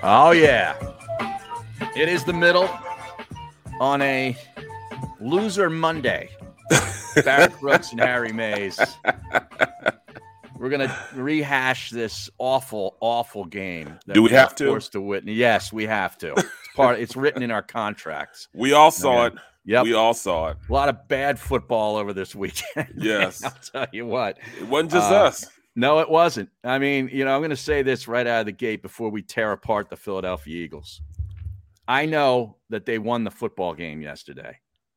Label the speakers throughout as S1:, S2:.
S1: Oh yeah. It is the middle on a loser Monday. Barrett Brooks and Harry Mays. We're gonna rehash this awful, awful game. that
S2: Do we
S1: were
S2: have to?
S1: Forced to witness. Yes, we have to. It's part. It's written in our contracts.
S2: We all saw it.
S1: Yep.
S2: We all saw it.
S1: a lot of bad football over this weekend.
S2: Yes.
S1: I'll tell you what.
S2: It wasn't just
S1: Uh,
S2: us.
S1: No, it wasn't. I mean, you know, I'm going to say this right out of the gate before we tear apart the Philadelphia Eagles. I know that they won the football game yesterday,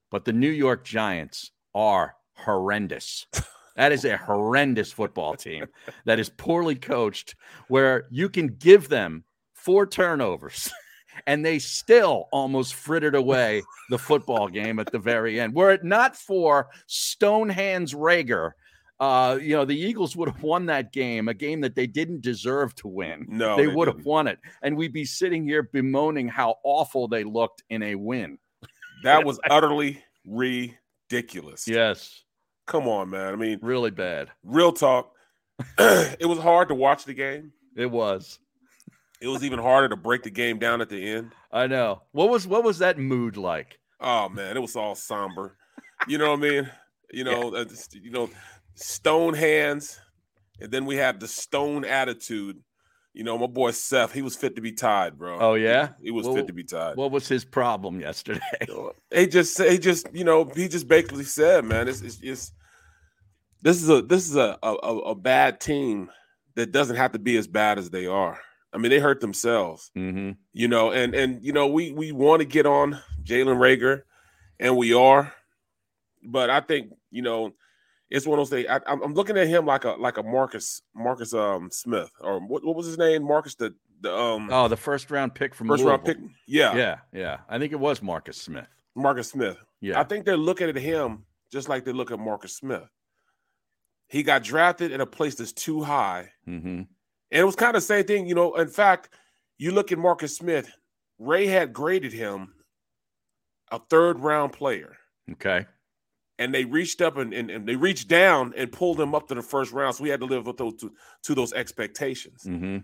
S1: but the New York Giants are horrendous. That is a horrendous football team that is poorly coached, where you can give them four turnovers and they still almost frittered away the football game at the very end. Were it not for Stonehands Rager, uh, you know, the Eagles would have won that game, a game that they didn't deserve to win.
S2: No,
S1: they,
S2: Oh, they
S1: would have
S2: didn't.
S1: won it. And we'd be sitting here bemoaning how awful they looked in a win.
S2: That was utterly ridiculous.
S1: Yes,
S2: Come on, man. I mean,
S1: really bad.
S2: real talk. it was hard to watch the game.
S1: It was.
S2: It was even harder to break the game down at the end.
S1: I know. What was what was that mood like?
S2: Oh man, it was all somber. You know what I mean? You know, uh, just, you know, stone hands, and then we have the stone attitude. You know, my boy Seth, he was fit to be tied, bro.
S1: Oh yeah,
S2: he was
S1: Well,
S2: fit to be tied.
S1: What was his problem yesterday?
S2: He just, he just, you know, he just basically said, man, it's, it's, it's this is a, this is a, a, a a bad team that doesn't have to be as bad as they are. I mean, they hurt themselves
S1: mm-hmm.
S2: you know, and and you know, we we want to get on Jalen Rager, and we are, but I think you know, it's one of those things. I, I'm, I'm looking at him like a like a Marcus Marcus um Smith or what, what was his name Marcus the the um
S1: Oh, the first round pick from
S2: first round pick
S1: Louisville.
S2: yeah,
S1: Yeah, yeah. I think it was Marcus Smith.
S2: Marcus Smith.
S1: Yeah,
S2: I think they're looking at him just like they look at Marcus Smith. He got drafted in a place that's too high,
S1: mm-hmm.
S2: And it was kind of the same thing, you know. In fact, you look at Marcus Smith, Ray had graded him a third round player.
S1: Okay.
S2: And they reached up and, and, and they reached down and pulled him up to the first round. So we had to live with those to, to those expectations.
S1: Mm-hmm.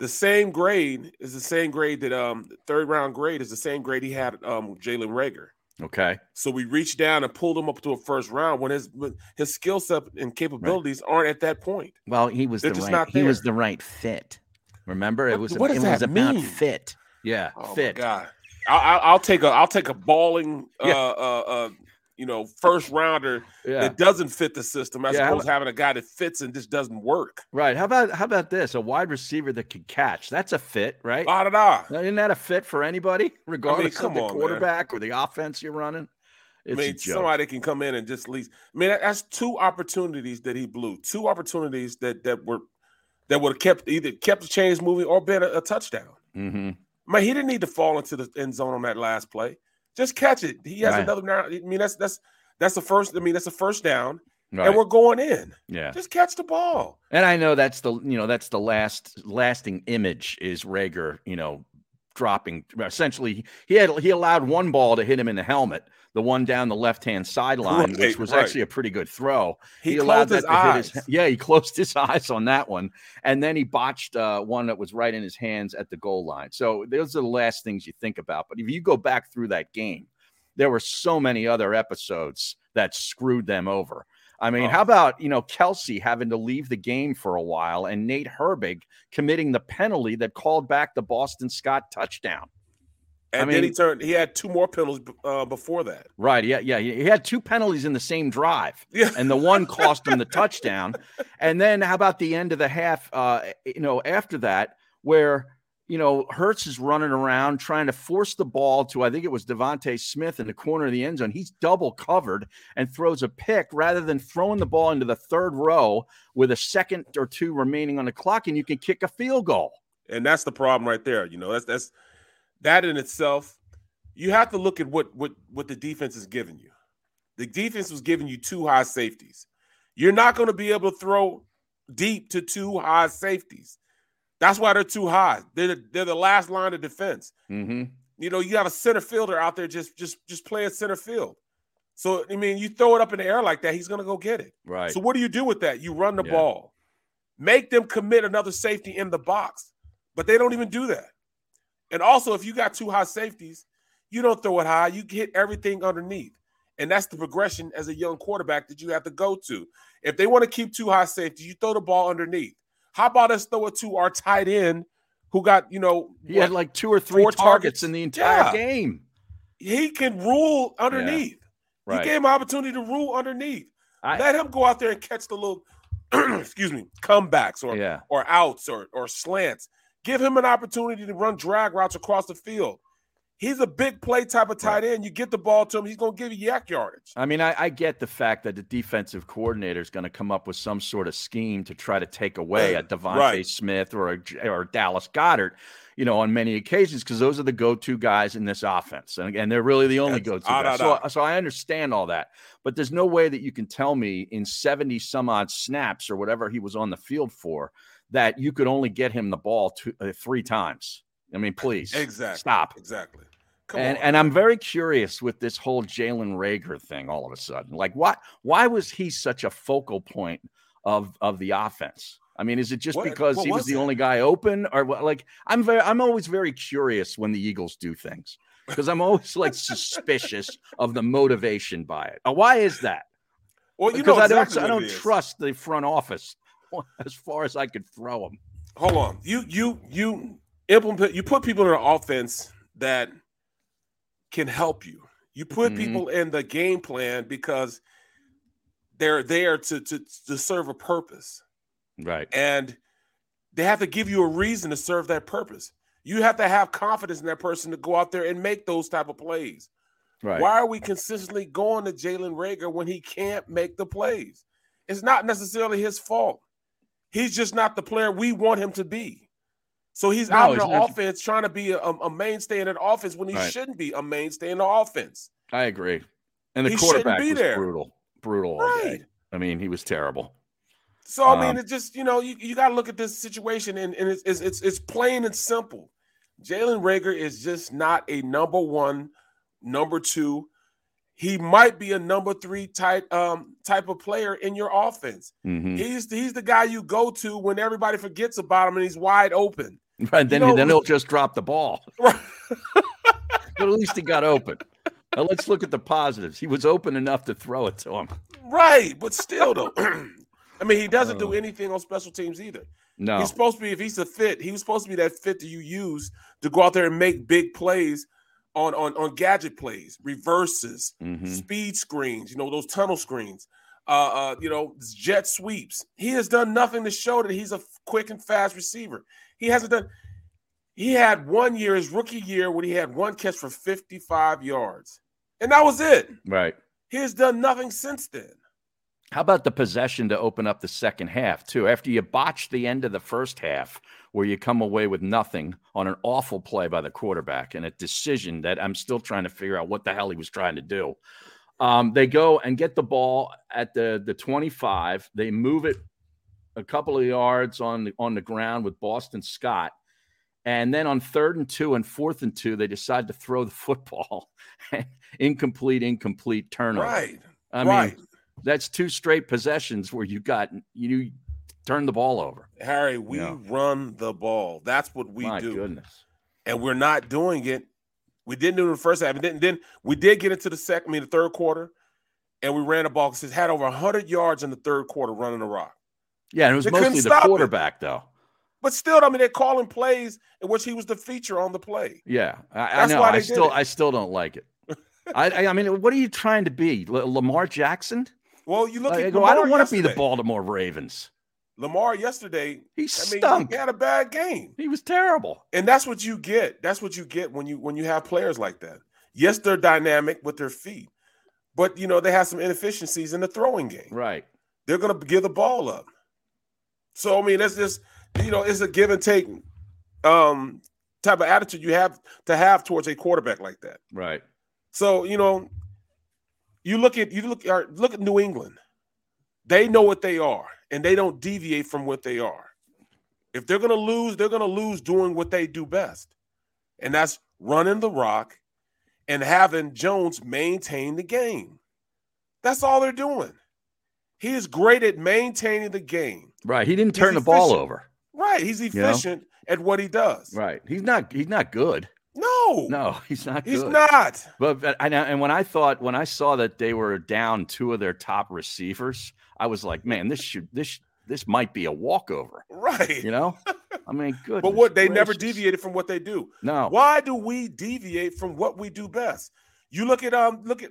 S2: The same grade is the same grade that um third round grade is the same grade he had um Jalen Rager.
S1: Okay.
S2: So we reached down and pulled him up to a first round when his when his skill set and capabilities aren't at that point.
S1: Well, he was
S2: They're
S1: the
S2: just
S1: right.
S2: not
S1: He was
S2: there.
S1: the right fit. Remember, it
S2: What-
S1: was
S2: what
S1: it
S2: does
S1: was
S2: that
S1: about
S2: mean?
S1: fit. Yeah,
S2: Oh
S1: fit.
S2: My God, I'll, I'll- I'll take a I'll take a balling uh,
S1: Yeah.
S2: uh, uh, you know first rounder
S1: Yeah,
S2: that doesn't fit the system as
S1: Yeah, how
S2: opposed to having a guy that fits and just doesn't work.
S1: right. How about how about this? A wide receiver that could catch. That's a fit, right?
S2: Ba da da.
S1: Now, Isn't that a fit for anybody, regardless
S2: Ah. come
S1: of the
S2: on, man.
S1: quarterback or the offense you're running?
S2: I
S1: It's a
S2: mean,
S1: joke.
S2: somebody can come in and just lease. I mean, that- that's two opportunities that he blew. Two opportunities that that were that would have kept either kept the chains moving or been a, a touchdown.
S1: hmm
S2: I mean, he didn't need to fall into the end zone on that last play. Just catch it. He has
S1: Right.
S2: another. now- I mean, that's that's that's the first. I mean, that's the first down,
S1: Right.
S2: and we're going in.
S1: yeah.
S2: Just catch the ball.
S1: And I know that's the you know that's the last lasting image is Rager you know dropping. Essentially, he had he allowed one ball to hit him in the helmet, the one down the left hand sideline,
S2: Right,
S1: which was
S2: right.
S1: actually a pretty good throw.
S2: He closed his eyes.
S1: yeah, he closed his eyes on that one, and then he botched uh, one that was right in his hands at the goal line. So those are the last things you think about. But if you go back through that game, there were so many other episodes that screwed them over. I mean,
S2: Oh.
S1: how about you know Kelsey having to leave the game for a while, and Nate Herbig committing the penalty that called back the Boston Scott touchdown.
S2: And
S1: I
S2: then he
S1: mean-
S2: turned. He had two more penalties uh, before that.
S1: Right. Yeah. Yeah. He he had two penalties in the same drive,
S2: Yeah.
S1: and the one cost him the touchdown. And then how about the end of the half? Uh, you know, after that, where you know Hertz is running around trying to force the ball to I think it was Devonte Smith in the corner of the end zone. He's double covered and throws a pick rather than throwing the ball into the third row with a second or two remaining on the clock, and you can kick a field goal.
S2: and that's the problem right there. You know, that's that's that in itself. You have to look at what what what the defense is giving you. The defense was giving you two high safeties. You're not going to be able to throw deep to two high safeties. That's why they're too high. They're they're the last line of defense.
S1: Mm-hmm.
S2: You know, you have a center fielder out there just just just playing center field. So I mean, you throw it up in the air like that, he's going to go get it.
S1: Right.
S2: So what do you do with that? You run the
S1: Yeah.
S2: ball. Make them commit another safety in the box. But they don't even do that. And also, if you got two high safeties, you don't throw it high. You hit everything underneath. And that's the progression as a young quarterback that you have to go to. If they want to keep two high safeties, you throw the ball underneath. How about us throw it to our tight end who got, you know,
S1: he had
S2: what-
S1: like two or three
S2: Four
S1: targets,
S2: targets?
S1: in the entire
S2: Yeah.
S1: game.
S2: he can rule underneath.
S1: Right.
S2: He gave him opportunity to rule underneath.
S1: I-
S2: Let him go out there and catch the little, excuse me, comebacks or
S1: yeah.
S2: or outs or or slants. Give him an opportunity to run drag routes across the field. He's a big play type of tight end. You get the ball to him, he's gonna give you yak yardage.
S1: I mean, I, I get the fact that the defensive coordinator is going to come up with some sort of scheme to try to take away a Devontae
S2: Right.
S1: Smith or a, J- or a Dallas Goddard, you know, on many occasions because those are the go-to guys in this offense, and, and they're really the only
S2: Yes.
S1: go-to
S2: Ah,
S1: guys.
S2: da, da.
S1: So, so I understand all that, but there's no way that you can tell me in 70 some odd snaps or whatever he was on the field for that you could only get him the ball two, uh, three times. I mean, please,
S2: Exactly.
S1: stop.
S2: Exactly. Come
S1: And,
S2: on.
S1: and I'm very curious with this whole Jalen Rager thing all of a sudden. Like, why why was he such a focal point of of the offense? I mean, is it just
S2: What-
S1: because
S2: what
S1: he was,
S2: was
S1: the
S2: it?
S1: only guy open, or what? Like, I'm very I'm always very curious when the Eagles do things because I'm always like suspicious of the motivation by it. Uh, Why is that?
S2: well, you
S1: Because
S2: know
S1: I don't
S2: exactly
S1: I
S2: what it
S1: don't
S2: is.
S1: trust the front office as far as I could throw them.
S2: Hold on. You you you implement you put people in an offense that can help you. You put
S1: Mhm.
S2: people in the game plan because they're there to to, to serve a purpose.
S1: Right.
S2: and they have to give you a reason to serve that purpose. You have to have confidence in that person to go out there and make those type of plays.
S1: Right.
S2: Why are we consistently going to Jalen Rager when he can't make the plays? It's not necessarily his fault. He's just not the player we want him to be. So he's
S1: No,
S2: out in
S1: he's
S2: the
S1: not-
S2: offense trying to be a, a mainstay in an offense when he
S1: Right.
S2: shouldn't be a mainstay in the offense.
S1: I agree. And the
S2: He shouldn't
S1: quarterback
S2: be
S1: was
S2: there.
S1: brutal, brutal all day.
S2: Right.
S1: I mean, he was terrible.
S2: So I mean,
S1: Um,
S2: it just you know you, you got to look at this situation and, and it's, it's it's it's plain and simple. Jalen Rager is just not a number one, number two. He might be a number three type um type of player in your offense.
S1: Mhm.
S2: He's he's the guy you go to when everybody forgets about him and he's wide open.
S1: Right. Then,
S2: know-
S1: then he'll just drop the ball.
S2: Right.
S1: But at least he got open. Now let's look at the positives. He was open enough to throw it to him.
S2: Right, but still though, I mean he doesn't
S1: Oh.
S2: do anything on special teams either.
S1: No.
S2: He's supposed to be if he's a fit, he was supposed to be that fit that you use to go out there and make big plays on on on gadget plays, reverses,
S1: Mhm.
S2: speed screens, you know, those tunnel screens, uh, uh, you know, jet sweeps. He has done nothing to show that he's a f- quick and fast receiver. He hasn't done. He had one year, his rookie year, when he had one catch for 55 yards, and that was it.
S1: Right.
S2: He has done nothing since then.
S1: How about the possession to open up the second half, too? After you botch the end of the first half, where you come away with nothing on an awful play by the quarterback and a decision that I'm still trying to figure out what the hell he was trying to do. Um, they go and get the ball at the, the 25. They move it a couple of yards on the, on the ground with Boston Scott. And then on third and two and fourth and two, they decide to throw the football. incomplete, incomplete turnover.
S2: Right.
S1: I
S2: right.
S1: mean, that's two straight possessions where you got you turned the ball over.
S2: Harry, we
S1: Yeah.
S2: run the ball. That's what we
S1: My
S2: do.
S1: goodness. it
S2: And we're not doing it. We didn't do it in the first half. And then, then we did get into the second, I mean, the third quarter, and we ran the ball. It's had over 100 yards in the third quarter running the rock.
S1: Yeah, and it was
S2: They couldn't
S1: mostly the
S2: stop it.
S1: quarterback though.
S2: But still, I mean, they're calling plays in which he was the feature on the play.
S1: Yeah, I, I
S2: That's
S1: know.
S2: why
S1: I
S2: they did
S1: still,
S2: it.
S1: I still don't like it. I, I, I mean, what are you trying to be, L- Lamar Jackson?
S2: Well, you look
S1: Like, I
S2: at
S1: go,
S2: Lamar
S1: I don't want to be the
S2: yesterday.
S1: Baltimore Ravens.
S2: Lamar yesterday, I
S1: He
S2: mean,
S1: stunk.
S2: he had a bad game.
S1: He was terrible.
S2: And that's what you get. That's what you get when you when you have players like that. Yes, they're dynamic with their feet, but you know, they have some inefficiencies in the throwing game.
S1: Right.
S2: They're gonna give the ball up. So I mean, that's just you know, it's a give and take um type of attitude you have to have towards a quarterback like that.
S1: Right.
S2: So you know, you look at you look or look at New England. They know what they are, and they don't deviate from what they are. If they're gonna lose, they're gonna lose doing what they do best, and that's running the rock and having Jones maintain the game. That's all they're doing. He is great at maintaining the game.
S1: Right. He didn't
S2: He's
S1: turn the ball
S2: efficient.
S1: over.
S2: Right. He's
S1: know?
S2: efficient at what he does.
S1: Right. He's not. He's not good.
S2: No,
S1: No, he's not.
S2: he's
S1: good.
S2: not.
S1: But, but I know, and when I thought when I saw that they were down two of their top receivers, I was like, man, this should this this might be a walkover.
S2: Right.
S1: You know, I mean, good.
S2: but what they never deviated from what they do.
S1: No,
S2: Why do we deviate from what we do best? You look at um, look at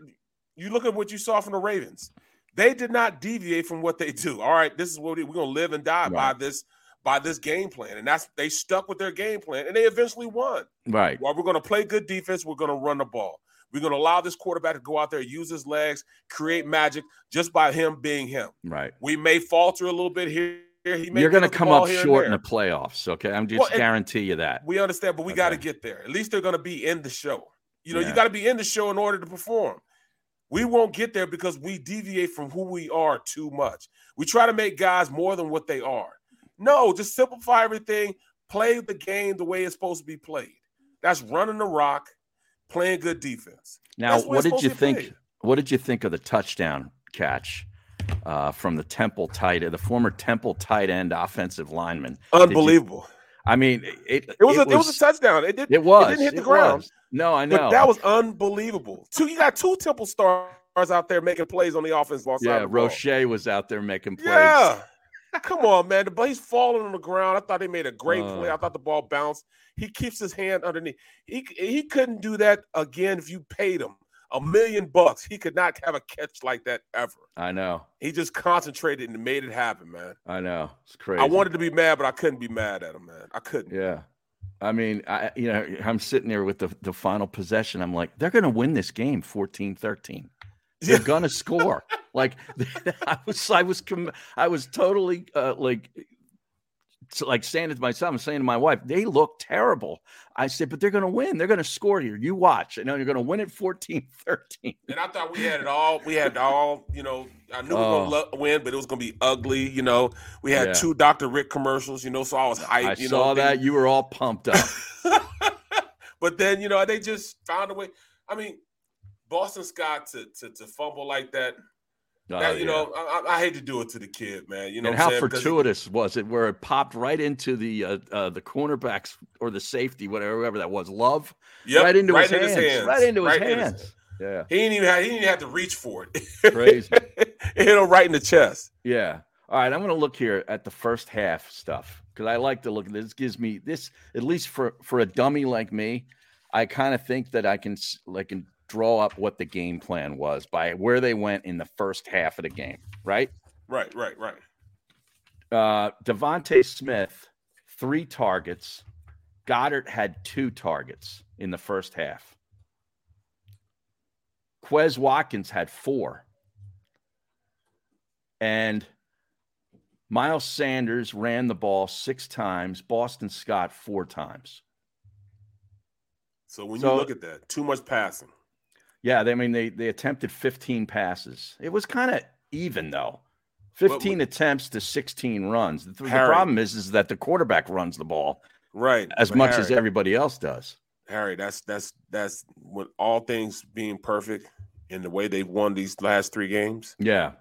S2: you look at what you saw from the Ravens. They did not deviate from what they do. All right, this is what we- we're gonna live and die by
S1: Right.
S2: this by this game plan, and that's they stuck with their game plan, and they eventually won.
S1: right,
S2: Well, we're gonna play good defense. We're gonna run the ball. We're gonna allow this quarterback to go out there, use his legs, create magic just by him being him.
S1: right.
S2: We may falter a little bit here. He may
S1: You're
S2: give
S1: going to
S2: us the
S1: come
S2: ball
S1: up
S2: here and
S1: short in
S2: there.
S1: the playoffs. Okay, I'm just
S2: Well, and-
S1: guarantee you that.
S2: We understand, but we got to
S1: Okay.
S2: get there. At least they're going to be in the show. You know,
S1: Yeah.
S2: you got to be in the show in order to perform. We won't get there because we deviate from who we are too much. We try to make guys more than what they are. No, just simplify everything. Play the game the way it's supposed to be played. That's running the rock, playing good defense.
S1: Now,
S2: That's the way
S1: what
S2: it's
S1: did
S2: supposed to
S1: you
S2: be
S1: think?
S2: played.
S1: What did you think of the touchdown catch uh, from the Temple tight, the former Temple tight end offensive lineman?
S2: Unbelievable.
S1: I mean, it
S2: It was, a, it was a touchdown. It did.
S1: It was.
S2: didn't hit the
S1: it
S2: ground.
S1: was. No, I know.
S2: But that was unbelievable. Two, you got two Temple stars out there making plays on the offense. Side of
S1: yeah.
S2: the ball.
S1: Roche was out there making plays.
S2: Yeah. Come on, man. The ball, he's falling on the ground. I thought they made a great play.
S1: Uh.
S2: I thought the ball bounced. He keeps his hand underneath. He he couldn't do that again if you paid him a million bucks. He could not have a catch like that ever.
S1: I know.
S2: He just concentrated and made it happen, man.
S1: I know. It's crazy.
S2: I wanted to be mad, but I couldn't be mad at him, man. I couldn't.
S1: Yeah. I mean, I you know, I'm sitting there with the, the final possession. I'm like, they're going to win this game 14-13. They're
S2: Yeah.
S1: going to score. Like I was I was com- I was totally uh, like s- like saying it to myself, I'm saying to my wife, they look terrible. I said, but they're going to win. They're going to score here. You watch. And know you're going to win it 14-13.
S2: And I thought we had it all. We had it all, you know. I knew we were
S1: Oh.
S2: gonna lo- win, but it was gonna be ugly, you know. We had
S1: Yeah.
S2: two Dr. Rick commercials, you know, so I was hyped.
S1: I
S2: you
S1: saw
S2: know,
S1: that. You were all pumped up.
S2: but then you know they just found a way. I mean, Boston Scott to to, to fumble like that.
S1: Oh,
S2: that you
S1: yeah.
S2: know, I, I- I hate to do it to the kid, man. You know,
S1: and
S2: what I'm
S1: how
S2: saying? Because-
S1: fortuitous was it where it popped right into the uh, uh, the cornerback's or the safety, whatever, whoever that was, Love,
S2: Yep,
S1: right into his,
S2: in
S1: hands, right into his
S2: in
S1: hands. yeah,
S2: He didn't even have, he didn't even have to reach for it.
S1: Crazy.
S2: it hit him right in the chest.
S1: yeah. All right, I'm going to look here at the first half stuff because I like to look. This gives me this at least for for a dummy like me, I kind of think that I can s- like can draw up what the game plan was by where they went in the first half of the game, right?
S2: Right, right, right.
S1: uh, Devonte Smith, three targets. Goddard had two targets in the first half. Quez Watkins had four. And Miles Sanders ran the ball six times, Boston Scott four times.
S2: So when
S1: So-
S2: you look at that, too much passing.
S1: Yeah, they, I mean, they, they attempted 15 passes. It was kind of even, though.
S2: But
S1: 15 attempts to 16 runs. The, the
S2: Harry-
S1: problem is, is that the quarterback runs the ball
S2: right?
S1: as
S2: But
S1: much
S2: Harry,
S1: as everybody else does.
S2: Harry, that's that's that's when all things being perfect and the way they've won these last three games,
S1: Yeah.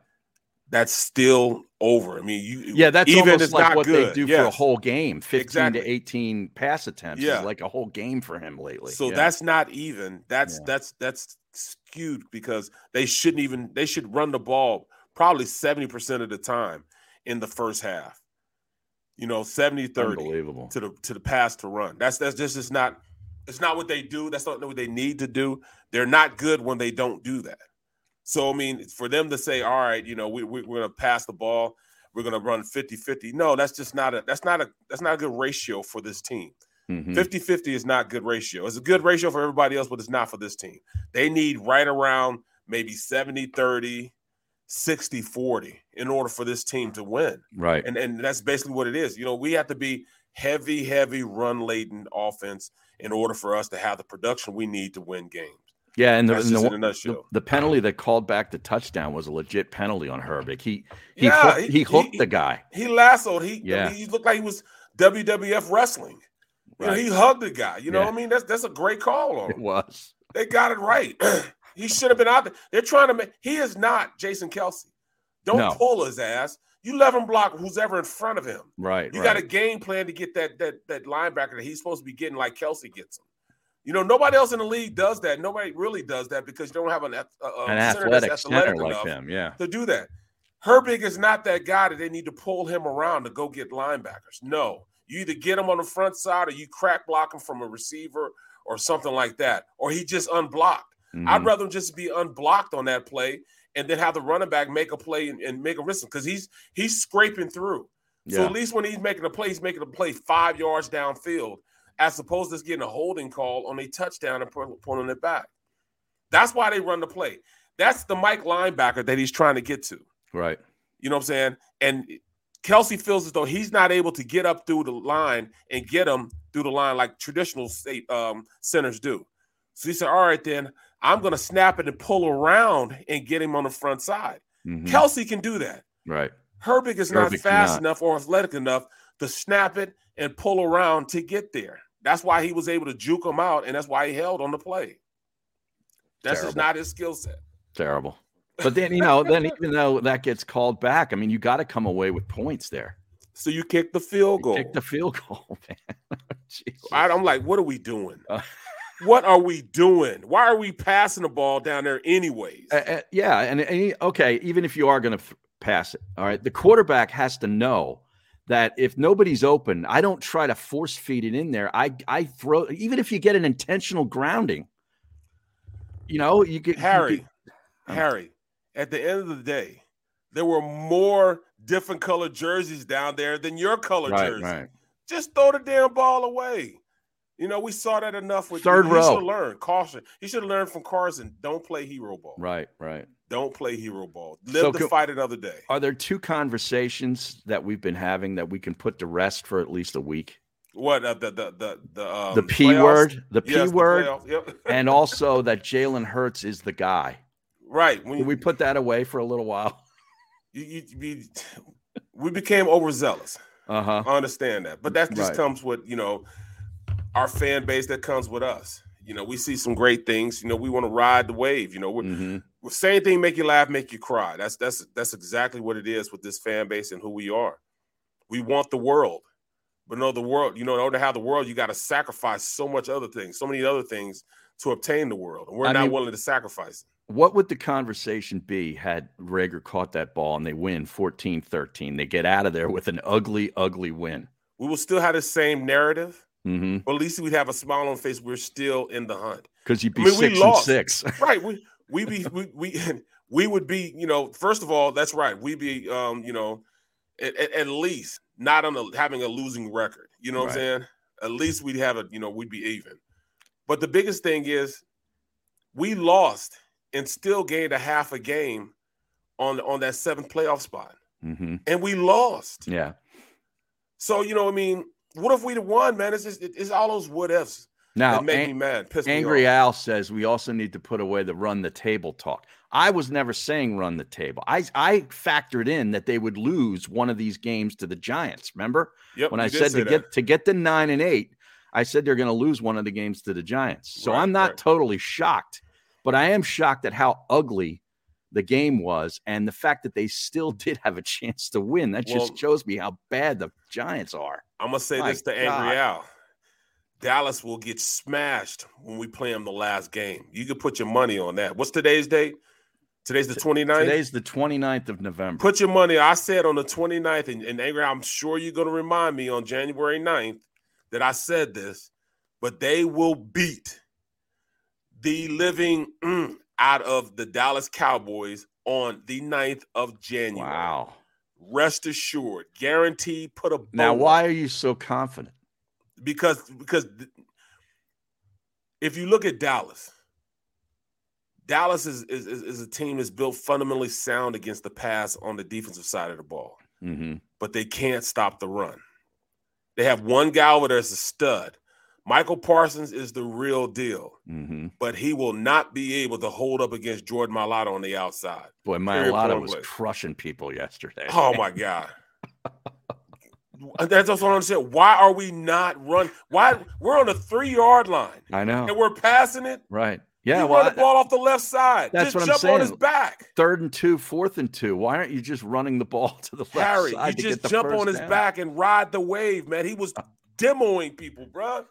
S2: that's still over. I mean, you
S1: Yeah, that's
S2: even if
S1: almost
S2: it's
S1: like
S2: not
S1: what
S2: good,
S1: they do for a
S2: yes.
S1: whole game. 15 to
S2: Exactly.
S1: 18 pass attempts
S2: Yeah.
S1: is like a whole game for him lately.
S2: So
S1: Yeah.
S2: that's not even. That's
S1: Yeah.
S2: that's that's skewed because they shouldn't even. They should run the ball probably seventy percent of the time in the first half. You know, 70 30
S1: unbelievable.
S2: to the to the pass to run. That's that's just it's not it's not what they do. That's not what they need to do. They're not good when they don't do that. So I mean, for them to say, all right, you know, we, we we're gonna pass the ball, we're gonna run 50-50. No, that's just not a that's not a that's not a good ratio for this team.
S1: Mhm.
S2: 50 50 is not good ratio. It's a good ratio for everybody else, but it's not for this team. They need right around maybe 70 30, 60 40 in order for this team to win.
S1: Right.
S2: And, and that's basically what it is. You know, we have to be heavy, heavy run laden offense in order for us to have the production we need to win games.
S1: Yeah, and the,
S2: That's
S1: and the,
S2: just in a
S1: the-
S2: nutshell.
S1: the penalty that called back the touchdown was a legit penalty on Herbig. He he
S2: Yeah,
S1: hooked, he,
S2: he-
S1: hooked
S2: he-
S1: the guy.
S2: He lassoed, he,
S1: Yeah.
S2: I mean, he looked like he was WWF wrestling. You know,
S1: Right.
S2: he hugged the guy. You know
S1: Yeah.
S2: what I mean? That's that's a great call on
S1: It
S2: him.
S1: was
S2: They got it right. he should have been out there. They're trying to make. He is not Jason Kelsey. Don't
S1: No.
S2: pull his ass. You let him block who's ever in front of him.
S1: right.
S2: You
S1: right.
S2: got a game plan to get that that that linebacker that he's supposed to be getting like Kelsey gets him. You know, nobody else in the leath does that. Nobody really does that because you don't have an, ath- a, a
S1: an
S2: center that's
S1: athletic center like
S2: enough
S1: him. Yeah.
S2: to do that. Herbig is not that guy that they need to pull him around to go get linebackers. No, you either get him on the front side or you crack block him from a receiver or something like that, or he just unblocked. I'd
S1: Mhm.
S2: rather him just be unblocked on that play and then have the running back make a play and, and make a risk because he's he's scraping through. So
S1: Yeah.
S2: at least when he's making a play, he's making a play five yards downfield, as opposed to just getting a holding call on a touchdown and pull- pulling it back. That's why they run the play. That's the Mike linebacker that he's trying to get to.
S1: right.
S2: You know what I'm saying? And Kelsey feels as though he's not able to get up through the line and get him through the line like traditional state um, centers do. So he said, "All right, then I'm going to snap it and pull around and get him on the front side."
S1: Mhm.
S2: Kelsey can do that.
S1: Right.
S2: Herbig is not
S1: Herbig
S2: fast
S1: cannot.
S2: enough or athletic enough to snap it and pull around to get there. That's why he was able to juke him out, and that's why he held on the play. That's just
S1: Terrible.
S2: not his skill set.
S1: Terrible. But then you know, then even though that gets called back, I mean, you got to come away with points there.
S2: So you kick the field goal.
S1: Kick the field goal, man. Jesus.
S2: I, I'm like, what are we doing?
S1: Uh.
S2: what are we doing? Why are we passing the ball down there anyways?
S1: Uh, uh, yeah, and, and he- okay, even if you are going to f- pass it, all right, the quarterback has to know that if nobody's open, I don't try to force feed it in there. I I throw even if you get an intentional grounding, you know, you get you
S2: Harry,
S1: get- I'm-
S2: Harry, at the end of the day, there were more different colored jerseys down there than your color
S1: right,
S2: jersey.
S1: right.
S2: Just throw the damn ball away. You know, we saw that enough with
S1: Third
S2: he
S1: row.
S2: should learn caution. He should have learned from Carson. Don't play hero ball.
S1: Right, right.
S2: Don't play hero ball. Live
S1: So
S2: to
S1: can-
S2: fight another day.
S1: Are there two conversations that we've been having that we can put to rest for at least a week?
S2: What uh, the the the the um,
S1: the P
S2: playoffs?
S1: word, the P
S2: Yes, the
S1: word,
S2: playoffs, Yep.
S1: and also that Jalen Hurts is the guy.
S2: right when
S1: Can we put that away for a little while?
S2: you, you, you- we became overzealous.
S1: Uh huh.
S2: I understand that, but that just
S1: Right.
S2: comes with you know our fan base that comes with us. You know, we see some great things. You know, we want to ride the wave. You know, we're,
S1: hmm
S2: we're- same thing make you laugh, make you cry. That's that's that's exactly what it is with this fan base and who we are. We want the world, but no, the world. You know, in order to have the world, you got to sacrifice so much other things, so many other things to obtain the world, and we're
S1: I
S2: not
S1: mean-
S2: willing to sacrifice.
S1: What would the conversation be had Rager caught that ball and they win 14 13? They get out of there with an ugly, ugly win.
S2: We will still have the same narrative.
S1: Mm-hmm.
S2: But at least we'd have a smile on face. We're still in the hunt,
S1: Because you'd be
S2: I mean, we
S1: six and
S2: lost.
S1: six.
S2: right? We we be we we, we would be, you know. First of all, that's right. We'd be, um, you know, at, at, at least not on a, having a losing record. You know what I'm saying? At least we'd have a, you know, we'd be even. But the biggest thing is, we lost and still gained a half a game on on that seventh playoff spot,
S1: hmm
S2: and we lost.
S1: Yeah.
S2: So you know, I mean, what if we'd have won, man? It's just it- it's all those what ifs.
S1: Now,
S2: That made
S1: An-
S2: me mad. Pissed
S1: Angry
S2: me off.
S1: Al says we also need to put away the run the table talk. I was never saying run the table. I I factored in that they would lose one of these games to the Giants. Remember
S2: Yep,
S1: when
S2: you
S1: I
S2: did
S1: said
S2: say
S1: to
S2: that.
S1: get to get the nine and eight, I said they're going to lose one of the games to the Giants. So
S2: Right,
S1: I'm not
S2: right.
S1: totally shocked, but I am shocked at how ugly the game was and the fact that they still did have a chance to win. That
S2: Well-
S1: just shows me how bad the Giants are.
S2: I'm gonna say
S1: My
S2: this to Angry
S1: God.
S2: Al. Dallas will get smashed when we play them the last game. You can put your money on that. What's today's date? Today's the 29th.
S1: Today's the 29th of November.
S2: Put your money. I said on the 29th, and, and Angry, I'm sure you're going to remind me on January 9th that I said this, but they will beat the living mm, out of the Dallas Cowboys on the 9th of January.
S1: wow.
S2: Rest assured, guaranteed. Put a bow
S1: Now,
S2: on it
S1: why are you so confident?
S2: because because th- if you look at Dallas, Dallas is, is is is a team that's built fundamentally sound against the pass on the defensive side of the ball,
S1: Mm-hmm.
S2: but they can't stop the run. They have one guy over there as a stud. Michael Parsons is the real deal,
S1: Mm-hmm.
S2: but he will not be able to hold up against Jordan Mailata on the outside.
S1: Boy,
S2: Period,
S1: Myelata
S2: point
S1: was
S2: blank.
S1: crushing people yesterday.
S2: Oh my god. That's also what I'm saying. Why are we not run? Why we're on the three yard line?
S1: I
S2: and
S1: know.
S2: we're passing it.
S1: Right.
S2: Yeah,
S1: Yeah.
S2: you
S1: Well,
S2: run the ball off the left side.
S1: that's
S2: Just
S1: what I'm
S2: jump on his
S1: saying.
S2: back.
S1: third and two, fourth and two. Why aren't you just running the ball to the left
S2: Harry,
S1: side
S2: you
S1: to
S2: just
S1: get the
S2: jump on
S1: first
S2: his
S1: down?
S2: back and ride the wave, man. He was demoing people, bruh.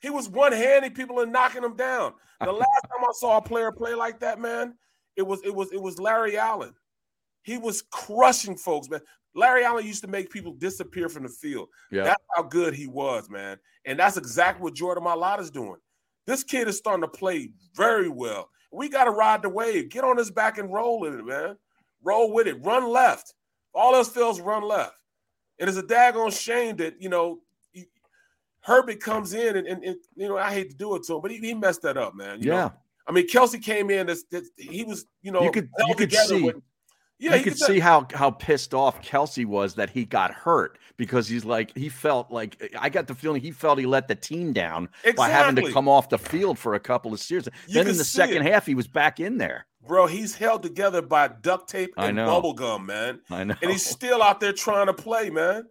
S2: He was one-handing people and knocking them down. The last time I saw a player play like that, man, it was it was it was Larry Allen. He was crushing folks, man. Larry Allen used to make people disappear from the field.
S1: Yeah.
S2: That's how good he was, man. And that's exactly what Jordan Malata's doing. This kid is starting to play very well. We got to ride the wave. Get on his back and roll in it, man. Roll with it. Run left. All else fails, run left. And it's a daggone shame that, you know, you- Herbert comes in and, and, and, you know, I hate to do it to him, but he, he messed that up, man. you know?
S1: yeah.
S2: I mean, Kelsey came in. This, this, he was, you know,
S1: You could-
S2: held
S1: you could
S2: together
S1: see-
S2: yeah,
S1: you
S2: he
S1: could
S2: tell-
S1: see how how pissed off Kelsey was that he got hurt because he's like he felt like I got the feeling he felt he let the team down by having to
S2: Exactly.
S1: come off the field for a couple of series.
S2: You
S1: then
S2: could
S1: in the
S2: see
S1: second
S2: it.
S1: half, he was back in there.
S2: bro. He's held together by duct tape
S1: I
S2: and
S1: know. Oh.
S2: bubble gum, man.
S1: I know.
S2: and he's still out there trying to play, man.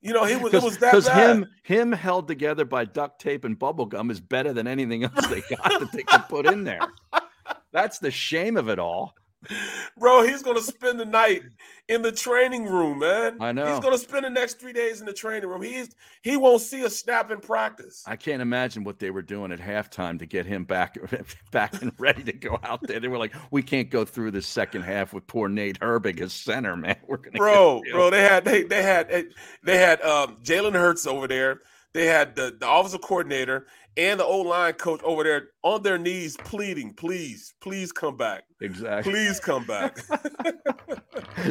S2: You know, he was it was that
S1: because
S2: bad.
S1: him him held together by duct tape and bubble gum is better than anything else they got that they could put in there. That's the shame of it all.
S2: bro. He's gonna spend the night in the training room, man.
S1: I know.
S2: He's gonna spend the next three days in the training room. He's he won't see a snap in practice.
S1: I can't imagine what they were doing at halftime to get him back back and ready to go out there. They were like, "We can't go through this second half with poor Nate Herbig as center, man. We're gonna get
S2: bro,
S1: you."
S2: bro. They had they they had eh, they had um, Jalen Hurts over there. They had the the offensive coordinator and the O line coach over there on their knees pleading, please, please come back,
S1: exactly.
S2: please come back.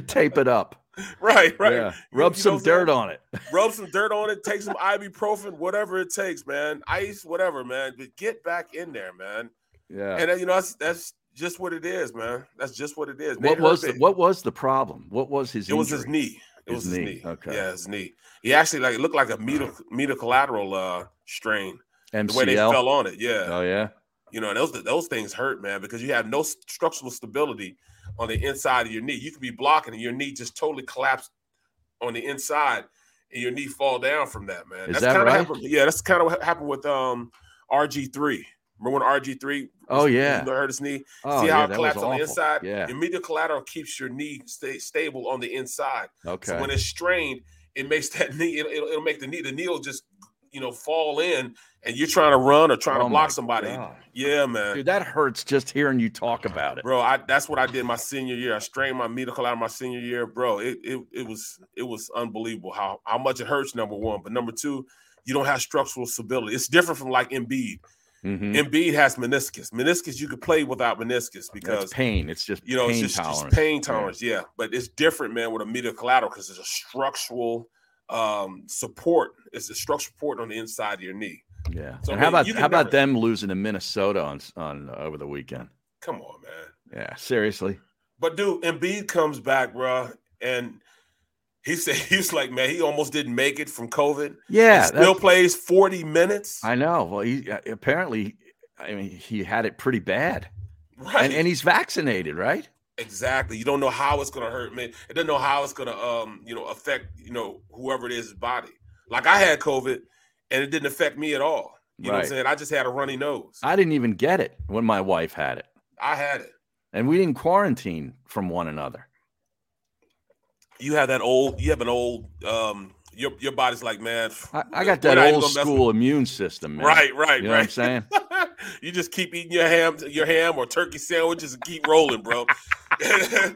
S1: Tape it up,
S2: right, right.
S1: Yeah.
S2: You-
S1: Rub
S2: you know
S1: some
S2: what I'm saying?
S1: dirt on it.
S2: Rub some dirt on it. Take some ibuprofen, whatever it takes, man. Ice, whatever, man. But get back in there, man.
S1: Yeah.
S2: And uh, you know that's that's just what it is, man. That's just what it is. Nate
S1: what was the,
S2: Herbig-
S1: what was the problem? What was his?
S2: It was his
S1: injury?
S2: knee. It
S1: His
S2: was his
S1: knee,
S2: knee.
S1: okay.
S2: Yeah, his knee. He actually like it looked like a meta metaclateral uh strain.
S1: MCL.
S2: The way they fell on it. Yeah.
S1: Oh yeah.
S2: You know, those those things hurt, man, because you have no s- structural stability on the inside of your knee. You could be blocking and your knee just totally collapsed on the inside and your knee fall down from that, man.
S1: Is
S2: that's
S1: that
S2: kind
S1: right?
S2: of happened. Yeah, that's kind of what happened with um RG3. Remember when RG3
S1: Oh
S2: was-
S1: yeah.
S2: hurt his knee?
S1: Oh,
S2: See
S1: yeah,
S2: how it
S1: that was
S2: collapsed on the
S1: awful.
S2: inside?
S1: Yeah.
S2: Your medial collateral keeps your knee stay stable on the inside.
S1: Okay.
S2: So when it's strained, it makes that knee. It'll, it'll, it'll make the knee. The knee will just you know fall in, and you're trying to run or trying
S1: Oh
S2: to block
S1: my
S2: somebody.
S1: God.
S2: Yeah, man,
S1: Dude, that hurts just hearing you talk about it.
S2: bro. I that's what I did my senior year. I strained my medial collateral my senior year, bro. It it, it was it was unbelievable how how much it hurts. Number one, but number two. You don't have structural stability. It's different from like Embiid.
S1: Mhm.
S2: Embiid has meniscus. Meniscus, you could play without meniscus because
S1: It's pain. It's just
S2: you know,
S1: pain
S2: it's just,
S1: tolerance.
S2: just pain tolerance. Yeah. But it's different, man, with a medial collateral because it's a structural um support. It's a structural support on the inside of your knee.
S1: Yeah.
S2: So,
S1: and
S2: I
S1: how
S2: mean,
S1: about
S2: you can
S1: how about
S2: never-
S1: them losing to Minnesota on s- on uh, over the weekend?
S2: Come on, man.
S1: Yeah, seriously.
S2: But dude, Embiid comes back, bruh, and He said he was like, man, he almost didn't make it from COVID.
S1: Yeah,
S2: he still
S1: that-
S2: plays 40 minutes.
S1: I know. Well, he uh, apparently, I mean, he had it pretty bad,
S2: right.
S1: and and he's vaccinated, right?
S2: exactly. You don't know how it's gonna hurt, man. It doesn't know how it's gonna um, you know, affect, you know, whoever it is body. Like I had COVID and it didn't affect me at all. You know what I'm
S1: Right.
S2: saying? I just had a runny nose. I,
S1: I didn't even get it when my wife had it,
S2: had it.
S1: and we didn't quarantine from one another.
S2: You have that old you have an old um your your body's like, man,
S1: I, I got
S2: we're
S1: that
S2: not even
S1: old
S2: gonna mess with-
S1: school immune system, man.
S2: Right, right,
S1: You know
S2: right.
S1: what I'm saying?
S2: you just keep eating your ham, your ham or turkey sandwiches, and keep rolling, bro.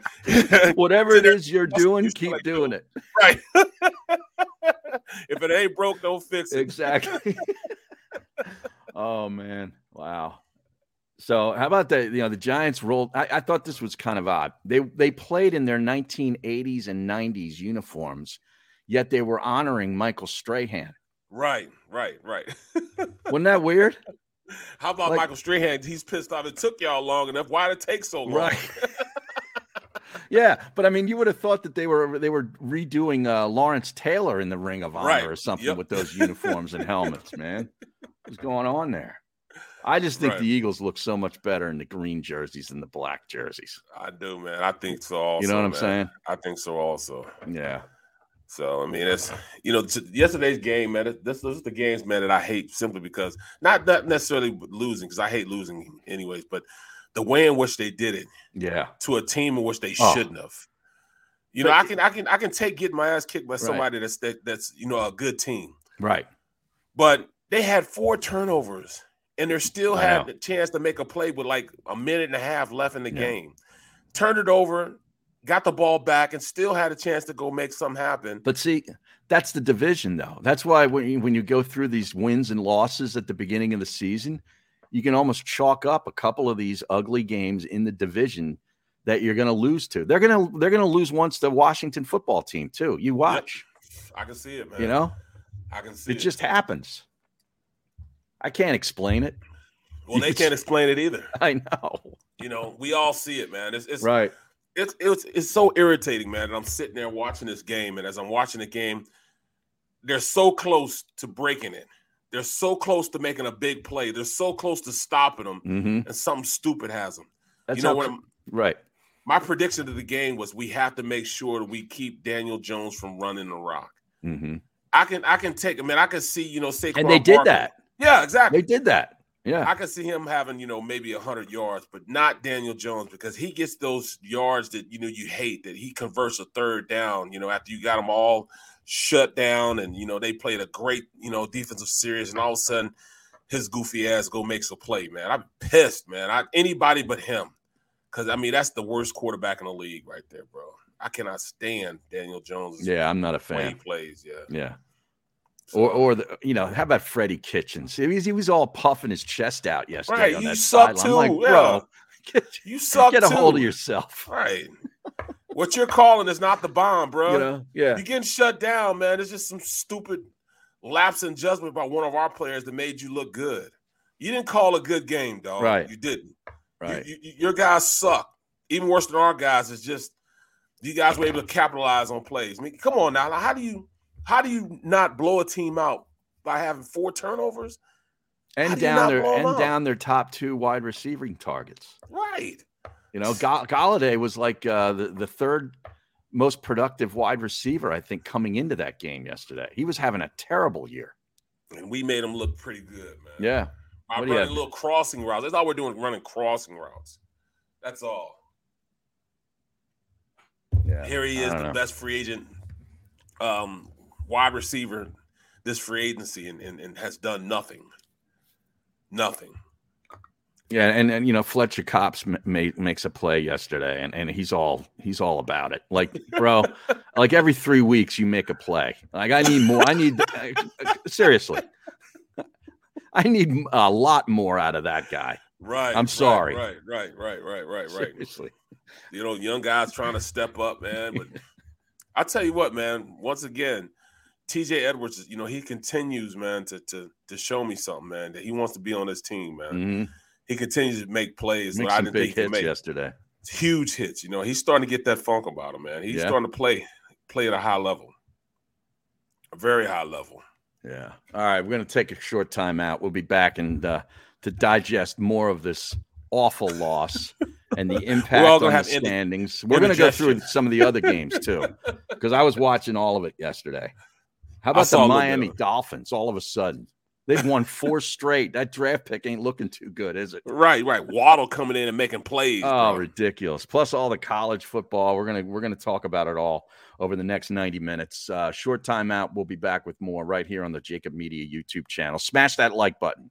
S1: Whatever it is you're
S2: That's what
S1: doing,
S2: you feel
S1: keep
S2: like
S1: doing it.
S2: right. if it ain't broke, don't fix it.
S1: Exactly. oh man, wow. So how about the you know the Giants rolled? I, I thought this was kind of odd. They they played in their 1980s and 90s uniforms, yet they were honoring Michael Strahan.
S2: Right, right, right.
S1: Wasn't that weird?
S2: How about
S1: Like-
S2: Michael Strahan? He's pissed off. It took y'all long enough. Why did it take so long?
S1: yeah, but I mean, you would have thought that they were they were redoing uh, Lawrence Taylor in the Ring of Honor
S2: Right.
S1: or something
S2: Yep.
S1: with those uniforms and helmets, man. What's going on there? I just think
S2: Right.
S1: the Eagles look so much better in the green jerseys than the black jerseys.
S2: I do, man. I think so. Also,
S1: you know what I'm
S2: man.
S1: saying?
S2: I think so. Also,
S1: Yeah.
S2: So I mean, it's you know, t- yesterday's game, man. it- This, those are the games, man, that I hate simply because not not necessarily losing, because I hate losing anyways, but the way in which they did it
S1: Yeah.
S2: to a team in which they
S1: Oh.
S2: shouldn't have. You know, I can I can I can take getting my ass kicked by somebody that's that, that's you know a good team,
S1: Right.
S2: but they had four turnovers and they still
S1: I
S2: had
S1: know.
S2: the chance to make a play with like a minute and a half left in the
S1: Yeah.
S2: game. Turned it over, got the ball back, and still had a chance to go make something happen.
S1: But see, that's the division, though. That's why when you, when you go through these wins and losses at the beginning of the season, you can almost chalk up a couple of these ugly games in the division that you're going to lose to. They're going to they're going to lose once the Washington football team too. You watch,
S2: I can see it, man.
S1: you know,
S2: I can see
S1: it just happens. I can't explain it.
S2: Well, they
S1: It's-
S2: can't explain it either.
S1: I know.
S2: You know, we all see it, man. It's it's
S1: Right.
S2: it's, it's it's so irritating, man. And I'm sitting there watching this game, and as I'm watching the game, they're so close to breaking it. They're so close to making a big play. They're so close to stopping them,
S1: hmm
S2: and something stupid has them.
S1: That's
S2: you know
S1: how-
S2: what? I'm,
S1: right.
S2: my prediction of the game was we have to make sure that we keep Daniel Jones from running the rock.
S1: hmm
S2: I can I can take. I mean, I can see you know Saquon.
S1: And they did
S2: Barkley.
S1: that.
S2: Yeah, exactly.
S1: They did that. Yeah.
S2: I could see him having, you know, maybe 100 yards, but not Daniel Jones because he gets those yards that, you know, you hate that he converts a third down, you know, after you got them all shut down and, you know, they played a great, you know, defensive series and all of a sudden his goofy ass go makes a play, man. I'm pissed, man. I, anybody but him. Because, I mean, that's the worst quarterback in the league right there, bro. I cannot stand Daniel Jones'
S1: Yeah. I'm not a
S2: way he
S1: fan.
S2: plays. Yeah.
S1: Yeah. Or, or the, you know, how about Freddie Kitchens? He was, he was all puffing his chest out yesterday.
S2: Right,
S1: on
S2: you
S1: that
S2: suck
S1: sideline. I'm
S2: too,
S1: like, bro, get,
S2: You suck.
S1: get a hold of
S2: too.
S1: yourself.
S2: Right. what you're calling is not the bomb, bro.
S1: You know, yeah,
S2: You're getting shut down, man. It's just some stupid lapse in judgment by one of our players that made you look good. You didn't call a good game, dog.
S1: Right.
S2: You didn't. You-
S1: right.
S2: you- you- your guys suck. Even worse than our guys. It's just you guys were able to capitalize on plays. I mean, come on now. Now, How do you how do you not blow a team out by having four turnovers? how
S1: and
S2: do you not
S1: down their
S2: blow 'em
S1: and
S2: up?
S1: down their top two wide receiving targets.
S2: Right.
S1: You know, Ga- Galladay was like uh, the the third most productive wide receiver, I think, coming into that game yesterday. He was having a terrible year.
S2: And we made them look pretty good, man.
S1: Yeah,
S2: I'm
S1: What do you
S2: running
S1: have?
S2: little crossing routes. That's all we're doing, running crossing routes. That's all.
S1: yeah.
S2: Here he
S1: I
S2: is,
S1: don't
S2: the
S1: know.
S2: best free agent um, wide receiver this free agency and, and, and has done nothing. Nothing.
S1: Yeah, and and you know Fletcher Cops ma- ma- makes a play yesterday, and and he's all he's all about it. Like, bro, like every three weeks you make a play. Like, I need more. I need uh, seriously. I need a lot more out of that guy.
S2: Right.
S1: I'm
S2: right,
S1: sorry.
S2: Right, right, right, right, right, Uh, right.
S1: Seriously.
S2: You know, young guys trying to step up, man. But I tell you what, man, once again, TJ Edwards, you know, he continues, man, to to to show me something, man, that he wants to be on this team, man.
S1: Mhm.
S2: He continues to make plays
S1: Make
S2: that I
S1: some
S2: didn't
S1: big
S2: think he
S1: hits
S2: make.
S1: yesterday.
S2: huge hits. You know, he's starting to get that funk about him, man. He's
S1: Yeah.
S2: starting to play play at a high level, a very high level.
S1: Yeah. All right. We're going to take a short time out. We'll be back and uh, to digest more of this awful loss and the impact
S2: all
S1: on
S2: gonna
S1: the
S2: have indi-
S1: standings. We're going to go through
S2: indigestion.
S1: some of the other games too, because I was watching all of it yesterday. How about
S2: saw a
S1: the
S2: little bit
S1: Miami
S2: of it.
S1: Dolphins? All of a sudden, they've won four straight. That draft pick ain't looking too good, is it?
S2: Right, right. Waddle coming in and making plays.
S1: Oh,
S2: bro.
S1: ridiculous! Plus all the college football. We're gonna we're gonna talk about it all over the next ninety minutes. Uh, short time out. We'll be back with more right here on the Jacob Media YouTube channel. Smash that like button.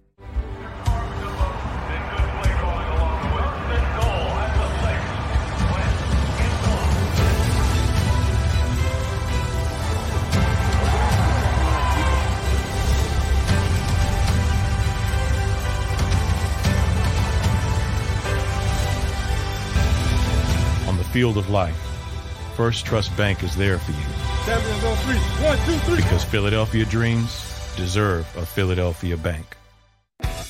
S3: on the field of life, First Trust Bank is there for you
S2: Champions on three. One, two, three.
S3: because Philadelphia dreams deserve a Philadelphia bank.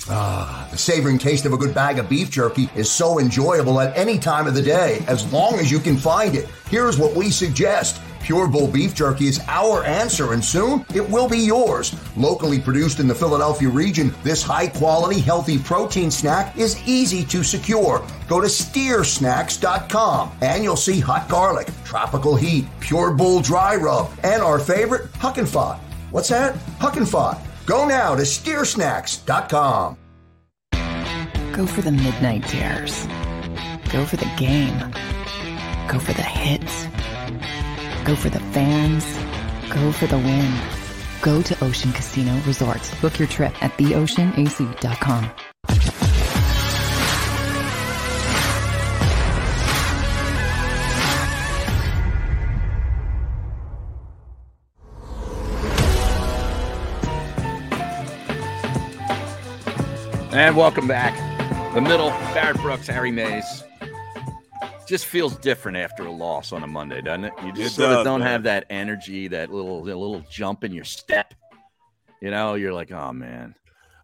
S4: The savoring taste of a good bag of beef jerky is so enjoyable at any time of the day, as long as you can find it. Here's what we suggest. Pure Bull Beef Jerky is our answer, and soon it will be yours. Locally produced in the Philadelphia region, this high quality, healthy protein snack is easy to secure. Go to steersnacks.com and you'll see hot garlic, tropical heat, pure bull dry rub, and our favorite, Huck and Fod. What's that? Huck and Fod. Go now to steersnacks.com.
S5: Go for the midnight dares. Go for the game. Go for the hits. Go for the fans. Go for the win. Go to Ocean Casino Resort. Book your trip at theoceanac.com.
S1: And welcome back. The middle, Barrett Brooks, Harry Mays. Just feels different after a loss on a Monday, doesn't it? You just
S2: It
S1: sort
S2: does,
S1: of don't
S2: man.
S1: have that energy, that little that little jump in your step. You know, you're like, oh man.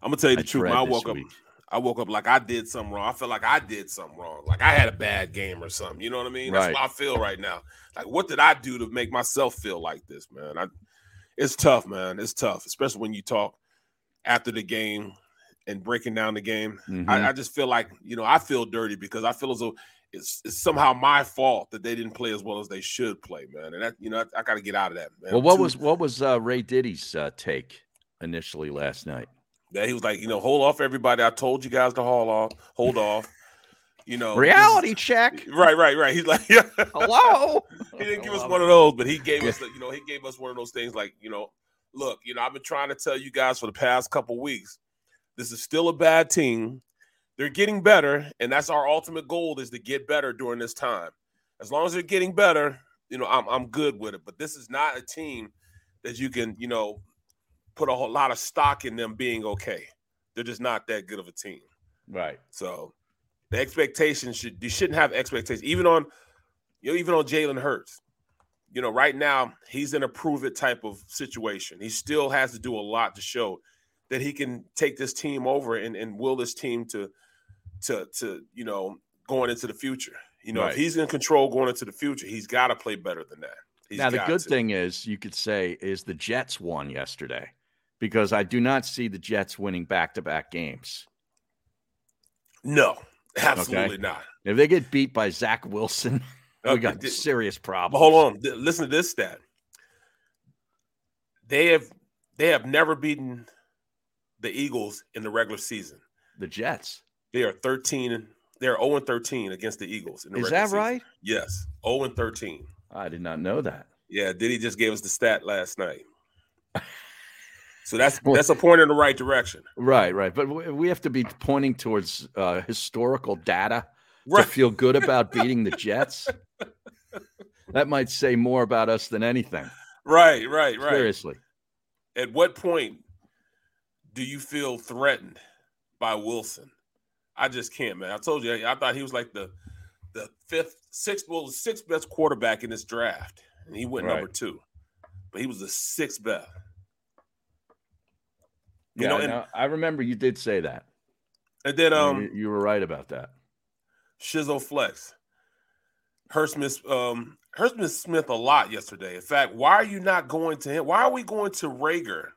S2: I'm gonna tell you the
S1: I
S2: truth. When
S1: dread
S2: I
S1: this
S2: woke
S1: week.
S2: up, I woke up like I did something wrong. I feel like I did something wrong. Like I had a bad game or something. You know what I mean?
S1: Right.
S2: That's how I feel right now. Like what did I do to make myself feel like this, man? I, it's tough, man. It's tough, especially when you talk after the game and breaking down the game.
S1: Mm-hmm.
S2: I, I just feel like you know I feel dirty because I feel as though it's, it's somehow my fault that they didn't play as well as they should play, man. And that you know I, got to get out of that. Man.
S1: Well, what
S2: Too-
S1: was what was uh, Ray Diddy's uh, take initially last night?
S2: that he was like, you know, hold off everybody. I told you guys to haul off, hold off. You know,
S1: Reality
S2: this
S1: check.
S2: is- Right, right, right. He's like, yeah.
S1: Oh, Hello.
S2: he didn't give
S1: I
S2: us
S1: love
S2: one of those, but he gave us, the, you know, he gave us one of those things like, you know, look, you know, I've been trying to tell you guys for the past couple weeks, this is still a bad team. They're getting better, and that's our ultimate goal is to get better during this time. As long as they're getting better, you know, I'm I'm good with it. But this is not a team that you can, you know, put a whole lot of stock in them being okay. They're just not that good of a team.
S1: Right.
S2: So the expectations should you shouldn't have expectations even on you know even on Jalen Hurts. you know, right now he's in a prove it type of situation. He still has to do a lot to show that he can take this team over and, and will this team to to to you know going into the future. You know,
S1: Right.
S2: if he's in control going into the future, he's got to play better than that. He's
S1: now the
S2: got
S1: good
S2: to.
S1: thing is you could say is the Jets won yesterday because I do not see the Jets winning back to back games.
S2: No, absolutely not.
S1: If they get beat by Zach Wilson, we
S2: Okay,
S1: got
S2: di-
S1: serious
S2: But
S1: problems.
S2: hold on, Th- listen to this stat. They have they have never beaten the Eagles in the regular season.
S1: The Jets.
S2: They are 13 and they're 0 and 13 against the Eagles in the
S1: Is
S2: regular
S1: that
S2: season.
S1: right?
S2: Yes, 0 and 13.
S1: I did not know that.
S2: Yeah, Diddy just gave us the stat last night. So that's that's a point in the right direction.
S1: Right, right. But w- we have to be pointing towards uh, historical data
S2: Right.
S1: to feel good about beating the Jets. that might say more about us than anything.
S2: Right, right, right.
S1: Seriously.
S2: At what point do you feel threatened by Wilson? I just can't, man. I told you, I thought he was like the the fifth, sixth, well, the sixth best quarterback in this draft, and he went number
S1: Right.
S2: two, but he was the sixth best. You
S1: yeah,
S2: know,
S1: I
S2: and-
S1: know. I remember you did say that.
S2: And then,
S1: You-
S2: um,
S1: you, were right about that.
S2: Shizzo Flex. Hurstman, um, Hurstman Smith a lot yesterday. In fact, why are you not going to him? Why are we going to Rager?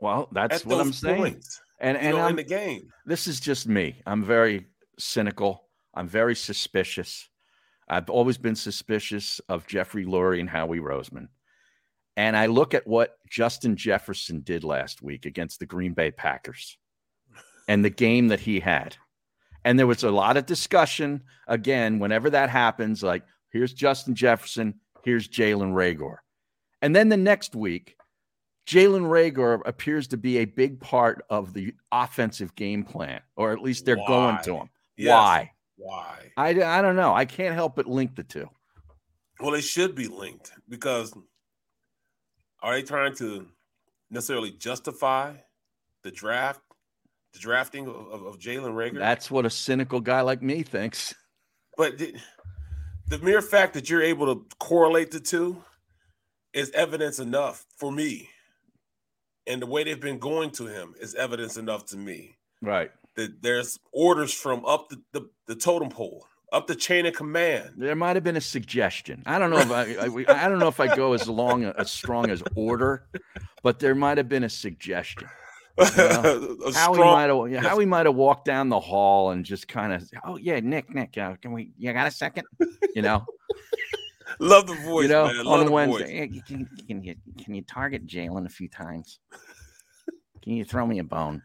S1: Well, that's
S2: At
S1: what I'm
S2: those
S1: saying.
S2: points,
S1: and
S2: you
S1: and
S2: know, in
S1: I'm-
S2: the game.
S1: this is just me. I'm very cynical. I'm very suspicious. I've always been suspicious of Jeffrey Lurie and Howie Roseman. And I look at what Justin Jefferson did last week against the Green Bay Packers and the game that he had. And there was a lot of discussion again, whenever that happens, like here's Justin Jefferson, here's Jalen Rager. And then the next week, Jalen Rager appears to be a big part of the offensive game plan, or at least they're going to
S2: Why?
S1: him.
S2: Yes.
S1: Why?
S2: Why?
S1: I, I don't know. I can't help but link the two.
S2: Well, they should be linked because are they trying to necessarily justify the draft, the drafting of, of, of Jalen Rager?
S1: That's what a cynical guy like me thinks.
S2: But the, the mere fact that you're able to correlate the two is evidence enough for me. And the way they've been going to him is evidence enough to me
S1: Right.
S2: that there's orders from up the, the, the totem pole, up the chain of command.
S1: There might have been a suggestion. I don't know if I, I, we- I don't know if I go as long as strong as order, but there might have been a suggestion. you know?
S2: A
S1: Howie
S2: strong-
S1: might have
S2: yes.
S1: Howie might have walked down the hall and just kind of, oh yeah, Nick, Nick, uh, can we? You got a second? You know,
S2: Love the voice,
S1: you know,
S2: man. Love
S1: on
S2: the
S1: Wednesday,
S2: voice.
S1: "Yeah, you can, you can you can you target Jalen a few times? Can you throw me a bone?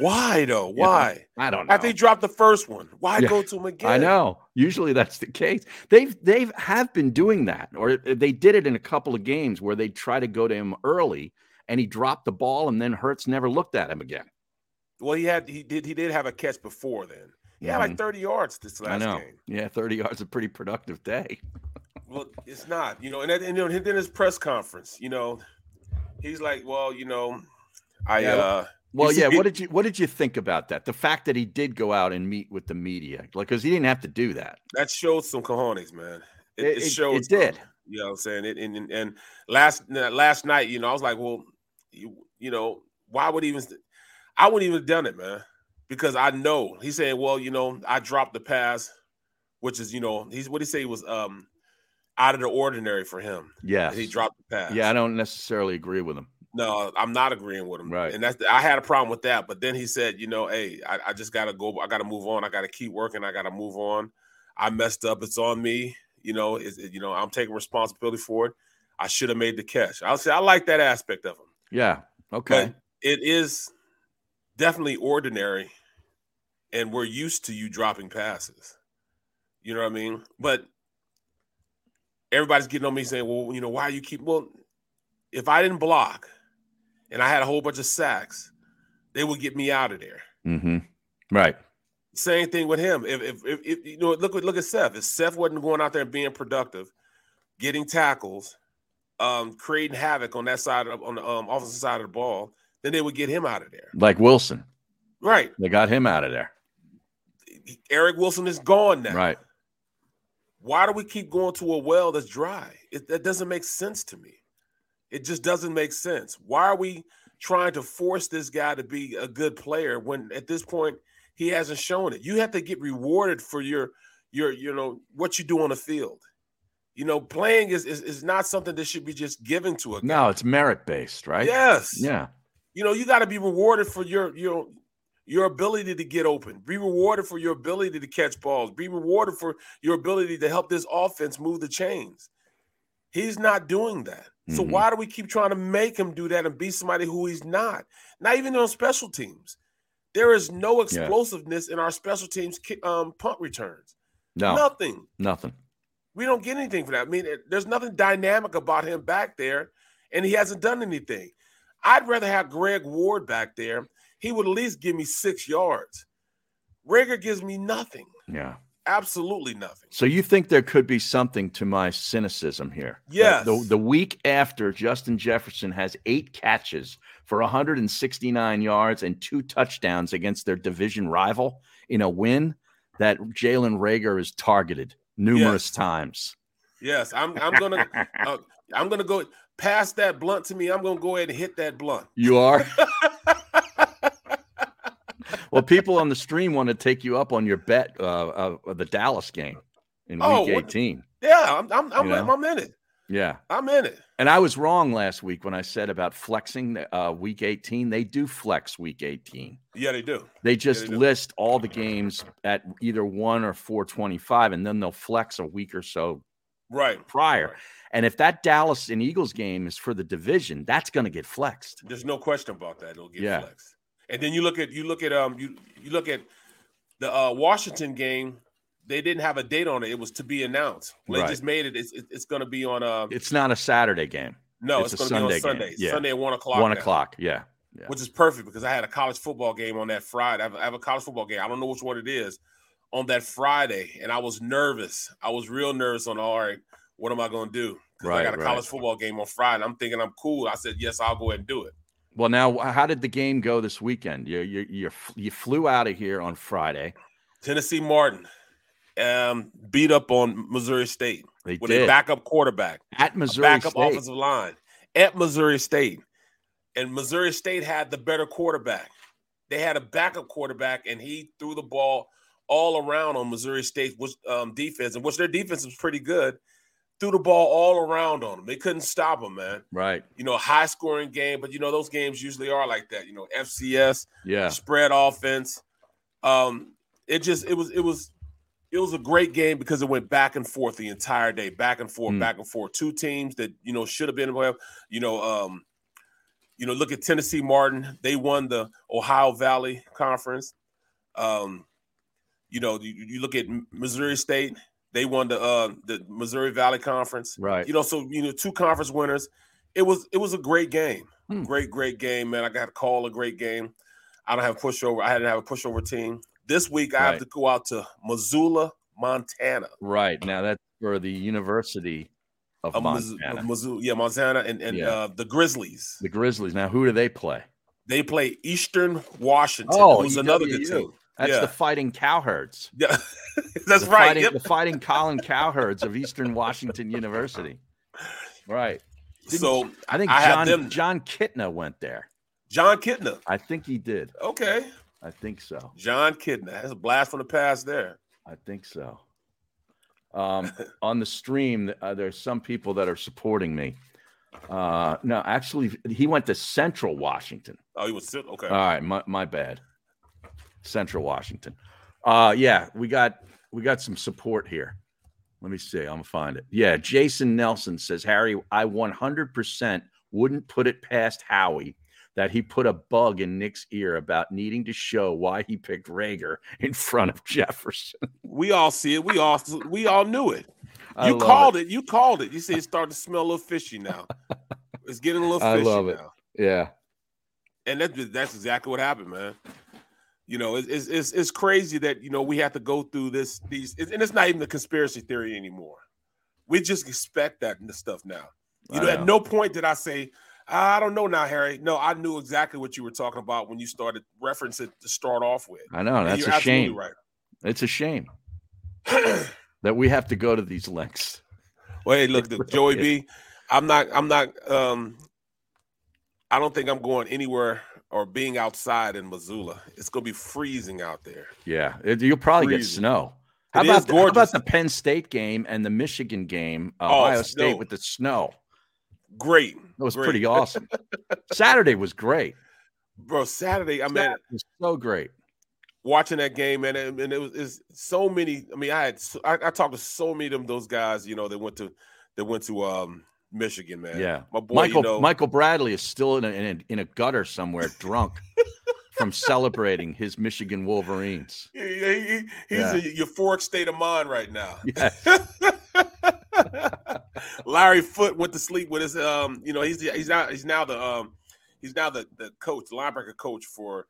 S2: Why though?
S1: You know,
S2: Why?
S1: I don't know.
S2: After he dropped the first one, why
S1: Yeah.
S2: go to him again?
S1: I know. Usually that's the case. They've they've have been doing that, or they did it in a couple of games where they try to go to him early and he dropped the ball, and then Hertz never looked at him again.
S2: Well, he had he did he did have a catch before then. He had
S1: Mhm.
S2: like 30 yards this
S1: I
S2: last
S1: know.
S2: game.
S1: Yeah, thirty yards a pretty productive day.
S2: Well, it's not, you know, and, that, and you know, then his press conference, you know, he's like, well, you know, I
S1: Yeah,
S2: uh
S1: Well,
S2: you see-
S1: yeah. What did you What did you think about that? The fact that he did go out and meet with the media, like, because he didn't have to do that.
S2: that showed some cojones, man. It,
S1: It-
S2: it,
S1: it- it
S2: showed
S1: did.
S2: some, You know what I'm saying? It, and, and and last n- last night, you know, I was like, well, you, you know, why would even I wouldn't even have done it, man. Because I know he's saying, well, you know, I dropped the pass, which is, you know, he's what he say was um out of the ordinary for him.
S1: Yeah,
S2: that He dropped the pass.
S1: Yeah, I don't necessarily agree with him.
S2: No, I'm not agreeing with him.
S1: Right.
S2: And that's I had a problem with that. But then he said, you know, hey, I, I just gotta go. I gotta move on. I gotta keep working. I gotta move on. I messed up. It's on me. You know, it's, it- you know, I'm taking responsibility for it. I should have made the catch. I'll say I like that aspect of him.
S1: Yeah. Okay.
S2: It is definitely ordinary, and we're used to you dropping passes. You know what I mean? But everybody's getting on me saying, "Well, you know, why you keep?" Well, if I didn't block, and I had a whole bunch of sacks, they would get me out of there.
S1: mm-hmm. Right.
S2: Same thing with him. If, if, if, if- you know, look at look at Seth. If Seth wasn't going out there and being productive, getting tackles, um, creating havoc on that side of, on the um, offensive side of the ball, then they would get him out of there.
S1: Like Wilson,
S2: Right.
S1: they got him out of there.
S2: Eric Wilson is gone now.
S1: Right.
S2: Why do we keep going to a well that's dry? It, that doesn't make sense to me. It just doesn't make sense. Why are we trying to force this guy to be a good player when at this point he hasn't shown it? You have to get rewarded for your your you know what you do on the field. You know, playing is is, is not something that should be just given to a guy.
S1: No, it's merit based, right?
S2: Yes.
S1: Yeah.
S2: You know, you got to be rewarded for your your your ability to get open, be rewarded for your ability to catch balls, be rewarded for your ability to help this offense move the chains. He's not doing that. So
S1: Mhm.
S2: why do we keep trying to make him do that and be somebody who he's not? Not even on special teams. There is no explosiveness in our special teams ki- um, punt returns.
S1: No.
S2: Nothing.
S1: Nothing.
S2: We don't get anything for that. I mean, it- there's nothing dynamic about him back there, and he hasn't done anything. I'd rather have Greg Ward back there. He would at least give me six yards. Rager gives me nothing,
S1: Yeah.
S2: absolutely nothing.
S1: So you think there could be something to my cynicism here? That
S2: Yes.
S1: The, the week after Justin Jefferson has eight catches for 169 yards and two touchdowns against their division rival in a win, that Jalen Rager is targeted numerous times.
S2: Yes, I'm. I'm gonna. uh, I'm gonna go pass that blunt to me. I'm gonna go ahead and hit that blunt.
S1: You are. well, people on the stream want to take you up on your bet uh, of of the Dallas game in week
S2: Oh, what-
S1: 18.
S2: Yeah, I'm. I'm. I'm,
S1: You know?
S2: I'm in it.
S1: Yeah.
S2: I'm in it.
S1: And I was wrong last week when I said about flexing uh, week 18. They do flex week 18.
S2: Yeah, they do.
S1: They just list all the games at either one or 425, and then they'll flex a week or so
S2: Right.
S1: prior. And if that Dallas and Eagles game is for the division, that's going to get flexed.
S2: There's no question about that. It'll get
S1: Yeah.
S2: flexed. And then you look at you look at um you you look at the uh, Washington game. They didn't have a date on it. It was to be announced. They
S1: Right.
S2: just made it. It's, it's going to be on. Uh,
S1: It's not a Saturday game.
S2: no, it's,
S1: a
S2: going to be on
S1: game.
S2: Sunday.
S1: Yeah.
S2: Sunday at one o'clock.
S1: One
S2: now.
S1: o'clock. Yeah.
S2: which is perfect because I had a college football game on that Friday. I have, I have a college football game. I don't know which one it is on that Friday, and I was nervous. I was real nervous on all right. What am I going to do? 'Cause I
S1: Right,
S2: got a
S1: right.
S2: college football game on Friday. I'm thinking I'm cool. I said yes, I'll go ahead and do it.
S1: Well, now, how did the game go this weekend? You you you, you flew out of here on Friday.
S2: Tennessee Martin um, beat up on Missouri State
S1: They
S2: with a
S1: did.
S2: backup quarterback,
S1: At
S2: a
S1: Missouri
S2: backup
S1: State.
S2: offensive line at Missouri State, and Missouri State had the better quarterback. They had a backup quarterback, and he threw the ball all around on Missouri State's which, um, defense, and which their defense was pretty good. Threw the ball all around on them. They couldn't stop him, man.
S1: Right.
S2: You know, high scoring game, but you know those games usually are like that. You know, FCS
S1: Yeah.
S2: spread offense. Um, it just it was it was it was a great game because it went back and forth the entire day, back and forth,
S1: Mm.
S2: back and forth. Two teams that you know should have been well, you know, um, you know, look at Tennessee Martin. They won the Ohio Valley Conference. Um, you know, you, you look at M- Missouri State. They won the uh, the Missouri Valley Conference.
S1: Right.
S2: You know, so you know, two conference winners. It was it was a great game.
S1: Hmm.
S2: Great, great game, man. I got to call a great game. I don't have pushover. I didn't have a pushover team. This week I have
S1: Right.
S2: to go out to Missoula, Montana.
S1: Right. Now that's for the University of
S2: Uh, Mizzou-
S1: Montana.
S2: uh, Mizzou- yeah, Montana and, and
S1: Yeah.
S2: uh, the Grizzlies.
S1: the Grizzlies. Now who do they play?
S2: They play Eastern Washington.
S1: Oh,
S2: who's another good
S1: EWU.
S2: team.
S1: That's
S2: yeah.
S1: the fighting cowherds.
S2: Yeah. That's
S1: The
S2: right.
S1: Fighting,
S2: Yep.
S1: The fighting Colin Cowherds of Eastern Washington University. Right.
S2: So,
S1: I think
S2: I have
S1: John
S2: them-
S1: John Kitna went there.
S2: John Kitna.
S1: I think he did.
S2: Okay.
S1: I think so.
S2: John Kidna. That's a blast from the past there.
S1: I think so. Um, on the stream, uh, there's some people that are supporting me. Uh, no, actually, he went to Central Washington.
S2: Oh, he was still okay.
S1: All right, my, my bad. Central Washington. Uh yeah, we got we got some support here. Let me see. I'm gonna find it. Yeah, Jason Nelson says, Harry, I 100% wouldn't put it past Howie that he put a bug in Nick's ear about needing to show why he picked Rager in front of Jefferson.
S2: We all see it. We all we all knew it.
S1: I
S2: you
S1: love
S2: called it. You called it. You see, it's starting to smell a little fishy now. It's getting a little
S1: I
S2: fishy
S1: love it.
S2: now,
S1: Yeah.
S2: and that's that's exactly what happened, man. You know, it's it's it's, it's crazy that you know we have to go through this these, and it's not even a conspiracy theory anymore. We just expect that stuff now. You
S1: I
S2: know, at
S1: know.
S2: no point did I say, "Ah, I don't know now, Harry. No, I knew exactly what you were talking about when you started referencing it to start off with.
S1: I know.
S2: And
S1: That's
S2: you're
S1: a
S2: absolutely
S1: shame.
S2: Right.
S1: It's a shame. that we have to go to these lengths.
S2: Well, hey, look, the, Joey B, I'm not, I'm not, um, I don't think I'm going anywhere or being outside in Missoula. It's going to be freezing out there.
S1: Yeah, it, you'll probably get
S2: Freezing.
S1: snow.
S2: It
S1: How
S2: is
S1: about, the, how
S2: gorgeous.
S1: about the Penn State game and the Michigan game, uh,
S2: Oh,
S1: Ohio
S2: snow.
S1: State with the snow?
S2: Great.
S1: That was
S2: Great.
S1: pretty awesome. Saturday was great.
S2: Bro, Saturday, I mean,
S1: Saturday was so great.
S2: watching that game, man, and, and it was it's so many. I mean, I had so, I, I talked to so many of them those guys, you know, that went to that went to um Michigan, man.
S1: Yeah,
S2: my boy,
S1: Michael
S2: you know,
S1: Michael Bradley is still in a, in a in a gutter somewhere, drunk from celebrating his Michigan Wolverines.
S2: he, he- he- he's
S1: Yeah.
S2: in a euphoric state of mind right now.
S1: Yeah.
S2: Larry Foote went to sleep with his um, you know, he's the, he's now he's now the um he's now the the coach, linebacker coach for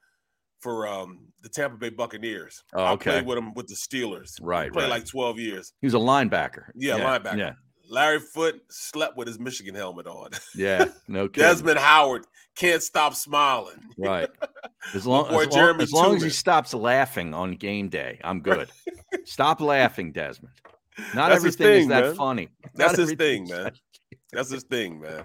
S2: for um the Tampa Bay Buccaneers.
S1: Oh,
S2: I
S1: okay.
S2: played with him with the Steelers.
S1: Right,
S2: played
S1: right.
S2: like twelve years.
S1: He was a linebacker.
S2: Yeah, linebacker.
S1: Yeah,
S2: Larry Foote slept with his Michigan helmet on.
S1: yeah. No kidding.
S2: Desmond Howard can't stop smiling.
S1: Right. As long,
S2: boy
S1: as, long,
S2: Jeremy
S1: as, long as he
S2: Tooman.
S1: stops laughing on game day, I'm good. Stop laughing, Desmond. Not
S2: That's his
S1: everything is
S2: thing,
S1: that
S2: man.
S1: funny.
S2: That's
S1: Not
S2: his thing,
S1: everything is
S2: man.
S1: that-
S2: That's his thing, man.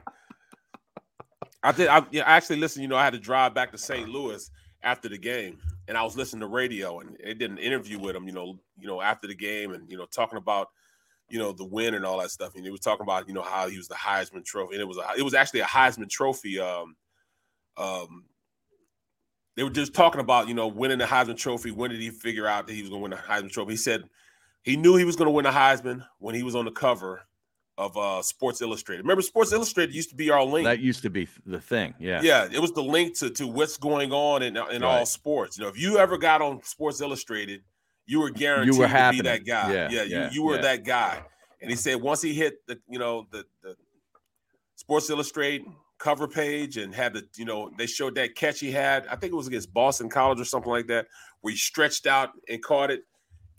S2: I did. I, yeah, I actually listened. You know, I had to drive back to St. Louis after the game, and I was listening to radio, and they did an interview with him. You know, you know, after the game, and you know, talking about you know the win and all that stuff. And he was talking about you know how he was the Heisman Trophy, and it was a, it was actually a Heisman Trophy. Um, um, they were just talking about you know winning the Heisman Trophy. When did he figure out that he was going to win the Heisman Trophy? He said he knew he was going to win the Heisman when he was on the cover of uh Sports Illustrated. Remember, Sports Illustrated used to be our link.
S1: That used to be the thing. Yeah.
S2: Yeah, it was the link to, to what's going on in, in all
S1: Right.
S2: sports. You know, if you ever got on Sports Illustrated, you were guaranteed to be
S1: happening.
S2: that guy.
S1: Yeah,
S2: yeah, you,
S1: yeah,
S2: you were
S1: yeah.
S2: that guy. And he said once he hit the you know the, the Sports Illustrated cover page and had the you know they showed that catch he had. I think it was against Boston College or something like that, where he stretched out and caught it.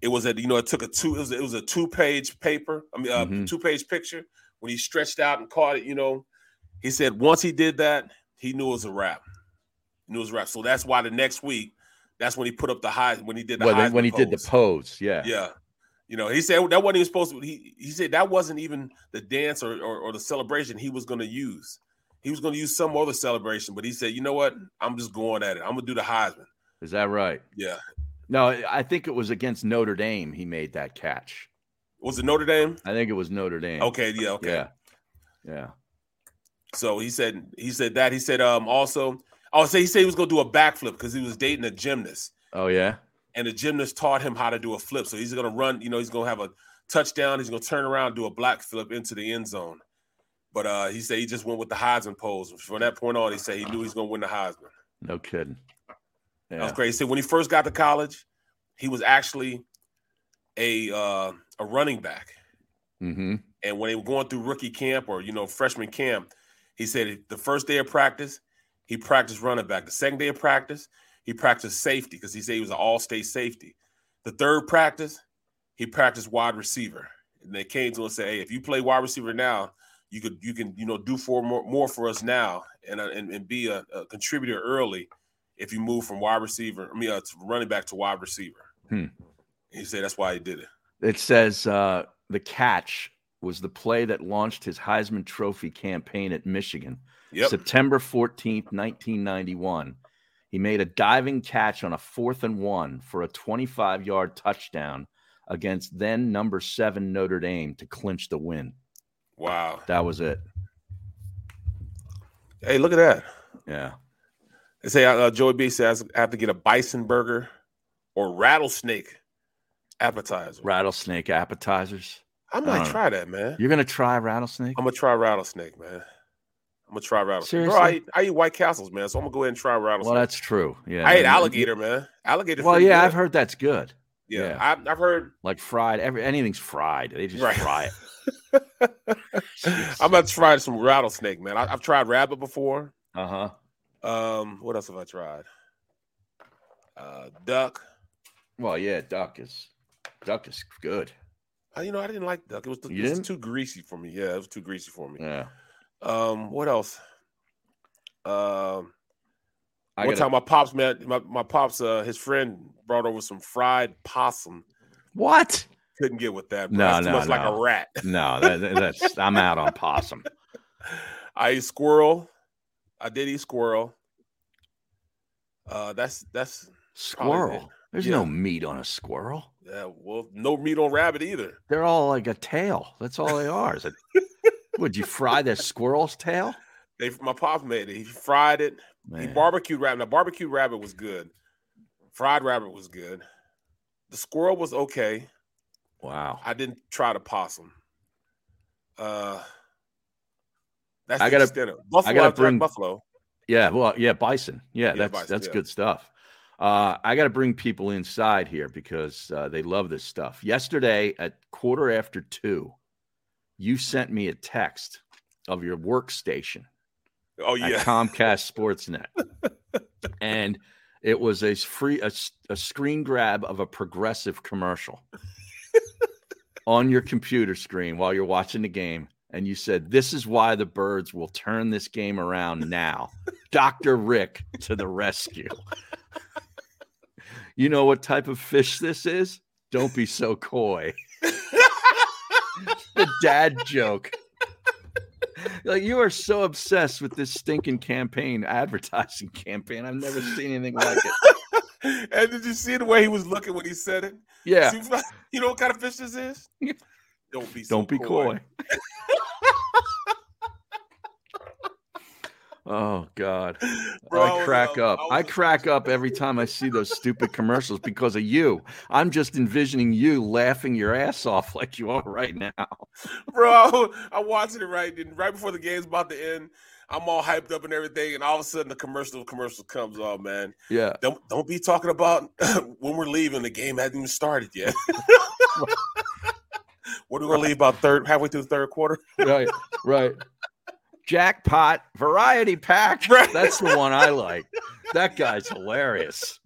S2: It was a you know it took a two it was, it was a two page paper. I mean, uh,
S1: Mhm.
S2: two page picture when he stretched out and caught it. You know, he said once he did that, he knew it was a wrap. He knew it was a wrap. So that's why the next week, that's when he put up the high when he did the
S1: Well,
S2: high
S1: then when he did the pose, yeah.
S2: yeah. You know, he said that wasn't even supposed to. He he said that wasn't even the dance or or, or the celebration he was going to use. He was going to use some other celebration, but he said, you know what? I'm just going at it. I'm gonna do the Heisman.
S1: Is that right?
S2: Yeah.
S1: No, I think it was against Notre Dame he made that catch.
S2: Was it Notre Dame?
S1: I think it was Notre Dame.
S2: Okay. Yeah. Okay.
S1: Yeah. Yeah.
S2: So he said he said that. He said um also. Oh, so he said he was going to do a backflip because he was dating a gymnast.
S1: Oh, yeah.
S2: and the gymnast taught him how to do a flip. So he's gonna run, you know, he's gonna have a touchdown, he's gonna turn around, do a black flip into the end zone. But uh he said he just went with the Heisman pose. From that point on, he said he knew he's gonna win the Heisman.
S1: No kidding.
S2: That was
S1: Yeah.
S2: crazy. He said when he first got to college, he was actually a uh a running back.
S1: Mm-hmm.
S2: And when they were going through rookie camp or you know freshman camp, he said the first day of practice, he practiced running back. The second day of practice, he practiced safety because he said he was an all-state safety. The third practice, he practiced wide receiver. And they came to him and said, "Hey, if you play wide receiver now, you could you can you know do for more, more for us now and uh, and, and be a, a contributor early if you move from wide receiver, I mean, uh, to running back to wide receiver."
S1: Hmm.
S2: He said that's why he did it.
S1: It says uh, the catch was the play that launched his Heisman Trophy campaign at Michigan,
S2: Yep.
S1: September 14th, 1991. He made a diving catch on a fourth and one for a 25 yard touchdown against then number seven Notre Dame to clinch the win.
S2: Wow.
S1: That was it.
S2: Hey, look at that.
S1: Yeah.
S2: They say uh, Joey B says I have to get a bison burger or rattlesnake appetizer.
S1: Rattlesnake appetizers.
S2: I
S1: I
S2: might
S1: don't
S2: try that, man.
S1: You're going to try rattlesnake?
S2: I'm gonna try rattlesnake, man. I'm gonna try rattlesnake. Bro, I,
S1: Seriously?
S2: eat, I eat White Castles, man, so I'm gonna go ahead and try rattlesnake.
S1: Well, that's true. Yeah.
S2: I ate
S1: And-
S2: alligator, man. Alligator.
S1: Well,
S2: pretty
S1: yeah,
S2: good.
S1: I've heard that's good.
S2: Yeah,
S1: yeah.
S2: I've, I've heard.
S1: Like fried, every anything's fried. They just
S2: Right.
S1: fry it.
S2: I'm about to try some rattlesnake, man. I, I've tried rabbit before.
S1: Uh huh.
S2: Um, what else have I tried? Uh, duck.
S1: Well, yeah, duck is duck is good.
S2: I, you know, I didn't like duck. It was,
S1: You
S2: it was
S1: didn't?
S2: too greasy for me. Yeah, it was too greasy for me.
S1: Yeah.
S2: Um, what else? Um,
S1: I
S2: one
S1: gotta-
S2: time my pops met my, my pops, uh, his friend brought over some fried possum.
S1: What?
S2: couldn't get with that. Bro.
S1: No,
S2: That's
S1: no,
S2: too much
S1: no.
S2: like a rat.
S1: No, that, that- that's I'm out on possum.
S2: I eat squirrel. I did eat squirrel. Uh, that's that's probably it.
S1: Squirrel. There's
S2: Yeah.
S1: no meat on a squirrel.
S2: Yeah, uh, well, no meat on rabbit either.
S1: They're all like a tail. That's all they are. Is it? Would you fry that squirrel's tail?
S2: They my pops made it. He fried it. He
S1: Man.
S2: barbecued rabbit. Now barbecue rabbit was good. Fried rabbit was good. The squirrel was okay.
S1: Wow.
S2: I didn't try the possum. Uh, that's
S1: I
S2: the
S1: gotta-
S2: extent of
S1: I
S2: buffalo.
S1: gotta
S2: after that
S1: bring-
S2: buffalo.
S1: Yeah, well, yeah, bison. Yeah,
S2: Yeah,
S1: that's
S2: bison,
S1: that's
S2: yeah.
S1: good stuff. Uh, I got to bring people inside here because uh, they love this stuff. Yesterday at quarter after two, you sent me a text of your workstation.
S2: Oh yeah.
S1: at Comcast Sportsnet, and it was a s- free a, s- a screen grab of a progressive commercial on your computer screen while you're watching the game, and you said, "This is why the birds will turn this game around now." Doctor Rick to the rescue. you know what type of fish this is? Don't be so coy. the dad joke. Like you are so obsessed with this stinking campaign, advertising campaign. I've never seen anything like it.
S2: and did you see the way he was looking when he said it?
S1: Yeah.
S2: See, you know what kind of fish this is? Don't be so
S1: Don't be coy. Oh God.
S2: Bro, I
S1: I
S2: was,
S1: crack
S2: uh,
S1: up.
S2: I
S1: I crack up every time I see those stupid commercials because of you. I'm just envisioning you laughing your ass off like you are right now.
S2: bro. I'm watching it right and right before the game's about to end. I'm all hyped up and everything, and all of a sudden the commercial commercial comes on, man.
S1: Yeah.
S2: Don't don't be talking about when we're leaving. The game hasn't even started yet. what are we gonna leave about third halfway through the third quarter?
S1: right, right. Jackpot variety pack.
S2: Right.
S1: That's the one I like. That guy's hilarious.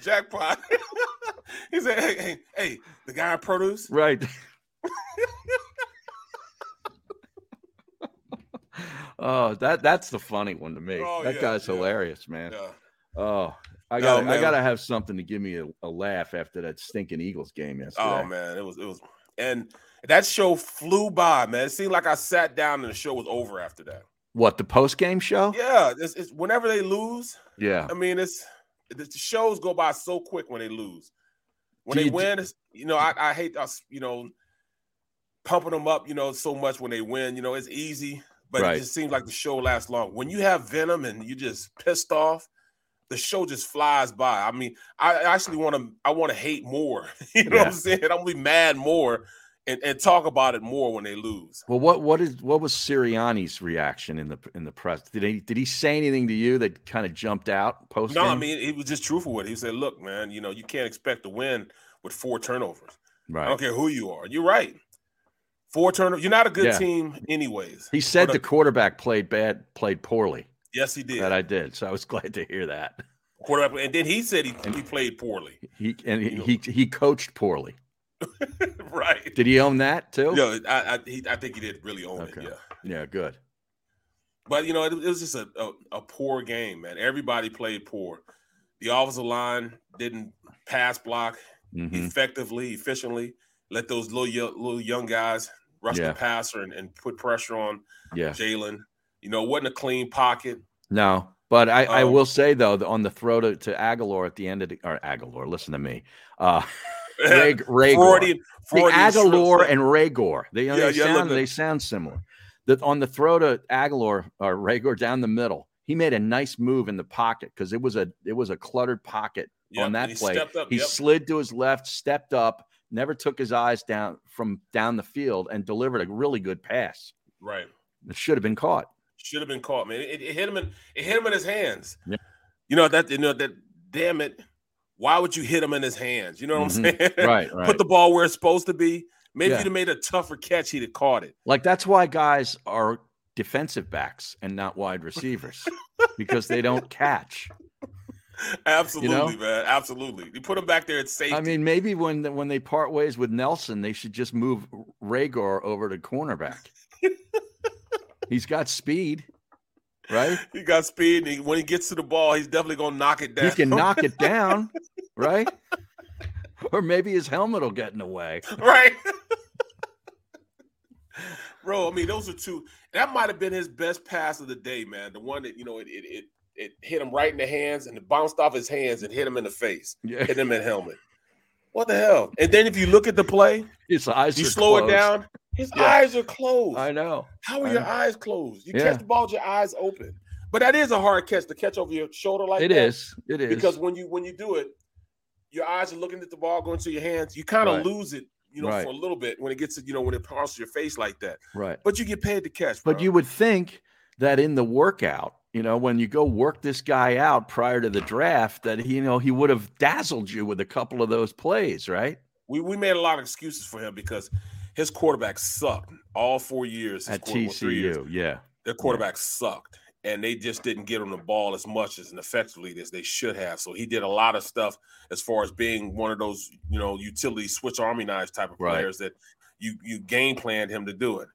S2: Jackpot. he said, hey, hey, hey, the guy in produce.
S1: Right. oh, that that's the funny one to me.
S2: Oh,
S1: that
S2: yeah,
S1: guy's
S2: yeah.
S1: hilarious, man.
S2: Yeah.
S1: Oh, I
S2: No,
S1: got to I
S2: man.
S1: got to have something to give me a, a laugh after that stinking Eagles game yesterday.
S2: Oh man, it was it was and that show flew by, man. It seemed like I sat down and the show was over after that.
S1: What the post game show?
S2: Yeah, it's, it's whenever they lose,
S1: Yeah.
S2: I mean it's the the shows go by so quick when they lose. When
S1: Do
S2: they
S1: you-
S2: win, it's, you know, I, I hate us, you know, pumping them up, you know, so much when they win. You know, it's easy, but
S1: Right.
S2: it just seems like the show lasts long. When you have venom and you just pissed off, the show just flies by. I mean, I I actually want to I want to hate more. you know what
S1: Yeah.
S2: I'm saying? I'm gonna be mad more and, and talk about it more when they lose.
S1: Well, what what is what was Sirianni's reaction in the in the press? Did he did he say anything to you that kind of jumped out post?
S2: No, I mean he was just truthful with it. He said, "Look, man, you know you can't expect to win with four turnovers."
S1: right.
S2: I don't care who you are. You're right. Four turnovers. You're not a good
S1: Yeah.
S2: team, anyways.
S1: He said
S2: But,
S1: the
S2: uh,
S1: quarterback played bad, played poorly.
S2: yes, he did.
S1: That I did, so I was glad to hear that.
S2: Quarterback, and then he said he, he played poorly.
S1: He and
S2: You know.
S1: he he, he coached poorly.
S2: right.
S1: Did he own that too?
S2: No, I I, he, I think he did really own
S1: Okay.
S2: it. Yeah.
S1: Yeah, good.
S2: But you know, it, it was just a, a a poor game, man. Everybody played poor. The offensive line didn't pass block
S1: Mhm.
S2: effectively, efficiently. Let those little yo- little young guys rush
S1: Yeah.
S2: the passer and, and put pressure on
S1: Yeah,
S2: Jalen. You know, it wasn't a clean pocket.
S1: no, but I, I
S2: Um,
S1: will say though, the- on the throw to, to Aguilar at the end of the or Aguilar, listen to me, uh, Reg, Regor.
S2: Freudian,
S1: the
S2: Freudian slip
S1: Aguilar
S2: there.
S1: and Ragor. They,
S2: Yeah,
S1: they
S2: yeah, a little
S1: sound
S2: bit.
S1: they sound similar. The, on the throw to Aguilar or Ragor down the middle, he made a nice move in the pocket because it was a it was a cluttered pocket
S2: Yep,
S1: on
S2: and
S1: that
S2: he
S1: play.
S2: stepped up,
S1: he
S2: yep.
S1: slid to his left, stepped up, never took his eyes down from down the field, and delivered a really good pass.
S2: Right.
S1: It should have been caught.
S2: Should have been caught, man. It, it hit him in it hit him in his hands.
S1: Yeah.
S2: You know that you know that damn it. Why would you hit him in his hands? You know what
S1: Mhm.
S2: I'm saying?
S1: Right, right.
S2: Put the ball where it's supposed to be. Maybe
S1: Yeah.
S2: if you'd have made a tougher catch, he'd have caught it.
S1: Like that's why guys are defensive backs and not wide receivers because they don't catch.
S2: Absolutely, man. Absolutely. You put him back there at safety.
S1: I mean, maybe when the, when they part ways with Nelson, they should just move Ragor over to cornerback. He's got speed, right?
S2: he got speed, and he, when he gets to the ball, he's definitely gonna knock it down.
S1: He can knock it down, right? or maybe his helmet will get in the way.
S2: Right. Bro, I mean, those are two. That might have been his best pass of the day, man. The one that, you know, it it, it it hit him right in the hands and it bounced off his hands and hit him in the face.
S1: Yeah.
S2: Hit him in the helmet. What the hell? And then if you look at the play,
S1: his eyes
S2: you
S1: are
S2: slow
S1: closed.
S2: it down, his
S1: Yeah.
S2: eyes are closed.
S1: I know.
S2: How are
S1: I
S2: your
S1: know.
S2: eyes closed? You
S1: Yeah.
S2: catch the ball with your eyes open. But that is a hard catch to catch over your shoulder like
S1: It
S2: that.
S1: is. It is.
S2: Because when you when you do it, your eyes are looking at the ball going to your hands. You kind of
S1: Right.
S2: lose it, you know,
S1: Right.
S2: for a little bit when it gets to, you know, when it passes your face like that.
S1: Right.
S2: But you get paid to catch.
S1: But
S2: bro.
S1: you would think that in the workout, you know, when you go work this guy out prior to the draft, that he, you know, he would have dazzled you with a couple of those plays, right?
S2: we, we made a lot of excuses for him because his quarterback sucked all four years. his
S1: At
S2: quarter- well, three years.
S1: TCU, yeah.
S2: Their quarterback sucked. And they just didn't get on the ball as much as and effectively as they should have. So he did a lot of stuff as far as being one of those, you know, utility switch army knives type of
S1: Right.
S2: players that you you game planned him to do it.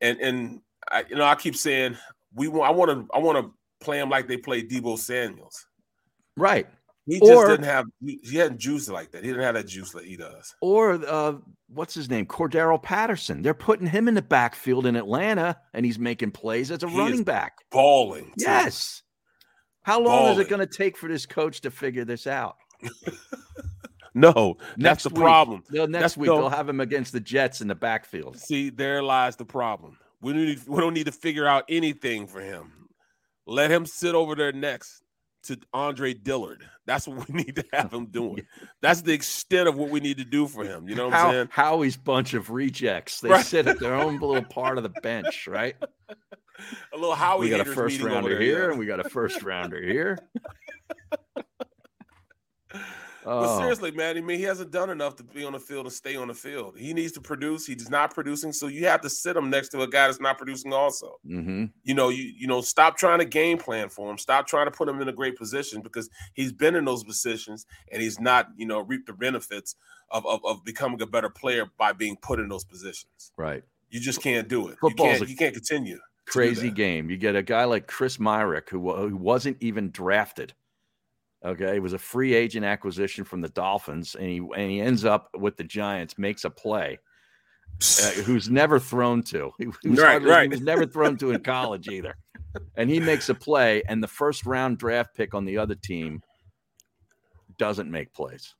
S2: And and I you know, I keep saying we want I want to I want to play him like they play Debo Samuels.
S1: Right.
S2: He just
S1: Or-
S2: didn't have he hadn't juice like that. He didn't have that juice that he does.
S1: Or uh, what's his name? Cordero Patterson. They're putting him in the backfield in Atlanta and he's making plays as a
S2: He is
S1: running back.
S2: Balling. too.
S1: Yes. How long is
S2: Balling.
S1: it going to take for this coach to figure this out?
S2: No, that's the
S1: week.
S2: problem.
S1: They'll- next
S2: That's
S1: week,
S2: the-
S1: they'll have him against the Jets in the backfield.
S2: See, there lies the problem. We don't need we don't need to figure out anything for him. Let him sit over there next to Andre Dillard. That's what we need to have him doing. That's the extent of what we need to do for him. You know what I'm
S1: How,
S2: saying?
S1: Howie's bunch of rejects. They
S2: Right.
S1: sit at their own little part of the bench, right?
S2: A little Howie
S1: we got a
S2: haters
S1: first
S2: meeting over
S1: rounder
S2: there,
S1: here,
S2: yeah.
S1: and we got a first rounder here.
S2: But
S1: Oh,
S2: seriously, man, I mean, he hasn't done enough to be on the field and stay on the field. He needs to produce. He's not producing, so you have to sit him next to a guy that's not producing. Also,
S1: mhm.
S2: you know, you you know, stop trying to game plan for him. Stop trying to put him in a great position because he's been in those positions and he's not, you know, reaped the benefits of of, of becoming a better player by being put in those positions.
S1: right.
S2: You just can't do it. You
S1: Football's
S2: can't,
S1: a
S2: you can't continue. to do
S1: Crazy
S2: that.
S1: game. You get a guy like Chris Myrick, who, wa- who wasn't even drafted. Okay, it was a free agent acquisition from the Dolphins, and he and he ends up with the Giants, makes a play. uh, who's never thrown to. He was,
S2: Right,
S1: hardly-
S2: right.
S1: he was never thrown to in college either. And he makes a play, and the first round draft pick on the other team doesn't make plays.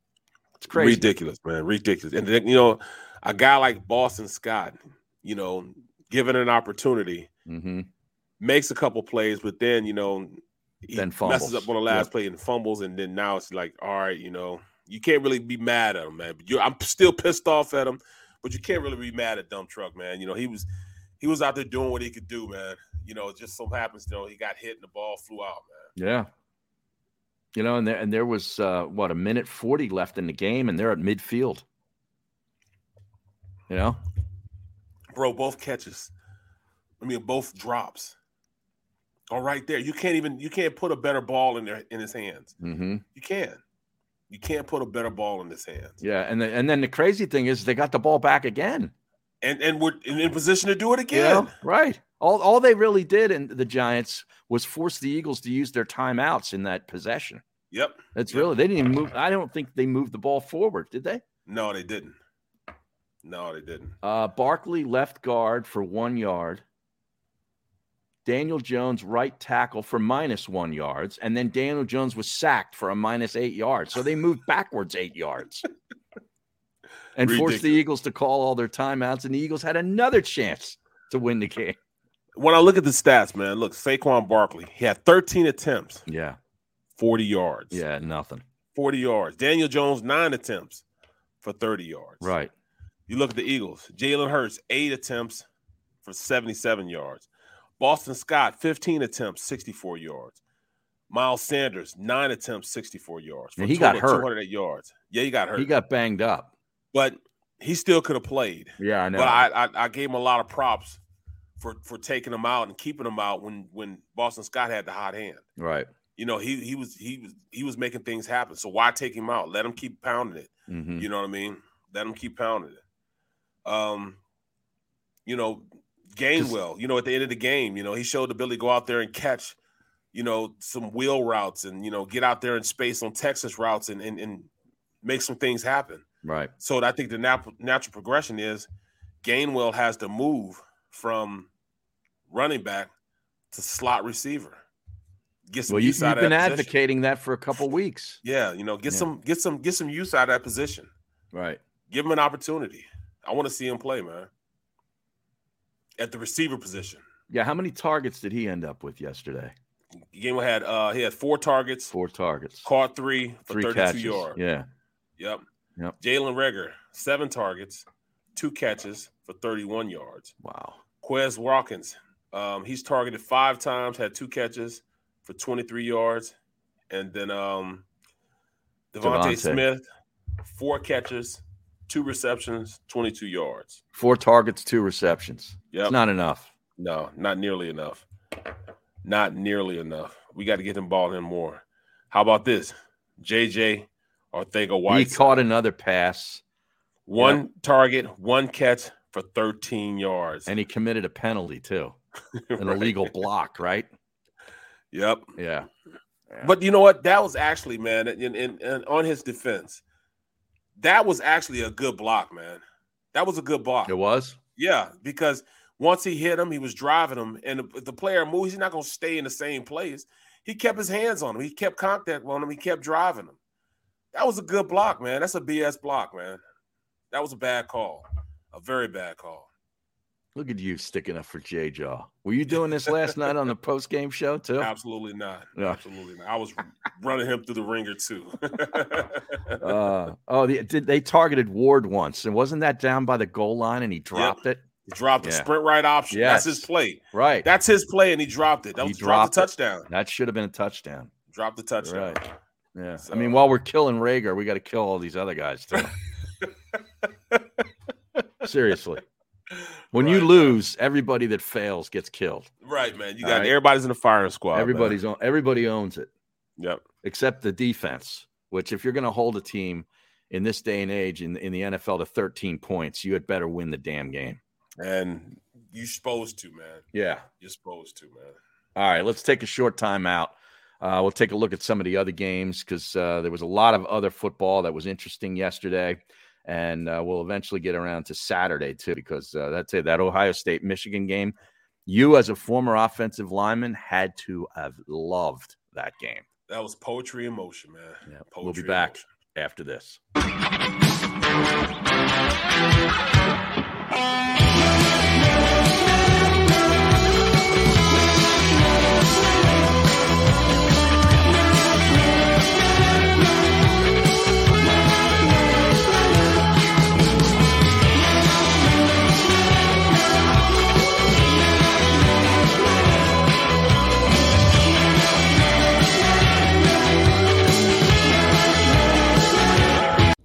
S1: It's crazy.
S2: Ridiculous, man. Ridiculous. And then, you know, a guy like Boston Scott, you know, given an opportunity,
S1: Mm-hmm.
S2: makes a couple plays, but then, you know, he
S1: Then
S2: messes
S1: fumbles.
S2: up on the last
S1: Yep.
S2: play and fumbles, and then now it's like, all right, you know, you can't really be mad at him, man. But you I'm still pissed off at him, but you can't really be mad at dumb truck, man. You know, he was he was out there doing what he could do, man. You know, it just so happens, you know, he got hit and the ball flew out, man.
S1: Yeah. You know, and there and there was uh, what a minute forty left in the game, and they're at midfield. You know,
S2: Bro, both catches. I mean, both drops. All right there. You can't even you can't put a better ball in there in his hands.
S1: mm-hmm.
S2: You can. You can't put a better ball in his hands.
S1: yeah, and the, and then the crazy thing is they got the ball back again.
S2: And and we're in in position to do it
S1: You know?
S2: again.
S1: Right. All all they really did in the Giants was force the Eagles to use their timeouts in that possession.
S2: Yep.
S1: That's really they didn't even move. I don't think they moved the ball forward, did they?
S2: No, they didn't. No, they didn't.
S1: Uh Barkley left guard for one yard. Daniel Jones right tackle for minus one yards, and then Daniel Jones was sacked for a minus eight yards. So they moved backwards eight yards. And forced the
S2: Ridiculous.
S1: Eagles to call all their timeouts, and the Eagles had another chance to win the game.
S2: When I look at the stats, man, look, Saquon Barkley, he had 13 attempts,
S1: Yeah,
S2: 40 yards.
S1: yeah, nothing.
S2: 40 yards. Daniel Jones, nine attempts for 30 yards.
S1: Right.
S2: You look at the Eagles. Jalen Hurts, eight attempts for 77 yards. Boston Scott, 15 attempts, 64 yards. Miles Sanders, nine attempts, 64 yards.
S1: And he got
S2: total
S1: hurt.
S2: 208 yards. Yeah, he got hurt.
S1: He got banged up.
S2: but he still could have played.
S1: Yeah, I know.
S2: But I, I I gave him a lot of props for for taking him out and keeping him out when when Boston Scott had the hot hand.
S1: right.
S2: You know, he he was he was he was making things happen. So why take him out? Let him keep pounding it.
S1: Mhm.
S2: You know what I mean? Let him keep pounding it. Um, you know, Gainwell, you know, at the end of the game, you know, he showed the ability to go out there and catch, you know, some wheel routes and, you know, get out there in space on Texas routes and and, and make some things happen.
S1: Right.
S2: So I think the nat- natural progression is Gainwell has to move from running back to slot receiver. Get
S1: Well, you,
S2: use
S1: you've
S2: out of
S1: been
S2: that position.
S1: advocating that for a couple weeks.
S2: Yeah, you know, get
S1: Yeah.
S2: some get some get some use out of that position.
S1: Right.
S2: Give him an opportunity. I want to see him play, man. At the receiver position.
S1: Yeah. How many targets did he end up with yesterday?
S2: Gainwell had uh he had four targets,
S1: Four targets,
S2: caught three for
S1: three
S2: 32
S1: catches.
S2: yards.
S1: Yeah.
S2: Yep.
S1: Yep.
S2: Jalen Reger, seven targets, two catches for 31 yards.
S1: Wow.
S2: Quez Watkins, um, he's targeted five times, had two catches for 23 yards. And then um, Devontae,
S1: Devontae.
S2: Smith, four catches, two receptions, 22 yards.
S1: Four targets, two receptions.
S2: Yep.
S1: It's not enough.
S2: No, not nearly enough. Not nearly enough. We got to get him ball in more. How about this? JJ Ortega White.
S1: He caught another pass
S2: One
S1: Yep.
S2: target, one catch for 13 yards.
S1: and he committed a penalty too, an
S2: Right.
S1: illegal block, right?
S2: Yep.
S1: Yeah.
S2: But you know what? That was actually, man, and, and, and on his defense, that was actually a good block, man. That was a good block.
S1: It was.
S2: Yeah, because once he hit him, he was driving him, and if the player moves, he's not going to stay in the same place. He kept his hands on him. He kept contact on him. He kept driving him. That was a good block, man. That's a BS block, man. That was a bad call, a very bad call.
S1: Look at you sticking up for J Jaw. Were you doing this last night on the post game show too?
S2: Absolutely not.
S1: Yeah.
S2: Absolutely not. I was running him through the ringer too.
S1: Uh, oh, they, did, they targeted Ward once, and wasn't that down by the goal line, and he dropped it?
S2: dropped the
S1: Yeah.
S2: sprint right option. That's
S1: Yes.
S2: his play.
S1: Right.
S2: That's his play, and he dropped it. That
S1: He
S2: was dropped the
S1: dropped it.
S2: touchdown.
S1: That should have been a touchdown.
S2: Dropped the touchdown.
S1: Right. Yeah. I mean, while we're killing Rager, we got to kill all these other guys too. Seriously. When you lose, everybody that fails gets killed.
S2: Right, man. You
S1: All
S2: got
S1: right.
S2: everybody's in the firing squad. man.
S1: Everybody's on everybody owns it.
S2: Yep.
S1: Except the defense, which if you're going to hold a team in this day and age in, in the NFL to 13 points, you had better win the damn game.
S2: and you supposed to, man.
S1: Yeah.
S2: You're supposed to, man.
S1: All right, let's take a short time out. Uh, we'll take a look at some of the other games because uh, there was a lot of other football that was interesting yesterday, and uh, we'll eventually get around to Saturday too because uh, that's it. That Ohio State Michigan game, you as a former offensive lineman had to have loved that game.
S2: That was poetry in motion, man.
S1: Yeah,
S2: Poetry
S1: we'll be
S2: in
S1: back
S2: motion.
S1: after this.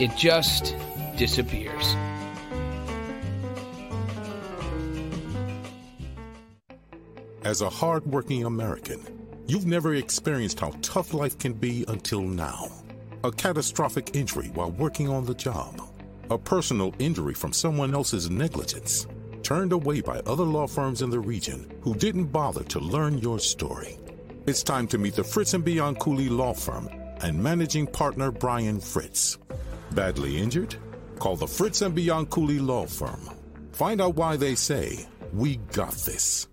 S6: it just disappears.
S7: As a hardworking American, you've never experienced how tough life can be until now. A catastrophic injury while working on the job, a personal injury from someone else's negligence, turned away by other law firms in the region who didn't bother to learn your story. It's time to meet the Fritz and Beyond Cooley Law Firm and managing partner Brian Fritz. Badly injured? Call the Fritz and Beyond Cooley Law Firm. Find out why they say, We got this.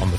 S3: on the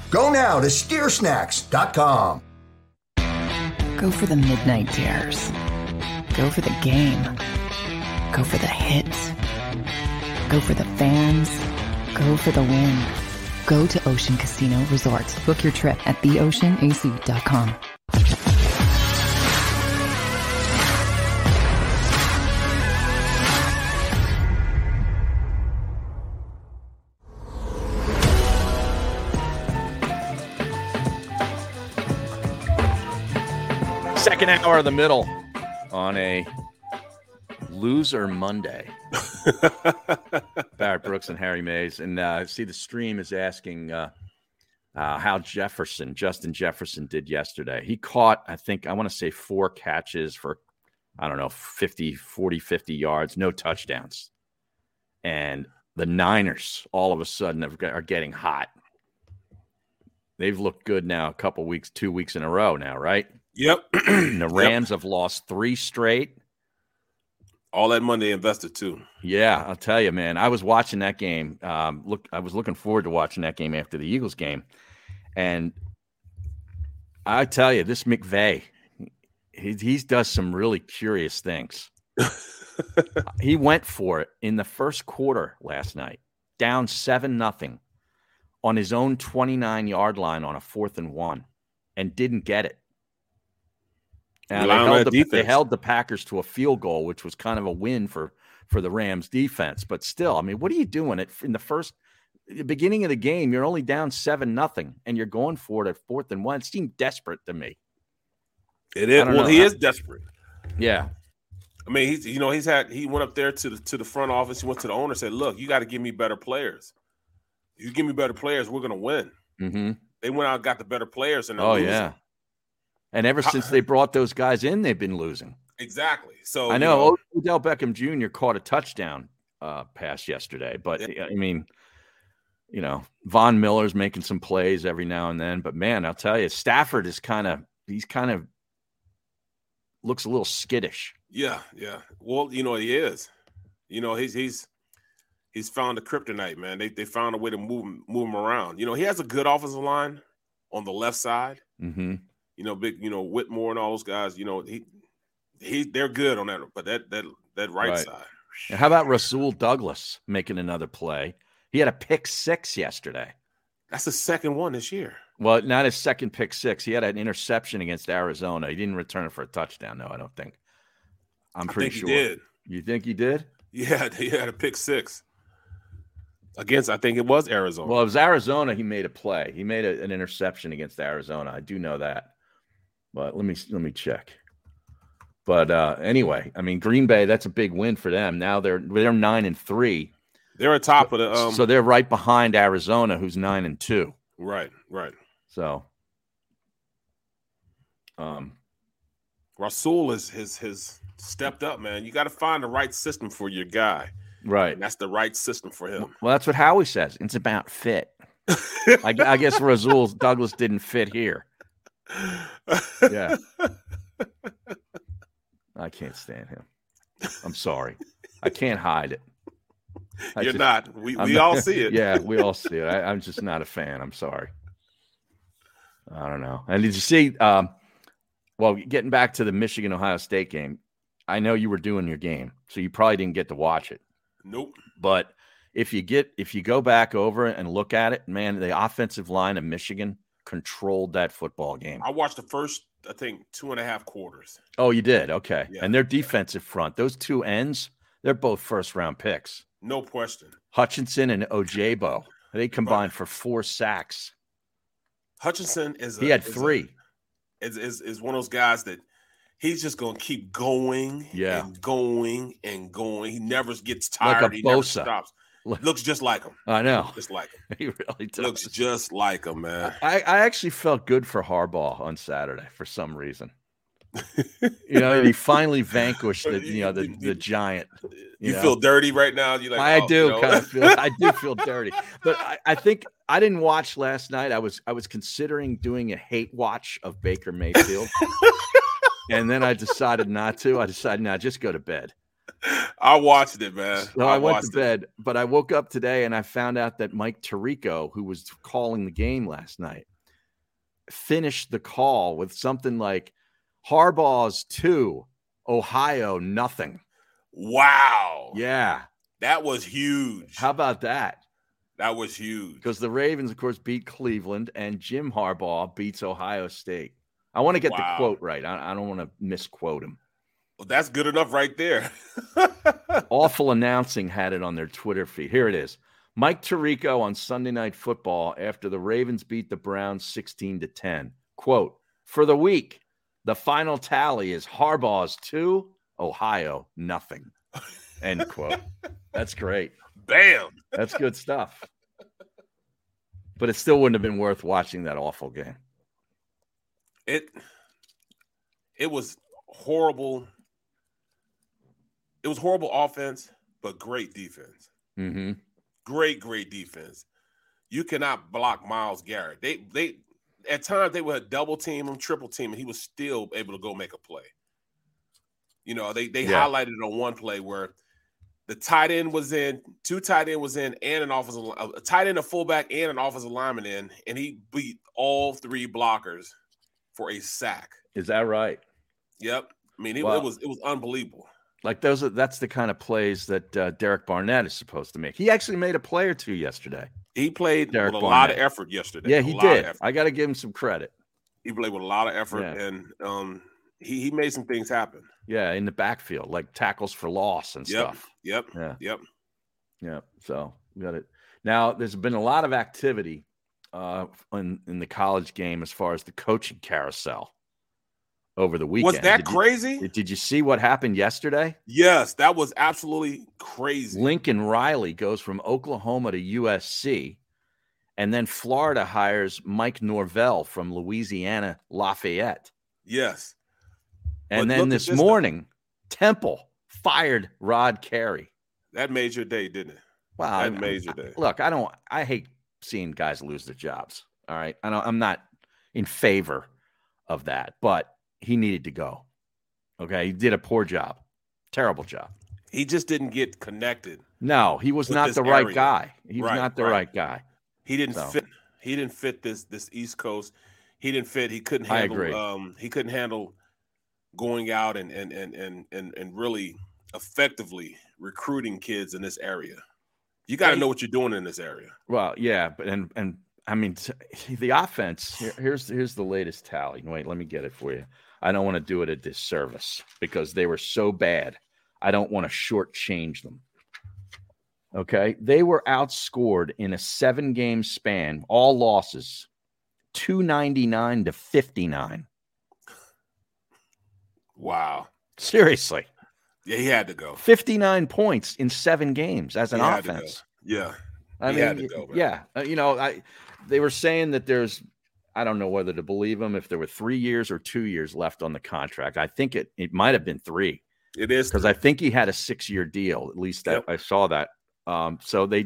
S4: Go now to steersnacks.com.
S5: Go for the midnight dares. Go for the game. Go for the hits. Go for the fans. Go for the win. Go to Ocean Casino Resort. Book your trip at theoceanac.com.
S1: Second hour of the middle on a loser Monday. Barrett Brooks and Harry Mays. And uh, see, the stream is asking uh, uh, how Jefferson, Justin Jefferson, did yesterday. He caught, I think, I want to say four catches for, I don't know, 50, 40, 50 yards, no touchdowns. And the Niners all of a sudden have got- are getting hot. They've looked good now a couple weeks, two weeks in a row now, right?
S2: Yep.
S1: the Rams have lost three straight.
S2: All that money they invested too.
S1: Yeah, I'll tell you, man. I was watching that game. Um, look, I was looking forward to watching that game after the Eagles game, and I tell you, this McVay, he he does some really curious things. Uh, he went for it in the first quarter last night, down seven nothing, on his own twenty nine yard line on a fourth and one, and didn't get it. And they
S2: Rely on
S1: held,
S2: that
S1: the, they
S2: defense.
S1: held the Packers to a field goal, which was kind of a win for for the Rams defense. But still, I mean, what are you doing it in the first the beginning of the game? You're only down seven nothing, and you're going for it at fourth and one. It seemed desperate to me.
S2: It is.
S1: I don't
S2: Well,
S1: know.
S2: he
S1: I-
S2: is desperate.
S1: Yeah,
S2: I mean, he's you know he's had he went up there to the to the front office. He went to the owner, said, "Look, you got to give me better players. You give me better players, we're gonna win."
S1: Mm-hmm.
S2: They went out and got the better players, and they're
S1: Oh
S2: losing.
S1: yeah. And ever since they brought those guys in, they've been losing.
S2: exactly. So
S1: I
S2: Oh, you
S1: know, Odell Beckham Jr. caught a touchdown uh, pass yesterday, but I mean, you know, Von Miller's making some plays every now and then. But man, I'll tell you, Stafford is kind of he's kind of looks a little skittish.
S2: Yeah, yeah. Well, you know, he is. You know, he's he's he's found the kryptonite, man. They they found a way to move him move him around. You know, he has a good offensive line on the left side.
S1: Mm-hmm.
S2: You know, big, you know, Whitmore and all those guys, you know, he he they're good on that, but that that that right,
S1: Right.
S2: side.
S1: And how about Rasul Douglas making another play? He had a pick six yesterday.
S2: That's the second one this year.
S1: Well, not his second pick six. He had an interception against Arizona. He didn't return it for a touchdown, though. I don't think. I'm
S2: I
S1: pretty
S2: think he
S1: sure.
S2: did.
S1: You think he did?
S2: Yeah, he had a pick six against I think it was Arizona.
S1: Well, it was Arizona. He made a play. He made a- an interception against Arizona. I do know that, but let me let me check. But uh, anyway, I mean, Green Bay. That's a big win for them. Now they're they're nine and three.
S2: They're at top of the um
S1: so they're right behind Arizona, who's nine and two.
S2: right, right.
S1: So, um,
S2: Rasul is has has stepped up, man. You got to find the right system for your guy.
S1: Right.
S2: And that's the right system for him.
S1: Well, that's what Howie says. It's about fit. I, gu- I guess Razul Douglas didn't fit here. yeah. I can't stand him. I'm sorry. I can't hide it. I
S2: You're not. We-
S1: I'm
S2: we all see it.
S1: Yeah, we all see it. I, I'm just not a fan. I'm sorry. I don't know. And did you see? Um, well, getting back to the Michigan Ohio State game, I know you were doing your game, so you probably didn't get to watch it.
S2: Nope.
S1: But if you get if you go back over it and look at it, man, the offensive line of Michigan controlled that football game.
S2: I watched the first, I think, two and a half quarters.
S1: Oh, you did? Okay.
S2: Yeah.
S1: And their defensive front, those two ends, they're both first round picks.
S2: No question.
S1: Hutchinson and Ojabo. They combined for four sacks.
S2: Hutchinson is.
S1: He had
S2: is
S1: three.
S2: is, is is one of those guys that he's just gonna keep going,
S1: Yeah.
S2: and going and going. He never gets
S1: Like a
S2: tired. he never
S1: Bosa.
S2: stops. Looks just like him.
S1: I know.
S2: Just like him.
S1: He really does.
S2: Looks just like him, man.
S1: I, I actually felt good for Harbaugh on Saturday for some reason. you know, he finally vanquished the you know the, the giant.
S2: You,
S1: know?
S2: feel dirty right now. You like?
S1: I
S2: oh,
S1: do
S2: you know.
S1: kind of feel I do feel dirty. But I, I think I didn't watch last night. I was I was considering doing a hate watch of Baker Mayfield. and then I decided not to. I decided now just go to bed.
S2: I watched it, man.
S1: So I, went
S2: Uh, watched
S1: to
S2: it.
S1: bed, but I woke up today and I found out that Mike Tirico, who was calling the game last night, finished the call with something like Harbaugh's two, Ohio nothing.
S2: Wow.
S1: Yeah.
S2: That was huge.
S1: How about that?
S2: That was huge.
S1: Because the Ravens, of course, beat Cleveland and Jim Harbaugh beats Ohio State. I want to get
S2: Wow.
S1: the quote right. I, I don't want to misquote him.
S2: Well, that's good enough right there.
S1: Awful Announcing had it on their Twitter feed. Here it is. Mike Tirico on Sunday Night Football after the Ravens beat the Browns 16 to 10. Quote, for the week, the final tally is Harbaugh's two, Ohio nothing. End quote. That's great.
S2: Bam.
S1: That's good stuff. But it still wouldn't have been worth watching that awful game.
S2: It it was horrible. It was horrible offense, but great defense.
S1: Mm-hmm.
S2: Great, great defense. You cannot block Miles Garrett. They they at times they would double team him, triple team, and he was still able to go make a play. You know, they they
S1: Yeah.
S2: highlighted on one play where the tight end was in, two tight end was in, and an offensive li- a tight end, a fullback, and an offensive lineman in, and he beat all three blockers for a sack.
S1: Is that right?
S2: Yep. I mean, it,
S1: Wow.
S2: it was it was unbelievable.
S1: Like those are that's the kind of plays that uh, Derek Barnett is supposed to make. He actually made a play or two yesterday.
S2: He played
S1: Derek
S2: with a lot of
S1: Barnett.
S2: effort yesterday.
S1: Yeah,
S2: a
S1: he
S2: lot of
S1: did.
S2: effort.
S1: I got to give him some credit.
S2: He played with a lot of effort,
S1: Yeah.
S2: and um, he he made some things happen.
S1: Yeah, in the backfield, like tackles for loss and
S2: Yep.
S1: stuff.
S2: Yep.
S1: Yeah.
S2: Yep.
S1: Yeah. So we got it. Now there's been a lot of activity uh, in in the college game as far as the coaching carousel over the weekend.
S2: that
S1: Did you-
S2: crazy?
S1: did you see what happened yesterday?
S2: Yes, that was absolutely crazy.
S1: Lincoln Riley goes from Oklahoma to USC, and then Florida hires Mike Norvell from Louisiana Lafayette.
S2: Yes.
S1: And
S2: But
S1: then
S2: look at
S1: this,
S2: this, though.
S1: morning, Temple fired Rod Carey.
S2: That made your day, didn't it?
S1: Wow,
S2: that
S1: I-
S2: made
S1: I-
S2: your day.
S1: Look, I don't. I hate seeing guys lose their jobs. All right, I don't, I'm not in favor of that, but he needed to go. Okay, he did a poor job, terrible job.
S2: He just didn't get connected.
S1: No, he was
S2: with
S1: not
S2: this
S1: the right
S2: area.
S1: guy. He was
S2: Right,
S1: not the
S2: right.
S1: right, guy.
S2: He didn't
S1: So-
S2: fit. He didn't fit this this East Coast. He didn't fit. He couldn't
S1: I
S2: handle.
S1: agree.
S2: Um, he couldn't handle going out and and and and and and really effectively recruiting kids in this area. You got to
S1: Hey.
S2: know what you're doing in this area.
S1: Well, yeah, but and and I mean t- the offense. Here, here's here's the latest tally. Wait, let me get it for you. I don't want to do it a disservice because they were so bad. I don't want to shortchange them. Okay, they were outscored in a seven game span, all losses, two ninety nine to fifty nine.
S2: Wow.
S1: Seriously,
S2: Yeah, he had to go.
S1: fifty nine points in seven games as an
S2: He had to go.
S1: offense.
S2: Yeah.
S1: I
S2: He
S1: mean,
S2: had to go,
S1: y-
S2: man.
S1: yeah, uh, you know, I they were saying that there's, I don't know whether to believe them if there were three years or two years left on the contract. I think it it might have been three
S2: It is
S1: because I think he had a six year deal. At least that
S2: Yep.
S1: I saw that. Um, so they,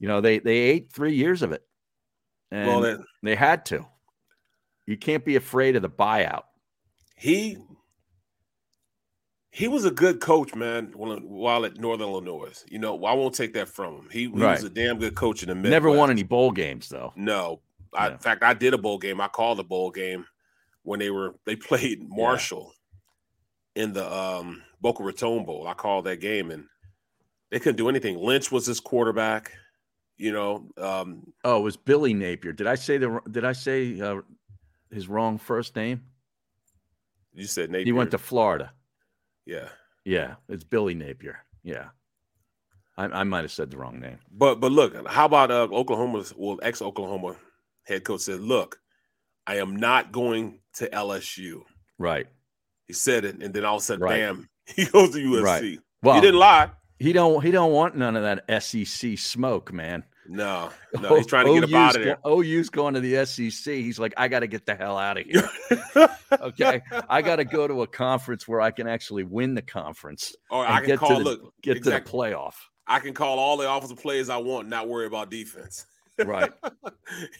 S1: you know, they they ate three years of it, and
S2: Well, that-
S1: they had to. You can't be afraid of the buyout.
S2: He he was a good coach, man. While, while at Northern Illinois, you know, I won't take that from him. He, he
S1: Right.
S2: was a damn good coach in the Midwest.
S1: Never won any bowl games though.
S2: No, I, in fact, I did a bowl game. I called a bowl game when they were they played Marshall in the um, Boca Raton Bowl. I called that game, and they couldn't do anything. Lynch was his quarterback. You know, um,
S1: Oh, it was Billy Napier. Did I say the? Did I say uh, his wrong first name?
S2: you said Napier.
S1: He went to Florida.
S2: yeah,
S1: Yeah, it's Billy Napier. Yeah, I, I might have said the wrong name.
S2: but but look, how about uh, Oklahoma's well ex Oklahoma head coach said, "Look, I am not going to LSU."
S1: Right.
S2: He said it, and then all of a sudden,
S1: Right.
S2: bam, he goes to USC.
S1: Right.
S2: he didn't lie.
S1: He don't. He don't want none of that SEC smoke, man.
S2: No, no, he's trying to get up out of there.
S1: OU's going to the SEC. He's like, I got to get the hell out of here. okay, I got to go to a conference where I can actually win the conference
S2: Or
S1: and
S2: I can
S1: get
S2: call-
S1: to the,
S2: look,
S1: get
S2: exact-
S1: to the playoff.
S2: I can call all the offensive players I want, not worry about defense.
S1: Right.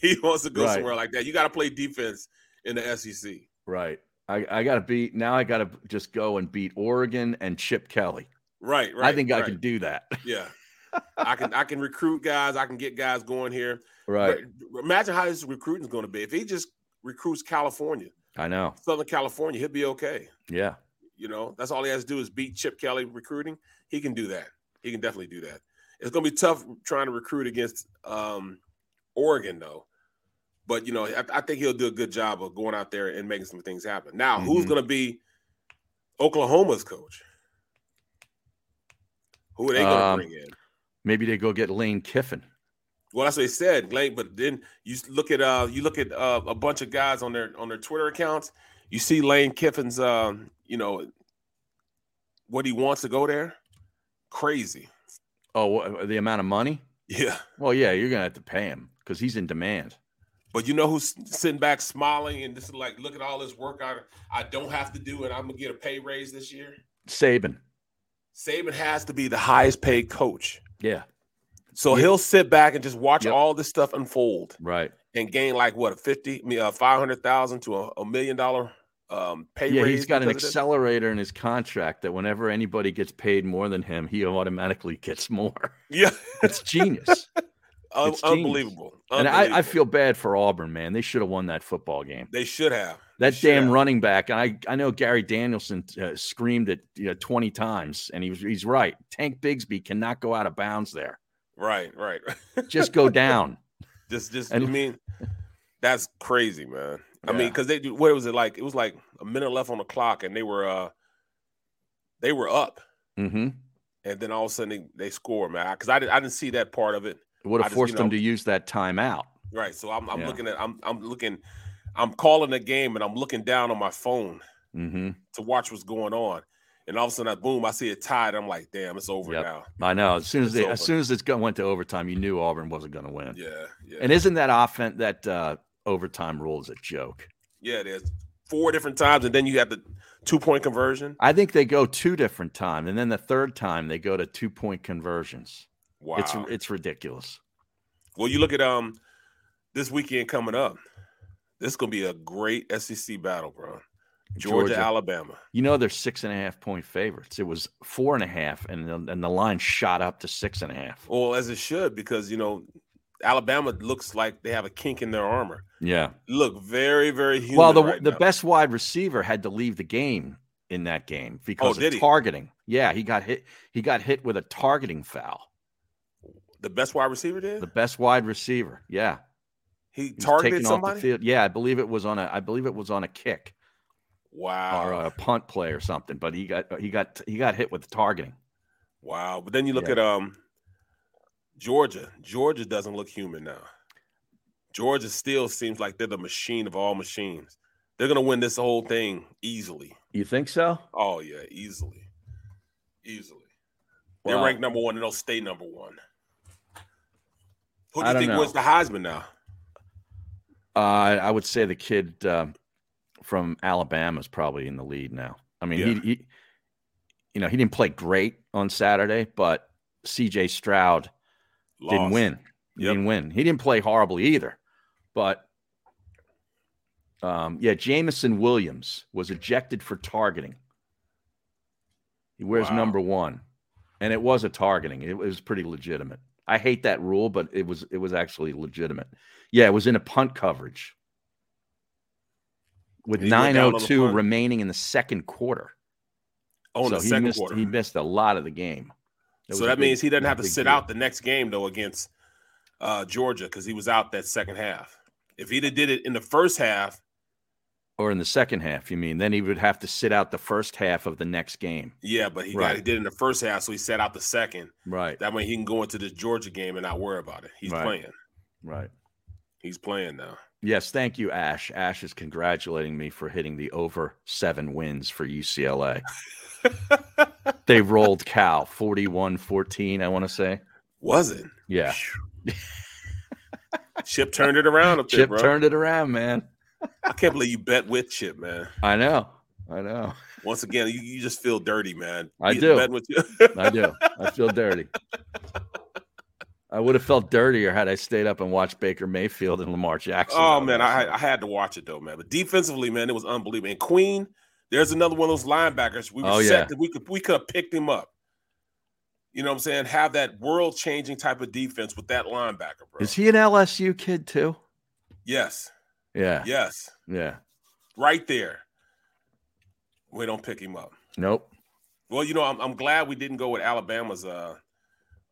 S2: he wants to go
S1: Right.
S2: somewhere like that. You got to play defense in the E SEC.
S1: Right. I, I got to beat now. I got to just go and beat Oregon and Chip Kelly.
S2: Right, right.
S1: I think I
S2: right.
S1: can do that.
S2: Yeah. I can I can recruit guys, I can get guys going here.
S1: Right.
S2: But imagine how this recruiting is going to be. If he just recruits California,
S1: I know.
S2: Southern California, he'll be okay.
S1: Yeah.
S2: You know, that's all he has to do is beat Chip Kelly recruiting. He can do that. He can definitely do that. It's going to be tough trying to recruit against um, Oregon, though. But you know, I, I think he'll do a good job of going out there and making some things happen. Now, who's
S1: Mhm.
S2: going to be Oklahoma's coach? Who are they going to
S1: Um,
S2: bring in?
S1: Maybe they go get Lane Kiffin.
S2: Well, that's what they said, Glenn. But then you s- look at uh, you look at uh, a bunch of guys on their on their Twitter accounts. You see Lane Kiffin's, um, you know, what he wants to go there. Crazy.
S1: Oh, wha- the amount of money?
S2: Yeah.
S1: Well, yeah, you're gonna have to pay him because he's in demand.
S2: But you know who's sitting back smiling and just like, look at all this work I I don't have to do, and I'm gonna get a pay raise this year.
S1: Saban.
S2: Saban has to be the highest paid coach,
S1: Yeah.
S2: so
S1: Yeah.
S2: he'll sit back and just watch all this stuff unfold.
S1: Right.
S2: and gain like what a fifty, I mean, uh, five hundred thousand to a, a million dollar um, pay
S1: yeah,
S2: raise.
S1: he's got an
S2: because of this?
S1: accelerator in his contract that whenever anybody gets paid more than him, he automatically gets more.
S2: Yeah,
S1: It's genius.
S2: Un-
S1: It's genius.
S2: unbelievable.
S1: And I, I
S2: Unbelievable.
S1: feel bad for Auburn, man. They should have won that football game.
S2: they should have.
S1: That damn running back. And I, I know Gary Danielson uh, screamed it you know, 20 times, and he was, he's right. Tank Bigsby cannot go out of bounds there.
S2: Right, right.
S1: Just go down.
S2: just, just. I
S1: And-
S2: mean, that's crazy, man. I mean,
S1: Yeah.
S2: because they do. What was it like? It was like a minute left on the clock, and they were, uh they were up,
S1: Mm-hmm.
S2: and then all of a sudden they, they score, man. Because I, did, I didn't see that part of it.
S1: It would
S2: I
S1: have
S2: just, you
S1: forced
S2: know,
S1: them to use that timeout.
S2: Right. So I'm, I'm
S1: Yeah.
S2: looking at. I'm, I'm looking. I'm calling the game, and I'm looking down on my phone.
S1: Mm-hmm.
S2: to watch what's going on. And all of a sudden, I, boom, I see it tied. I'm like, damn, it's over now.
S1: I know. As soon as
S2: It's
S1: they,
S2: over.
S1: as soon as it's going went to overtime, you knew Auburn wasn't going to win.
S2: Yeah, yeah.
S1: And isn't that offense that uh, overtime rule is a joke?
S2: Yeah, there's four different times, and then you have the two point conversion.
S1: I think they go two different time, and then the third time they go to two point conversions. It's
S2: Wow.
S1: it's ridiculous.
S2: Well, you look at um this weekend coming up. This is gonna be a great SEC battle, bro. Georgia,
S1: Georgia.
S2: Alabama.
S1: You know they're six and a half point favorites. It was four and a half, and the, and the line shot up to six and a half.
S2: Well, as it should, because you know Alabama looks like they have a kink in their armor.
S1: Yeah.
S2: Look very, very human.
S1: well, the
S2: right
S1: the
S2: now.
S1: best wide receiver had to leave the game in that game because
S2: Oh, did
S1: of
S2: he?
S1: targeting. Yeah, he got hit. He got hit with a targeting foul.
S2: the best wide receiver did.
S1: The best wide receiver. Yeah.
S2: he
S1: He was
S2: targeted
S1: taken off
S2: somebody.
S1: the field. Yeah, I believe it was on a I believe it was on a kick
S2: Wow.
S1: or a punt play or something, but he got he got he got hit with targeting.
S2: Wow. But then you look
S1: Yeah.
S2: at um Georgia. Georgia doesn't look human now. Georgia still seems like they're the machine of all machines. They're gonna win this whole thing easily.
S1: You think so?
S2: Oh yeah, easily. Easily. They're
S1: Wow.
S2: ranked number one and they'll stay number one. Who do
S1: I
S2: you
S1: don't
S2: think
S1: know.
S2: wins the Heisman now?
S1: Uh, I would say the kid um from Alabama is probably in the lead now. I mean,
S2: Yeah.
S1: he, he, you know, he didn't play great on Saturday, but C.J. Stroud didn't
S2: Lost.
S1: win. He Didn't win. He didn't play horribly either, but Um, yeah, Jamison Williams was ejected for targeting. He wears
S8: Wow.
S1: number one, and it was a targeting. It was pretty legitimate. I hate that rule, but it was it was actually legitimate. Yeah, it was in a punt coverage with
S8: He went
S1: nine
S8: down on
S1: oh
S8: the
S1: two
S8: punt.
S1: remaining in the second quarter.
S2: Oh, in the
S1: he
S2: second
S1: missed,
S2: quarter.
S1: He missed a lot of the game.
S2: so that means he doesn't have to sit
S1: out.
S2: out the next game though against uh, Georgia because he was out that second half. If he'd have did it in the first half,
S1: or in the second half, you mean? Then he would have to sit out the first half of the next game.
S2: yeah, but he got
S1: Right.
S2: he did it in the first half, so he sat out the second.
S1: Right.
S2: That way he can go into this Georgia game and not worry about it. He's
S1: Right.
S2: playing.
S1: Right.
S2: He's playing now.
S1: Yes, thank you, Ash. Ash is congratulating me for hitting the over seven wins for UCLA. they rolled Cal 41 14, I want to say.
S2: Was it?
S1: Yeah.
S2: Chip turned it around up there,
S1: Chip
S2: bro.
S1: turned it around, man.
S2: I can't believe you bet with Chip, man.
S1: I know. I know.
S2: Once again, you, you just feel dirty, man.
S1: I
S2: He's
S1: do.
S2: betting with you.
S1: I do. I feel dirty. I would have felt dirtier had I stayed up and watched Baker Mayfield and Lamar Jackson.
S2: Oh man, I, I had to watch it though, man. But defensively, man, it was unbelievable. And Queen, there's another one of those linebackers. We were
S1: Oh,
S2: set
S1: yeah.
S2: that we could we could have picked him up. You know what I'm saying? Have that world changing type of defense with that linebacker, bro.
S1: Is he an LSU kid too?
S2: Yes,
S1: Yeah.
S2: yes,
S1: Yeah.
S2: right there. We don't pick him up.
S1: Nope.
S2: Well, you know, I'm, I'm glad we didn't go with Alabama's. Uh,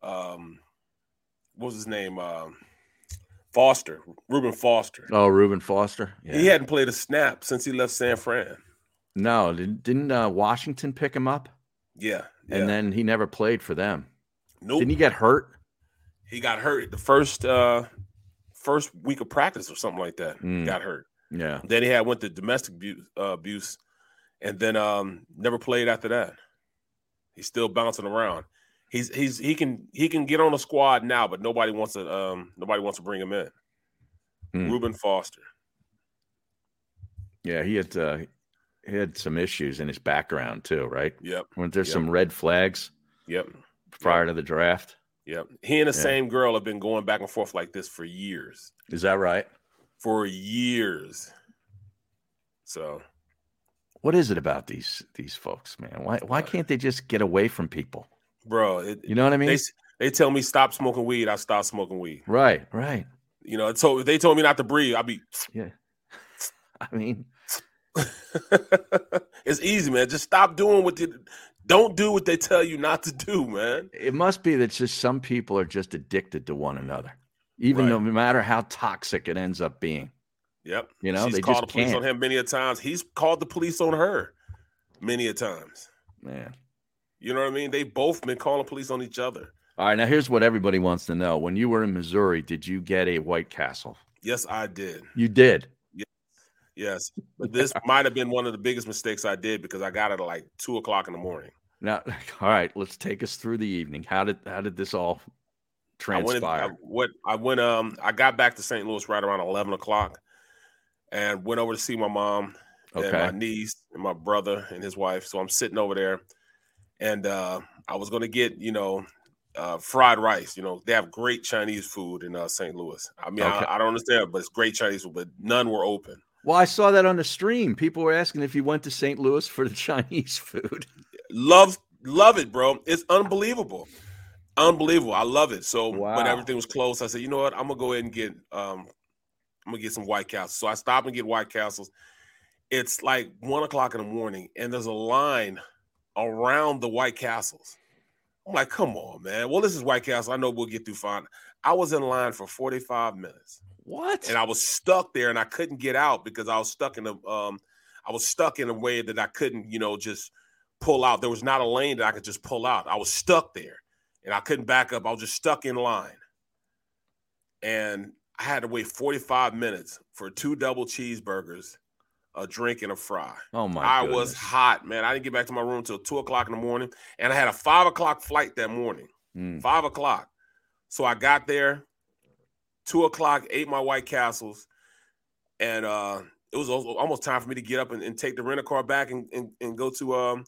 S2: um, what was his name? Um, Foster, Reuben Foster.
S1: Oh, Reuben Foster. Yeah.
S2: He hadn't played a snap since he left San Fran.
S1: No, didn't, didn't uh, Washington pick him up?
S2: Yeah,
S1: And then he never played for them.
S2: Nope.
S1: Didn't he get hurt?
S2: he got hurt the first uh first week of practice or something like that.
S1: Mm.
S2: Got hurt.
S1: Yeah.
S2: Then he had went to domestic abuse, uh, abuse, and then um never played after that. He's still bouncing around. He's he's he can he can get on the squad now, but nobody wants to um nobody wants to bring him in.
S1: Hmm.
S2: Reuben Foster.
S1: Yeah, he had uh, he had some issues in his background too, right?
S2: Yep.
S1: Weren't there
S2: Yep.
S1: some red flags
S2: Yep.
S1: prior to the draft?
S2: Yep. He and the
S1: Yeah.
S2: same girl have been going back and forth like this for years.
S1: Is that right?
S2: For years. So
S1: What is it about these these folks, man? Why why can't they just get away from people?
S2: bro. It,
S1: You know what I mean?
S2: They, s- they tell me stop smoking weed. I stop smoking weed.
S1: Right, right.
S2: You know, so if they told me not to breathe. I'd be.
S1: Yeah. I mean,
S2: it's easy, man. Just stop doing what you don't do what they tell you not to do, man.
S1: It must be that just some people are just addicted to one another, even no matter how toxic it ends up being.
S2: Yep.
S1: You know,
S2: she's
S1: they
S2: called
S1: just
S2: the police on
S1: can't.
S2: him many a times. He's called the police on her many a times.
S1: Man.
S2: You know what I mean? They both been calling police on each other.
S1: All right, now here's what everybody wants to know. When you were in Missouri, did you get a White Castle?
S2: Yes, I did.
S1: You did.
S2: Yes, but this might have been one of the biggest mistakes I did because I got it at like two o'clock in the morning.
S1: Now, all right, let's take us through the evening. How did how did this all transpire?
S2: I went, I, what I went, um, I got back to St. Louis right around eleven o'clock, and went over to see my mom and
S1: Okay.
S2: my niece and my brother and his wife. So I'm sitting over there, and uh, I was gonna get you know uh, fried rice. You know they have great Chinese food in uh, St. Louis. I mean
S1: Okay.
S2: I, I don't understand, but it's great Chinese food, but none were open.
S1: well, I saw that on the stream. People were asking if you went to St. Louis for the Chinese food.
S2: love love it, bro. It's unbelievable. Unbelievable. I love it. So when
S1: Wow.
S2: everything was closed, I said, you know what? I'm gonna go ahead and get um I'm gonna get some White Castles. So I stop and get White Castles. It's like one o'clock in the morning, and there's a line around the White Castles. I'm like, come on, man. Well, this is White Castle. I know we'll get through fine. I was in line for 45 minutes.
S1: What?
S2: And I was stuck there and I couldn't get out because I was stuck in a um I was stuck in a way that I couldn't, you know, just pull out. There was not a lane that I could just pull out. I was stuck there and I couldn't back up. I was just stuck in line. And I had to wait 45 minutes for two double cheeseburgers, a drink, and a fry.
S1: Oh my!
S2: I was hot, man. I didn't get back to my room till two o'clock in the morning, and I had a five o'clock flight that morning.
S1: Mm.
S2: Five o'clock. So I got there, two o'clock, ate my White Castles, and uh it was al- almost time for me to get up and, and take the rental car back and, and, and go to um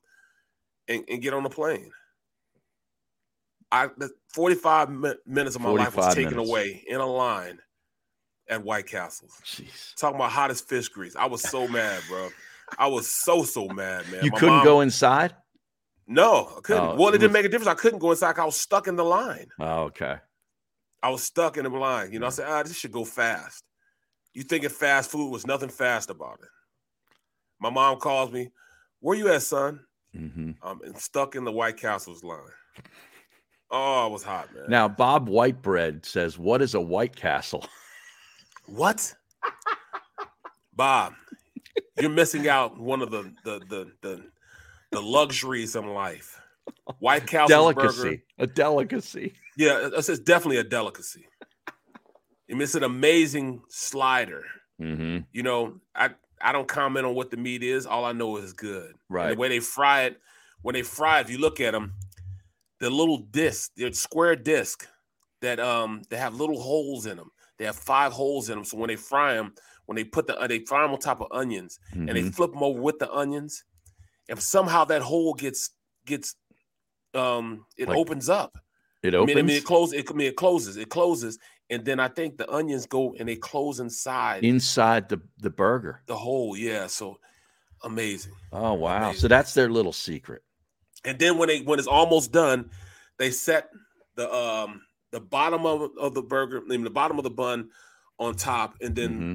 S2: and, and get on the plane. I the 45 mi- minutes of my life was
S1: 45
S2: taken
S1: minutes.
S2: away in a line at White Castle. Talking about hottest fish grease. I was so mad, bro. I was so so mad, man.
S1: You
S2: My
S1: couldn't
S2: mom-
S1: go inside?
S2: No, I couldn't.
S1: Oh,
S2: well, it,
S1: it
S2: didn't
S1: was-
S2: make a difference. I couldn't go inside. 'cause I was stuck in the line.
S1: Oh, okay.
S2: I was stuck in the line.
S1: Mm.
S2: You know, I said, ah, this should go fast. You thinking fast food was nothing fast about it. My mom calls me, where you at, son?
S1: Mm-hmm.
S2: I'm in- stuck in the White Castle's line. Oh, I was hot, man.
S1: Now, Bob Whitebread says, What is a White Castle?
S2: What? Bob, you're missing out on one of the the the the, the luxuries in life. White Castle's
S1: delicacy.
S2: burger.
S1: A delicacy.
S2: Yeah, it's, it's definitely a delicacy. I mean, it's an amazing slider.
S1: Mm-hmm.
S2: You know, I I don't comment on what the meat is. All I know is good. And
S1: Right.
S2: the way they fry it, when they fry, it, if you look at them, the little disc, they're square disc that um they have little holes in them. They have five holes in them. So when they fry them, when they put the uh, they fry them on top of onions
S1: Mm-hmm.
S2: and they
S8: Mhm.
S2: flip them over with the onions, if somehow that hole gets gets um it
S1: Like,
S2: opens up.
S1: It
S2: I
S1: opens.
S2: mean, I mean, it closes. It, I mean, it closes. It closes, and then I think the onions go and they close inside
S1: inside the, the burger.
S2: the hole. Yeah, so amazing.
S1: Oh, wow. So that's their little secret.
S2: And then when they when it's almost done, they set the um the bottom of, of the burger, I mean the bottom of the bun, on top, and then
S1: Mm-hmm.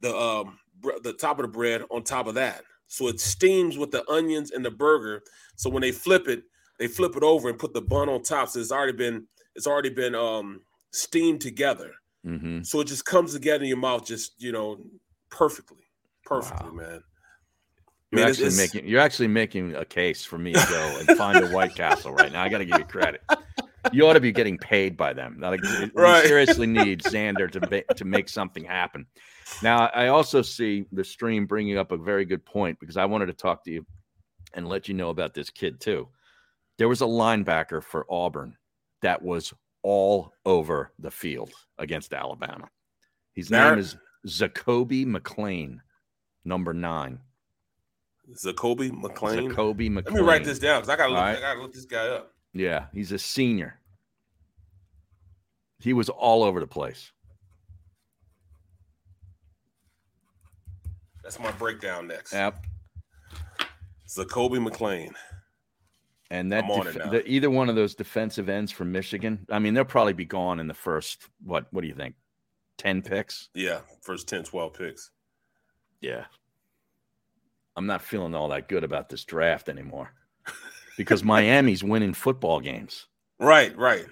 S2: the um bre- the top of the bread on top of that. So it steams with the onions and the burger. So when they flip it, they flip it over and put the bun on top. So it's already been it's already been um steamed together.
S1: Mm-hmm.
S2: So it just comes together in your mouth, just you know, perfectly, perfectly, man.
S1: You're
S2: Man, it's-
S1: actually
S2: it's-
S1: making you're actually making a case for me to go and find a White Castle right now. I got to give you credit. You ought to be getting paid by them. Like, we
S2: Right.
S1: seriously need Xander to ba- to make something happen. Now, I also see the stream bringing up a very good point because I wanted to talk to you and let you know about this kid too. There was a linebacker for Auburn that was all over the field against Alabama. His name
S2: Barrett?
S1: is Zacoby McLean, number nine.
S2: Zacoby McClain.
S1: Zacoby
S2: Let me write
S1: McClain.
S2: this down because I gotta look,
S1: All right.
S2: I gotta look this guy up.
S1: Yeah, he's a senior. He was all over the place.
S2: That's my breakdown next.
S1: Yep.
S2: Zacoby McClain.
S1: And that
S2: I'm on it
S1: def-
S2: now.
S1: the, either one of those defensive ends from Michigan, I mean, they'll probably be gone in the first what? What do you think? Ten picks?
S2: Yeah, first 10, 12 picks.
S1: Yeah. I'm not feeling all that good about this draft anymore because Miami's winning football games.
S2: Right, right.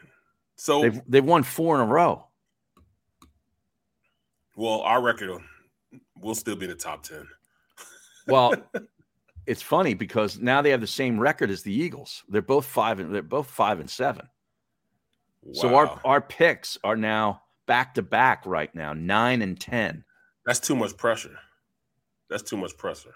S2: So
S1: They've they've won four in a row.
S2: well, our record will still be in the top ten.
S1: Well, it's funny because now they have the same record as the Eagles. They're both five and they're both five and seven. So our our picks are now back to back right now, nine and ten.
S2: That's too much pressure. That's too much pressure.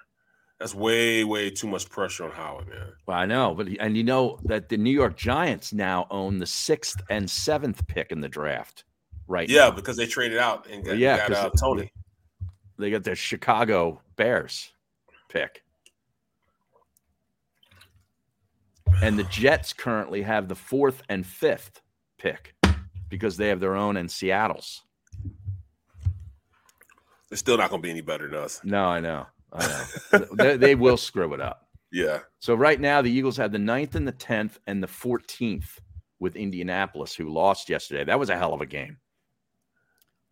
S2: That's way, way too much pressure on Howard, man.
S1: Well, I know, but and you know that the New York Giants now own the sixth and seventh pick in the draft, right?
S2: Yeah,
S1: now.
S2: because they traded out and got,
S1: yeah,
S2: got
S1: 'cause
S2: uh, Tony.
S1: They got the Chicago Bears pick. And the Jets currently have the fourth and fifth pick because they have their own and Seattle's.
S2: They're still not gonna be any better than us.
S1: No, I know. I know. they, they will screw it up.
S2: Yeah.
S1: So right now, the Eagles have the ninth and the tenth and the fourteenth with Indianapolis, who lost yesterday. That was a hell of a game.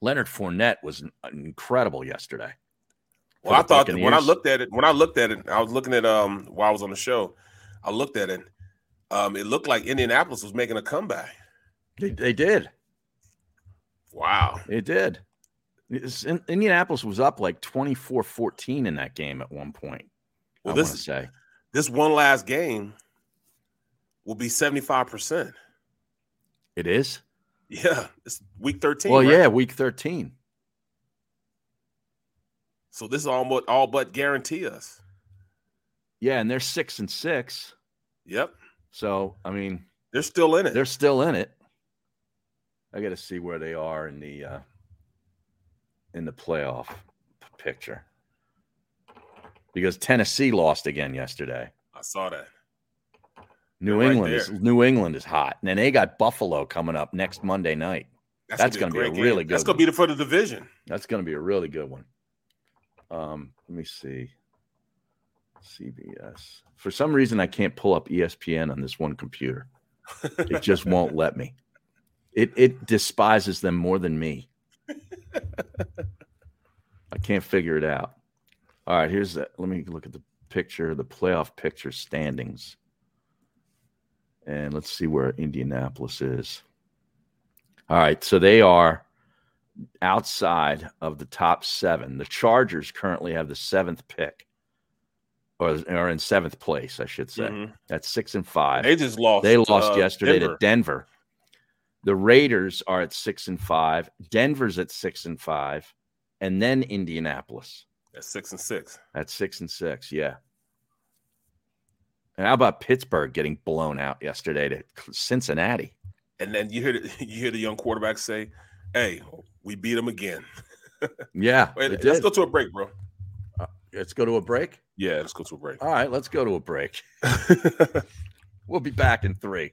S1: Leonard Fournette was in- incredible yesterday.
S2: Well, I
S1: the
S2: thought that when I
S1: Buccaneers.
S2: looked at it, when I looked at it, I was looking at um while I was on the show, I looked at it. Um, it looked like Indianapolis was making a comeback.
S1: They, they did.
S2: Wow.
S1: It did. It's- in- Indianapolis was up like 24 14 in that game at one point.
S2: Well,
S1: I
S2: this
S1: want to say.
S2: This one last game will be seventy five percent.
S1: It is?
S2: Yeah, it's week thirteen.
S1: well,
S2: right?
S1: yeah, week 13.
S2: So this is almost all but guarantee us.
S1: Yeah, and they're six and six.
S2: Yep.
S1: So I mean,
S2: they're still in it.
S1: They're still in it. I got to see where they are in the uh, in the playoff p- picture because Tennessee lost again yesterday.
S2: I saw that. They're
S1: New
S2: right
S1: England is
S2: there.
S1: New England is hot, and then they got Buffalo coming up next Monday night. That's, going to be a
S2: great game.
S1: really good.
S2: That's
S1: one.
S2: gonna be the for the division.
S1: That's going to be a really good one. Um, let me see. CBS. For some reason, I can't pull up E ESPN on this one computer. It just won't let me. It it despises them more than me. I can't figure it out. All right, here's the, let me look at the picture, the playoff picture standings, and let's see where Indianapolis is. All right, so they are outside of the top seven. The Chargers currently have the seventh pick, or are in seventh place, I should say.
S2: Mhm.
S1: That's six and five.
S2: They just lost,
S1: They lost
S2: uh,
S1: yesterday
S2: Denver.
S1: to Denver. The Raiders are at six and five. Denver's at six and five, and then Indianapolis
S2: That's six and six.
S1: at six and six. Yeah. And how about Pittsburgh getting blown out yesterday to Cincinnati?
S2: And then you hear the, you hear the young quarterback say, "Hey, we beat them again."
S1: Yeah,
S2: Wait,
S1: they
S2: let's
S1: did.
S2: go to a break, bro.
S1: Let's go to a break.
S2: Yeah, let's go to a break.
S1: All right, let's go to a break. we'll be back in three.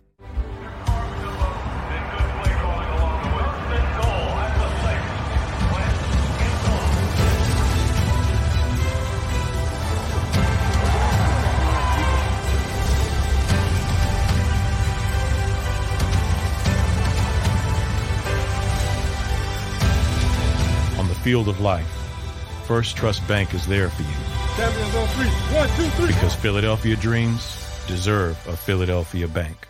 S3: On the field of life, First Trust Bank is there for you
S2: Champions on three. One, two, three.
S3: because Philadelphia dreams deserve a Philadelphia bank.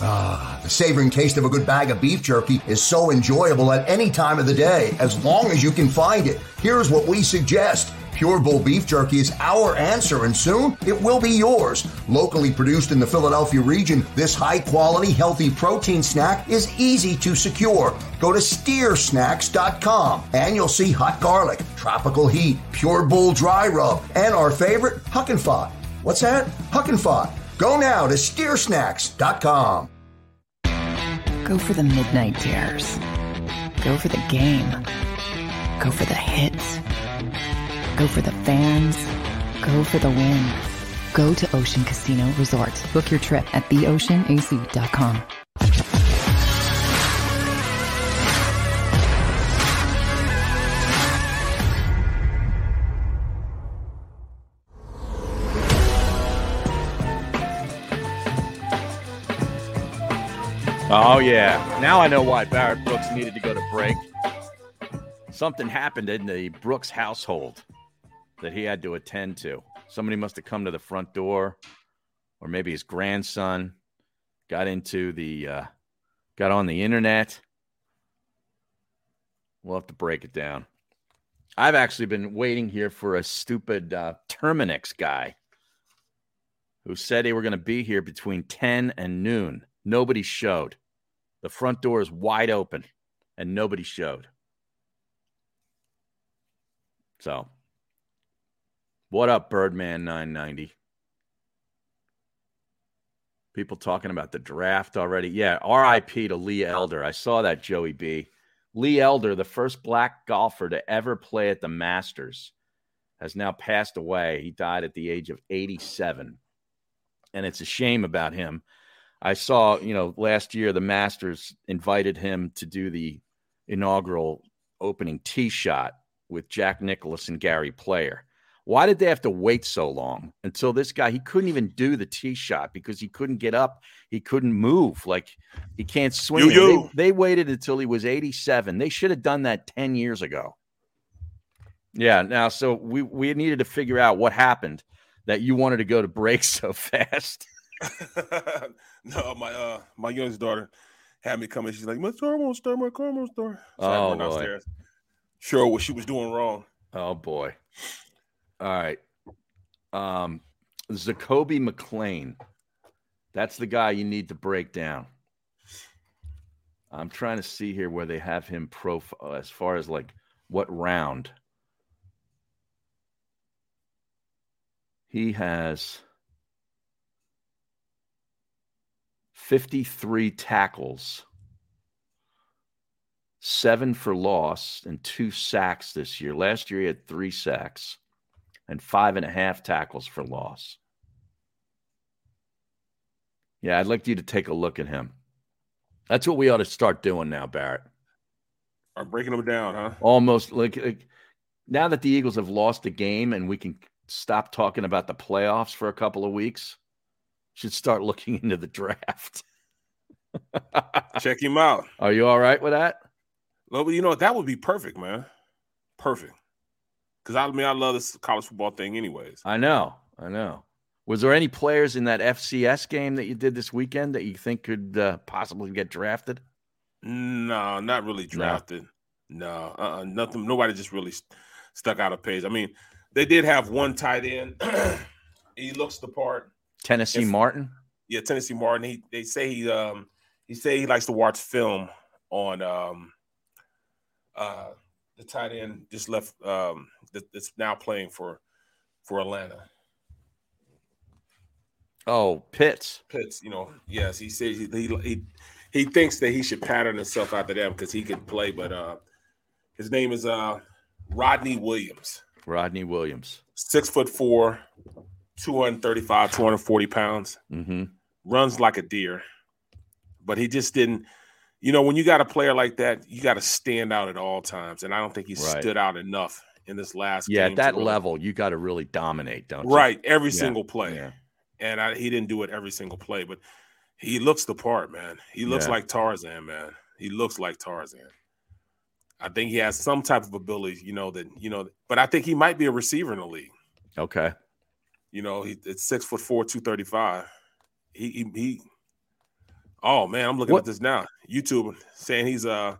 S4: Ah, the savoring taste of a good bag of beef jerky is so enjoyable at any time of the day, as long as you can find it. Here's what we suggest. Pure Bull Beef Jerky is our answer, and soon it will be yours. Locally produced in the Philadelphia region, this high quality, healthy protein snack is easy to secure. Go to steersnacks.com and you'll see hot garlic, tropical heat, Pure Bull Dry Rub, and our favorite, Huck and Fod. What's that? Huck and Fod. Go now to steersnacks.com.
S5: Go for the midnight dares. Go for the game. Go for the hits. Go for the fans. Go for the win. Go to Ocean Casino Resort. Book your trip at theoceanac.com.
S1: Oh yeah. Now I know why Barrett Brooks needed to go to break. Something happened in the Brooks household that he had to attend to. Somebody must have come to the front door, or maybe his grandson got into the uh, got on the internet. We'll have to break it down. I've actually been waiting here for a stupid uh, Terminix guy who said they were going to be here between 10 and noon. Nobody showed. The front door is wide open and nobody showed. So, what up, Birdman 990? People talking about the draft already. Yeah, RIP to Lee Elder. I saw that, Joey B. Lee Elder, the first black golfer to ever play at the Masters, has now passed away. He died at the age of 87. And it's a shame about him. I saw, you know, last year the Masters invited him to do the inaugural opening tee shot with Jack Nicholas and Gary Player. Why did they have to wait so long until this guy? He couldn't even do the tee shot because he couldn't get up. He couldn't move. Like he can't swing. it.
S2: Yo-yo.
S1: They, they waited until he was 87. They should have done that 10 years ago. Yeah. Now, so we, we needed to figure out what happened that you wanted to go to break so fast.
S2: no, my uh my youngest daughter had me coming. She's like, "My car won't start. My car won't start." So I
S1: Oh,
S2: went
S1: boy.
S2: downstairs. Sure, what she was doing wrong.
S1: Oh boy. All right. Um Zacoby McLean. That's the guy you need to break down. I'm trying to see here where they have him profile as far as like what round. He has 53 tackles, seven for loss, and two sacks this year. Last year, he had three sacks and five and a half tackles for loss. Yeah, I'd like you to take a look at him. That's what we ought to start doing now, Barrett.
S2: Are breaking them down, huh?
S1: Almost like, like now that the Eagles have lost a game and we can stop talking about the playoffs for a couple of weeks, should start looking into the draft.
S2: Check him out.
S1: Are you all right with that?
S2: Well, you know that would be perfect, man. Perfect. Because I mean, I love this college football thing, anyways.
S1: I know. I know. Was there any players in that FCS game that you did this weekend that you think could uh, possibly get drafted?
S2: No, not really drafted. No, uh-uh, nothing. Nobody just really st- stuck out a page. I mean, they did have one tight end. he looks the part.
S1: Tennessee Martin?
S2: Yeah, Tennessee Martin. He they say he um he say he likes to watch film on um uh the tight end just left um that, that's now playing for for Atlanta.
S1: Oh, Pitts.
S2: Pitts, you know, yes, he says he he he, he thinks that he should pattern himself after them because he could play, but uh his name is uh Rodney Williams,
S1: Rodney Williams.
S2: six foot four, 235, 240 pounds.
S1: Mm-hmm.
S2: runs like a deer, but he just didn't. You know, when you got a player like that, you got to stand out at all times, and I don't think he
S1: Right.
S2: stood out enough in this last.
S1: Yeah,
S2: game
S1: at
S2: to
S1: that
S2: really-
S1: level, you got to really dominate, don't you?
S2: right? Every
S1: Yeah.
S2: single play, and I, he didn't do it every single play, but he looks the part, man. He looks
S1: Yeah.
S2: like Tarzan, man. He looks like Tarzan. I think he has some type of ability, you know that you know, but I think he might be a receiver in the league.
S1: Okay.
S2: You know, he, it's six foot four, two thirty five. He, he he. Oh man, I'm looking
S1: What-
S2: at this now. YouTube saying he's uh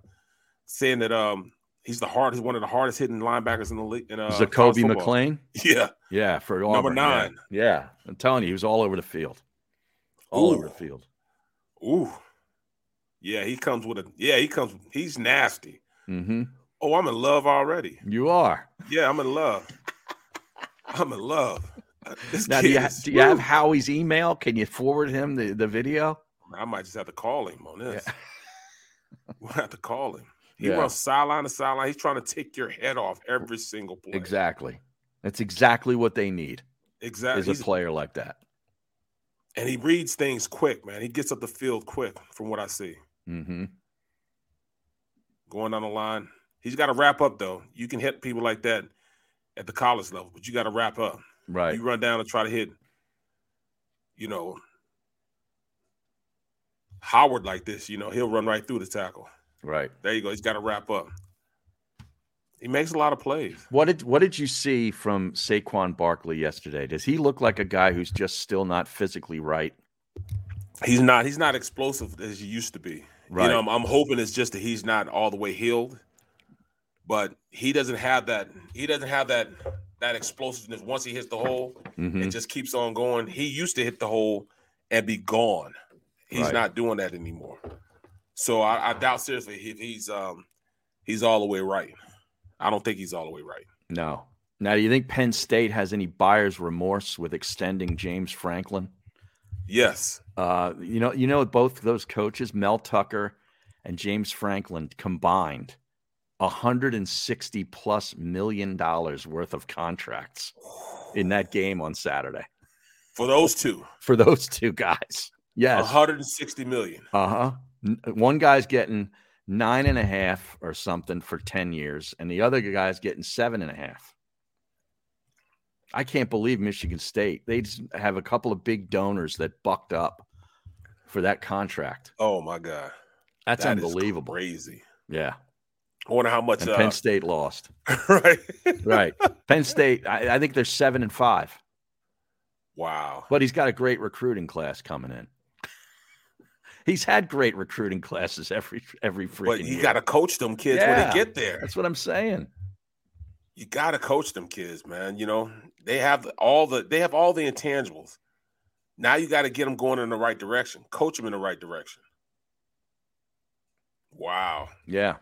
S2: saying that um he's the hardest one of the hardest hitting linebackers in the league. In, uh, college
S1: Zacoby
S2: football.
S1: McLean?
S2: Yeah,
S1: Yeah, for
S2: Number
S1: Auburn, yeah.
S2: nine.
S1: Yeah. I'm telling you, he was all over the field. All
S2: Ooh.
S1: over the field.
S2: Ooh, yeah, he comes with a yeah. He comes. He's nasty.
S1: Mm-hmm.
S2: Oh, I'm in love already.
S1: You are.
S2: Yeah, I'm in love. I'm in love. This
S1: Now, do you,
S2: kid
S1: ha-
S2: is-
S1: do you have
S2: woo.
S1: Howie's email? Can you forward him the, the video?
S2: I might just have to call him on this. We'll have to call him. He
S1: Yeah.
S2: runs sideline to sideline. He's trying to take your head off every single play.
S1: Exactly. That's exactly what they need
S2: Exactly.
S1: is a
S2: He's-
S1: player like that.
S2: And he reads things quick, man. He gets up the field quick, from what I see.
S1: Mm-hmm.
S2: Going down the line. He's got to wrap up, though. You can hit people like that at the college level, but you got to wrap up.
S1: Right.
S2: You run down and try to hit, you know, Howard like this, you know, he'll run right through the tackle.
S1: Right.
S2: There you go. He's got to wrap up. He makes a lot of plays.
S1: What did what did you see from Saquon Barkley yesterday? Does he look like a guy who's just still not physically right?
S2: He's not. He's not explosive as he used to be.
S1: Right.
S2: You know, I'm, I'm hoping it's just that he's not all the way healed, but he doesn't have that. He doesn't have that that explosiveness. Once he hits the hole,
S1: Mhm.
S2: it just keeps on going. He used to hit the hole and be gone. He's
S1: Right.
S2: not doing that anymore. So I, I doubt seriously if he's um he's all the way right. I don't think he's all the way right.
S1: No. Now, do you think Penn State has any buyer's remorse with extending James Franklin?
S2: Yes.
S1: Uh, you know, you know, both those coaches, Mel Tucker and James Franklin, combined 160 plus million dollars worth of contracts in that game on Saturday
S2: for those two.
S1: for those two guys. Yes,
S2: 160 million.
S1: Uh huh. One guy's getting nine and a half or something for 10 years, and the other guy's getting seven and a half. I can't believe Michigan State. They just have a couple of big donors that bucked up for that contract.
S2: Oh my god,
S1: That's
S2: That is
S1: unbelievable.
S2: crazy.
S1: Yeah.
S2: I wonder how much.
S1: And
S2: uh,
S1: Penn State lost.
S2: right.
S1: right. Penn State, I, I think they're seven and five,
S2: Wow.
S1: but he's got a great recruiting class coming in. He's had great recruiting classes every every freaking
S2: But you
S1: year.
S2: got to coach them kids when
S1: Yeah,
S2: they get there.
S1: That's what I'm saying.
S2: You got to coach them kids, man. You know they have all the they have all the intangibles. Now you got to get them going in the right direction. Coach them in the right direction. Wow.
S1: Yeah.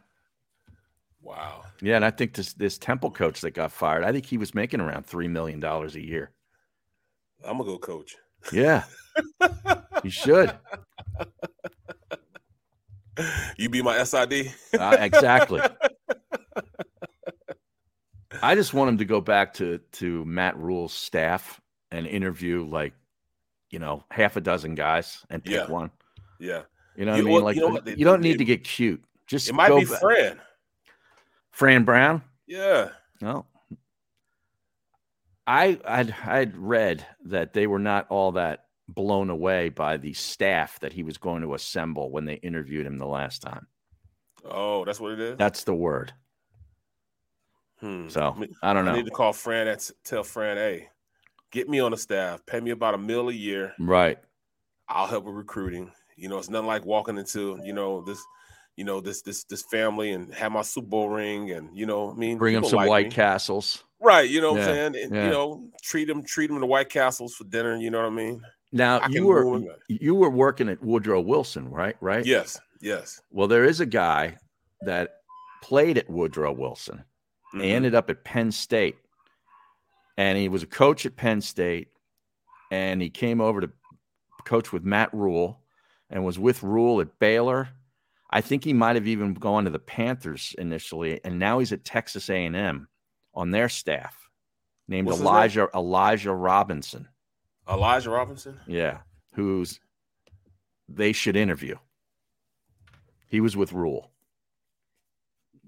S2: Wow.
S1: Yeah, and I think this this Temple coach that got fired, I think he was making around three million dollars a year.
S2: I'm gonna go coach.
S1: Yeah, you should
S2: You be my SID.
S1: Uh, exactly. I just want him to go back to to Matt Rule's staff and interview like, you know, half a dozen guys and pick
S2: Yeah.
S1: one.
S2: yeah.
S1: You know what
S2: You-
S1: I mean?
S2: well,
S1: Like,
S2: you
S1: you,
S2: know what? They-
S1: don't
S2: they-
S1: need to get cute. Just
S2: It might
S1: go
S2: be
S1: ba-
S2: Fran.
S1: Fran Brown.
S2: Yeah.
S1: No. I I'd I'd read that they were not all that blown away by the staff that he was going to assemble when they interviewed him the last time.
S2: Oh, that's what it is.
S1: That's the word.
S2: Hmm.
S1: So,
S2: Me-
S1: I don't know.
S2: need to call Fran. That's tell Fran, hey, get me on the staff. Pay me about a mil a year.
S1: Right.
S2: I'll help with recruiting. You know, it's nothing like walking into you know this, you know this this this family and have my Super Bowl ring and you know what I mean
S1: Bring him
S2: People
S1: some
S2: like
S1: White
S2: me.
S1: Castles.
S2: Right, you know what
S1: Yeah,
S2: I'm saying? And,
S1: yeah.
S2: You know, treat them, treat them to White Castles for dinner. You know what I mean?
S1: Now
S2: I
S1: you
S2: can
S1: were
S2: ruin it.
S1: you were working at Woodrow Wilson, right? Right?
S2: Yes, yes.
S1: Well, there is a guy that played at Woodrow Wilson. He
S2: Mhm.
S1: ended up at Penn State. And he was a coach at Penn State. And he came over to coach with Matt Rule and was with Rule at Baylor. I think he might have even gone to the Panthers initially, and now he's at Texas A&M on their staff, named
S2: What's his name?
S1: Elijah Elijah Robinson.
S2: Elijah Robinson.
S1: Yeah. Who's they should interview. He was with Rule.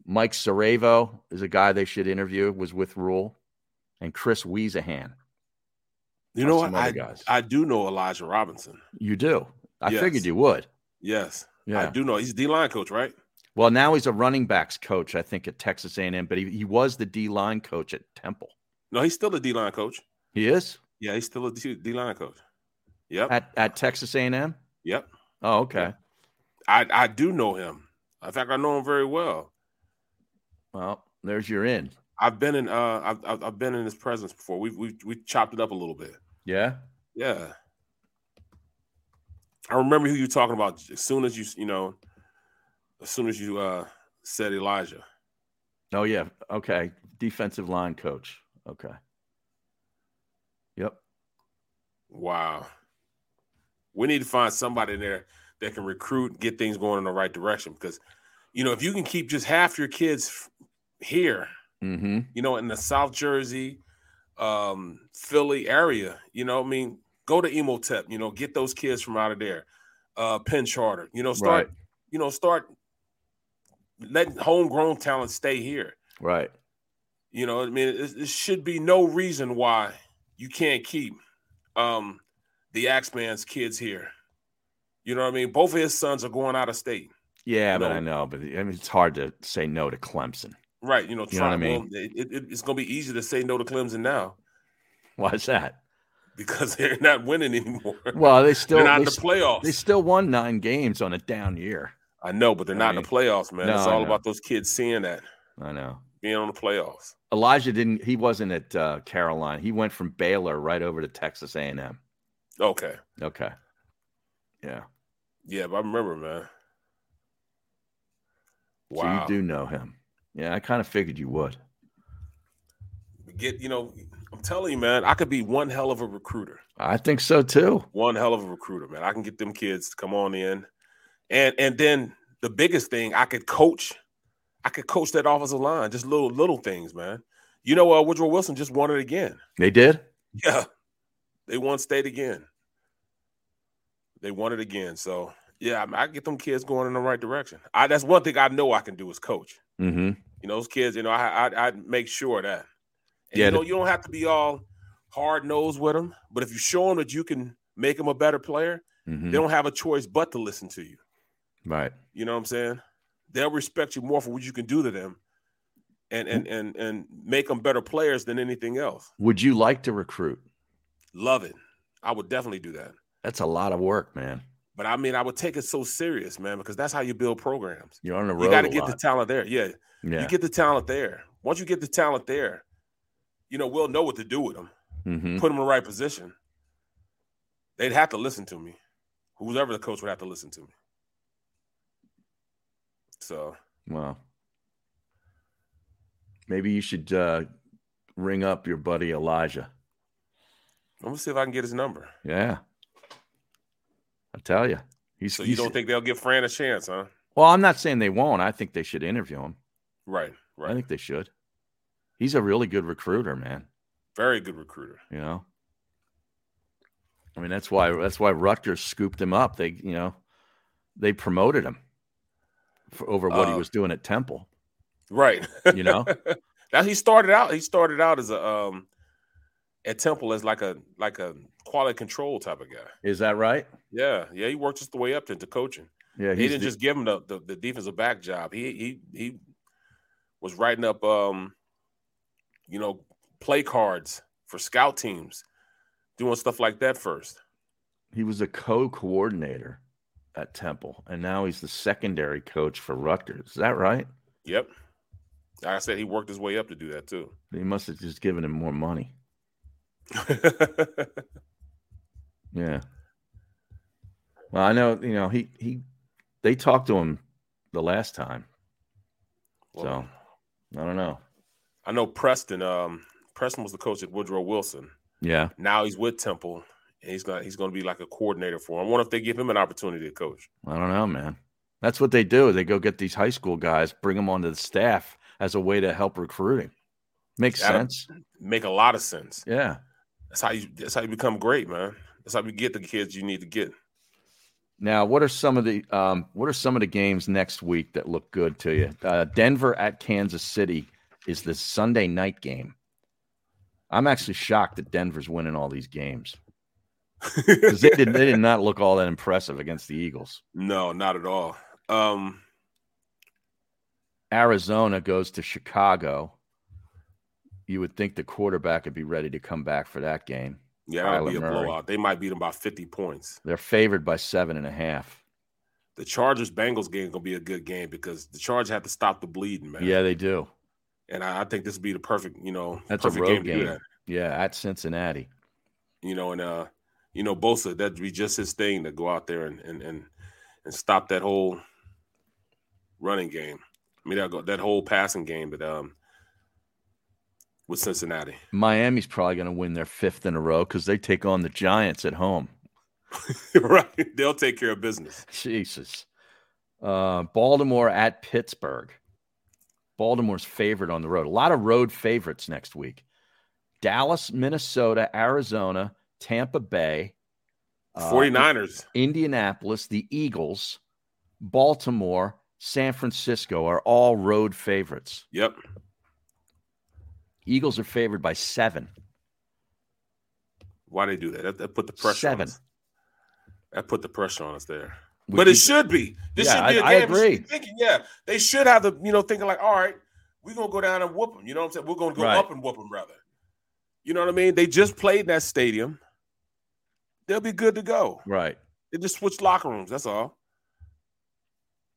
S1: Mike Sarevo is a guy they should interview, was with Rule. And Chris Wiesahan.
S2: You
S1: Are
S2: know what?
S1: some other
S2: I
S1: guys.
S2: I do know Elijah Robinson.
S1: You do. I
S2: Yes.
S1: figured you would.
S2: Yes, I
S1: Yeah.
S2: do know. He's D line coach, right?
S1: Well, now he's a running backs coach, I think, at Texas A&M, but he, he was the D line coach at Temple.
S2: No, he's still a D line coach.
S1: He is
S2: Yeah, he's still a D line coach. Yep.
S1: at, at Texas A&M.
S2: Yep.
S1: Oh, okay.
S2: I I do know him. In fact, I know him very well.
S1: Well, there's your in.
S2: I've been in uh I've I've, I've been in his presence before. We've we we chopped it up a little bit.
S1: Yeah.
S2: Yeah. I remember who you were talking about as soon as you you know as soon as you uh said Elijah.
S1: Oh yeah. Okay. Defensive line coach. Okay. Yep.
S2: Wow. We need to find somebody there that can recruit, get things going in the right direction because you know, if you can keep just half your kids f- here,
S1: Mm-hmm.
S2: you know, in the South Jersey, um, Philly area. You know, I mean, go to Emotep. You know, get those kids from out of there. Uh, Penn Charter. You know, start.
S1: Right.
S2: You know, start letting homegrown talent stay here.
S1: Right.
S2: You know, what I mean, it, it should be no reason why you can't keep um, the Axeman's kids here. You know what I mean? Both of his sons are going out of state.
S1: Yeah, but
S2: No.
S1: I know, but I mean, it's hard to say no to Clemson.
S2: Right, you know,
S1: You know what I
S2: Trump will-
S1: mean?
S2: it- it- it's going to be easy to say no to Clemson now.
S1: Why is that?
S2: because they're not winning anymore.
S1: Well, they still
S2: they're not in the
S1: they s-
S2: playoffs.
S1: They still won nine games on a down year.
S2: I know, but they're not in the playoffs, man.
S1: No,
S2: it's
S1: I
S2: all
S1: know.
S2: about those kids seeing that
S1: I know.
S2: being on the playoffs.
S1: Elijah didn't. He wasn't at uh, Carolina. He went from Baylor right over to Texas A and M.
S2: Okay,
S1: Okay. Yeah.
S2: yeah, but I remember, man.
S1: So
S2: Wow,
S1: you do know him. Yeah, I kind of figured you would.
S2: get you know, I'm telling you, man, I could be one hell of a recruiter.
S1: I think so too.
S2: One hell of a recruiter, man. I can get them kids to come on in. And and then the biggest thing, I could coach, I could coach that offensive line, just little little things, man. You know, uh, Woodrow Wilson just won it again.
S1: They did.
S2: Yeah. They won state again. They won it again. So yeah, I, mean, I get them kids going in the right direction. I that's one thing I know I can do is coach.
S1: Mm-hmm.
S2: You know, those kids, you know, I I I'd make sure of that. And,
S1: Yeah,
S2: you know,
S1: the-
S2: you don't have to be all hard nosed with them, but if you show them that you can make them a better player,
S1: Mhm.
S2: they don't have a choice but to listen to you.
S1: Right.
S2: You know what I'm saying? They'll respect you more for what you can do to them, and and and and make them better players than anything else.
S1: Would you like to recruit?
S2: Love it. I would definitely do that.
S1: That's a lot of work, man.
S2: But I mean, I would take it so serious, man, because that's how you build programs.
S1: You're on the road.
S2: You got to
S1: a
S2: get the
S1: lot.
S2: talent there. Yeah.
S1: Yeah.
S2: You get the talent there. Once you get the talent there, you know, we'll know what to do with them.
S1: Mhm.
S2: Put them in the right position. They'd have to listen to me. Whoever the coach would have to listen to me. So
S1: Wow. Maybe you should uh, ring up your buddy Elijah.
S2: I'm gonna see if I can get his number.
S1: Yeah. I tell you, he's.
S2: So you don't think they'll give Fran a chance, huh?
S1: Well, I'm not saying they won't. I think they should interview him.
S2: Right.
S1: I think they should. He's a really good recruiter, man.
S2: Very good recruiter.
S1: You know. I mean, that's why that's why Rutgers scooped him up. They, you know, they promoted him for over what he
S2: Uh,
S1: was doing at Temple.
S2: Right.
S1: You know?
S2: now he started out. He started out as a um at Temple as like a like a quality control type of guy.
S1: Is that right?
S2: Yeah, yeah. He worked his way up to, to coaching.
S1: Yeah,
S2: he
S1: he's
S2: didn't
S1: the-
S2: just give him the, the the defensive back job. He he he was writing up um you know play cards for scout teams, doing stuff like that first.
S1: He was a co-coordinator at Temple, and now he's the secondary coach for Rutgers. Is that right?
S2: Yep. Like I said, he worked his way up to do that too.
S1: They must have just given him more money. yeah. Well, I know, you know, he he they talked to him the last time.
S2: Well-
S1: so I don't know.
S2: I know Preston. Um, Preston was the coach at Woodrow Wilson.
S1: Yeah.
S2: Now he's with Temple, and he's gonna he's gonna be like a coordinator for him. I wonder if they give him an opportunity to coach.
S1: I don't know, man. That's what they do. They go get these high school guys, bring them onto the staff as a way to help recruiting. Makes
S2: That'd
S1: sense.
S2: Make a lot of sense.
S1: Yeah.
S2: That's how you that's how you become great, man. That's how you get the kids you need to get.
S1: Now, what are some of the um, what are some of the games next week that look good to you? Uh, Denver at Kansas City is the Sunday night game. I'm actually shocked that Denver's winning all these games 'Cause they did they did not look all that impressive against the Eagles.
S2: No, not at all. Um,
S1: Arizona goes to Chicago. You would think the quarterback would be ready to come back for that game.
S2: yeah, that'll
S1: Kyler
S2: be a
S1: Murray.
S2: blowout. They might beat them by fifty points.
S1: They're favored by seven and a half.
S2: The Chargers Bengals game gonna be a good game because the Chargers have to stop the bleeding, man.
S1: Yeah, they do.
S2: and I, I think this would be the perfect you know
S1: That's
S2: perfect
S1: a road
S2: to do
S1: game.
S2: that.
S1: Yeah, at Cincinnati.
S2: you know, and uh, you know, Bosa, that'd be just his thing to go out there and and and, and stop that whole running game. I mean, that go that whole passing game, but um, with Cincinnati,
S1: Miami's probably going to win their fifth in a row because they take on the Giants at home.
S2: right? They'll take care of business.
S1: Jesus. Uh, Baltimore at Pittsburgh. Baltimore's favorite on the road. A lot of road favorites next week. Dallas, Minnesota, Arizona, Tampa Bay, uh,
S2: 49ers.
S1: Indianapolis, the Eagles, Baltimore, San Francisco are all road favorites.
S2: Yep.
S1: Eagles are favored by seven.
S2: Why they do that? That, that put the pressure.
S1: Seven.
S2: On us. That put the pressure on us there.
S1: Would
S2: but it
S1: you-
S2: should be. This
S1: Yeah,
S2: should be a
S1: I- I
S2: game. we should be
S1: agree.
S2: Thinking, yeah, they should have the you know thinking like, all right, we're gonna go down and whoop them. You know what I'm saying? We're gonna go
S1: Right.
S2: up and whoop them, brother. You know what I mean? They just played in that stadium. They'll be good to go.
S1: Right.
S2: They just switched locker rooms. That's all.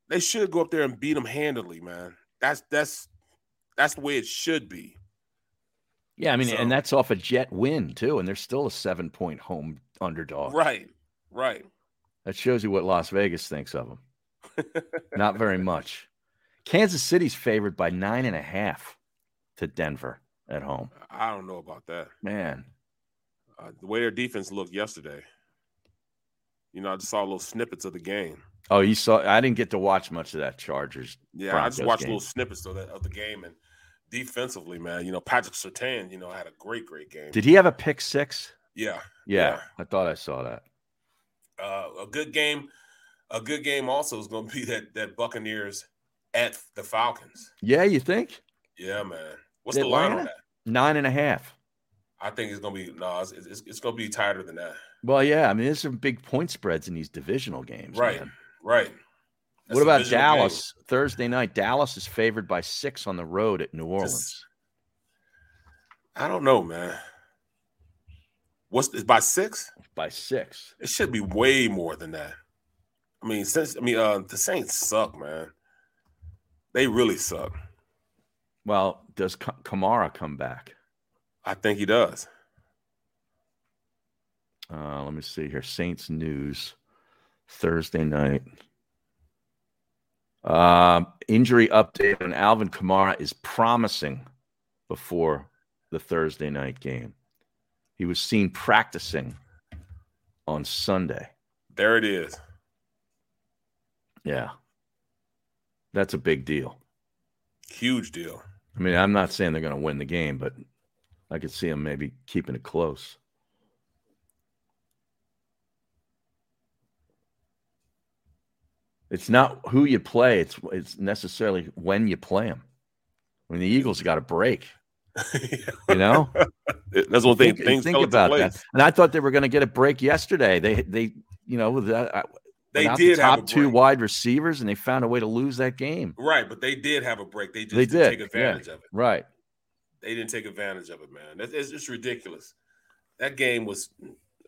S2: They should go up there and beat them handily, man. That's that's that's the way it should be.
S1: Yeah, I mean,
S2: So-
S1: and that's off a jet win too, and they're still a seven point home underdog.
S2: Right. Right.
S1: That shows you what Las Vegas thinks of them. Not very much. Kansas City's favored by nine and a half to Denver. at home.
S2: I don't know about that.
S1: Man,
S2: Uh, the way their defense looked yesterday, you know, I just saw little snippets of the game.
S1: Oh, you saw. I didn't get to watch much of that Chargers.
S2: Yeah, I
S1: Broncos
S2: just watched
S1: game.
S2: little snippets of, that, of the game and defensively, man. You know, Patrick Sertan, you know, had a great, great game.
S1: Did he have a pick six?
S2: Yeah,
S1: Yeah, I thought I saw that.
S2: Uh, a good game. A good game also is going to be that that Buccaneers at the Falcons.
S1: Yeah, you think?
S2: Yeah, man. What's the line on
S1: Atlanta?
S2: that?
S1: Nine and a half.
S2: I think it's going to be no. It's, it's, it's going to be tighter than that.
S1: Well, yeah. I mean, there's some big point spreads in these divisional games.
S2: Right.
S1: man.
S2: Right. That's
S1: What about
S2: divisional game.
S1: Dallas? Thursday night, Dallas is favored by six on the road at New Orleans.
S2: I don't know, man. What's it's by six?
S1: By six.
S2: It should be way more than that. I mean, since I mean, uh, the Saints suck, man. They really suck.
S1: Well, does Ka- Kamara come back?
S2: I think he does.
S1: Uh, let me see here. Saints news Thursday night. Um, injury update on Alvin Kamara is promising before the Thursday night game. He was seen practicing on Sunday.
S2: There it is.
S1: Yeah. That's a big deal.
S2: Huge deal.
S1: I mean, I'm not saying they're going to win the game, but I could see them maybe keeping it close. It's not who you play; it's it's necessarily when you play them. I mean, the Eagles got a break, you know.
S2: That's one thing.
S1: Think,
S2: things
S1: think
S2: fell into
S1: about that.
S2: place.
S1: And I thought they were going to get a break yesterday. They they you know that I-
S2: They
S1: without
S2: did
S1: the
S2: have a
S1: top two wide receivers, and they found a way to lose that game.
S2: Right, but they did have a break. They just
S1: they
S2: didn't
S1: did
S2: take advantage
S1: yeah.
S2: of it.
S1: right?
S2: They didn't take advantage of it, man. That's it's just ridiculous. That game was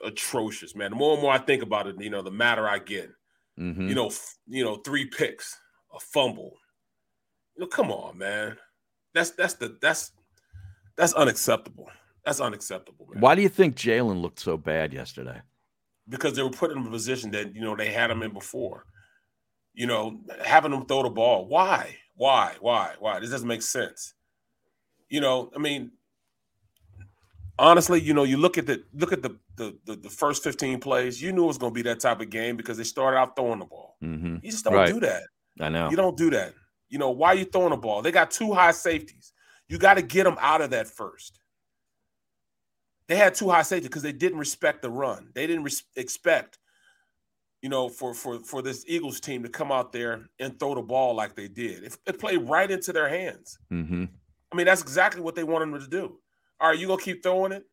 S2: atrocious, man. The more and more I think about it, you know, the madder I get.
S1: Mhm.
S2: you know, f- you know, three picks, a fumble. You know, come on, man. That's that's the that's that's unacceptable. That's unacceptable
S1: Why do you think Jalen looked so bad yesterday?
S2: because they were put in a position that you know they had him in before. You know, having them throw the ball. Why? Why? Why? Why? This doesn't make sense. You know, I mean, honestly, you know, you look at the look at the the the, the first fifteen plays. You knew it was going to be that type of game because they started out throwing the ball.
S1: Mm-hmm.
S2: You just don't do that.
S1: I know.
S2: You don't do that. You know, why are you throwing a ball? They got two high safeties. You got to get them out of that first. They had two high safeties because they didn't respect the run. They didn't res- expect, you know, for for for this Eagles team to come out there and throw the ball like they did. It, it played right into their hands.
S1: Mm-hmm.
S2: I mean, that's exactly what they wanted them to do. All right, you gonna keep throwing it?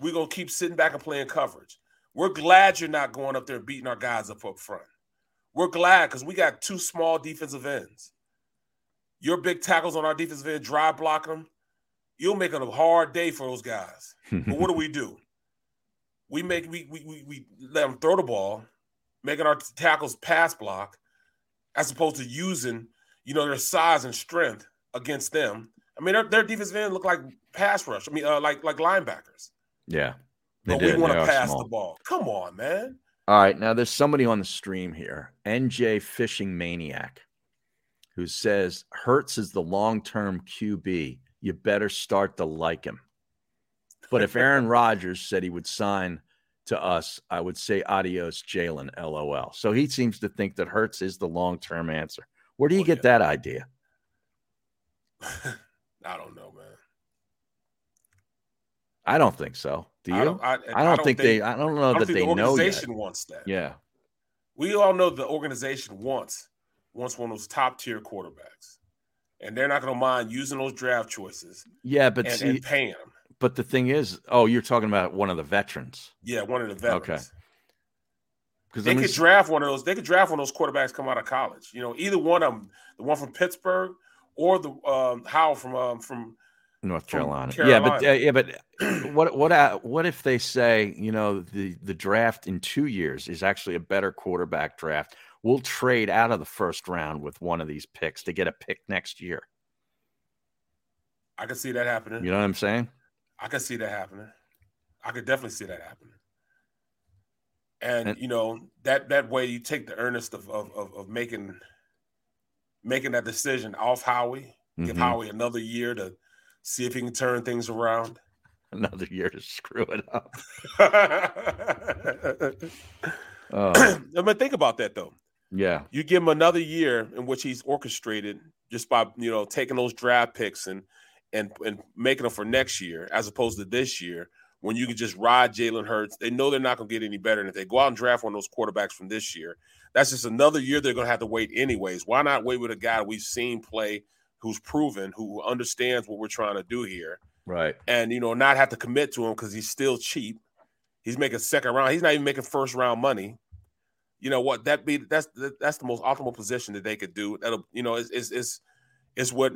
S2: We're gonna keep sitting back and playing coverage. We're glad you're not going up there and beating our guys up up front. We're glad because we got two small defensive ends. Your big tackles on our defensive end, dry blocking them. You'll make it a hard day for those guys. but what do we do? We make we we we, we let them throw the ball, making our tackles pass block, as opposed to using you know their size and strength against them. I mean, their, their defensive end look like pass rush. I mean, uh, like like linebackers.
S1: Yeah.
S2: But
S1: did,
S2: we want
S1: they
S2: to
S1: are
S2: pass
S1: small.
S2: the ball. Come on, man.
S1: All right. Now there's somebody on the stream here, NJ Fishing Maniac, who says Hertz is the long term QB. You better start to like him. But if Aaron Rodgers said he would sign to us, I would say adios, Jalen, LOL. So he seems to think that Hertz is the long term answer. Where do you get that idea?
S2: I don't know, man.
S1: I don't think so. Do you?
S2: I don't- I-
S1: think, they, I don't know
S2: I don't
S1: that
S2: think
S1: they
S2: the
S1: know yet.
S2: organization wants that.
S1: Yeah.
S2: We all know the organization wants wants one of those top tier quarterbacks, and they're not going to mind using those draft choices.
S1: Yeah, but
S2: and,
S1: see,
S2: and paying them.
S1: But the thing is, oh, you're talking about one of the veterans.
S2: Yeah, one of the veterans.
S1: Okay. Because
S2: They could draft one of those. They could draft one of those quarterbacks come out of college. You know, either one of them, the one from Pittsburgh or the um, Howell from um, from
S1: North
S2: from
S1: Carolina. Yeah,
S2: Carolina.
S1: but uh, yeah, but what what uh, what if they say you know the the draft in two years is actually a better quarterback draft? We'll trade out of the first round with one of these picks to get a pick next year.
S2: I could see that happening.
S1: You know what I'm saying?
S2: I could see that happening. I could definitely see that happening. And, you know that that way you take the earnest of of, of, of making making that decision off Howie. Give
S1: Mhm.
S2: Howie another year to see if he can turn things around.
S1: Another year to screw it up.
S2: I mean, think about that though.
S1: Oh, Yeah.
S2: You give him another year in which he's orchestrated just by you know taking those draft picks and and and making them for next year as opposed to this year when you can just ride Jalen Hurts. They know they're not going to get any better, and if they go out and draft one of those quarterbacks from this year, that's just another year they're going to have to wait anyways. Why not wait with a guy we've seen play, who's proven, who understands what we're trying to do here,
S1: Right.
S2: and you know not have to commit to him because he's still cheap. He's making second round. He's not even making first round money. You know what? That be that's that's the most optimal position that they could do. That'll you know is is is is what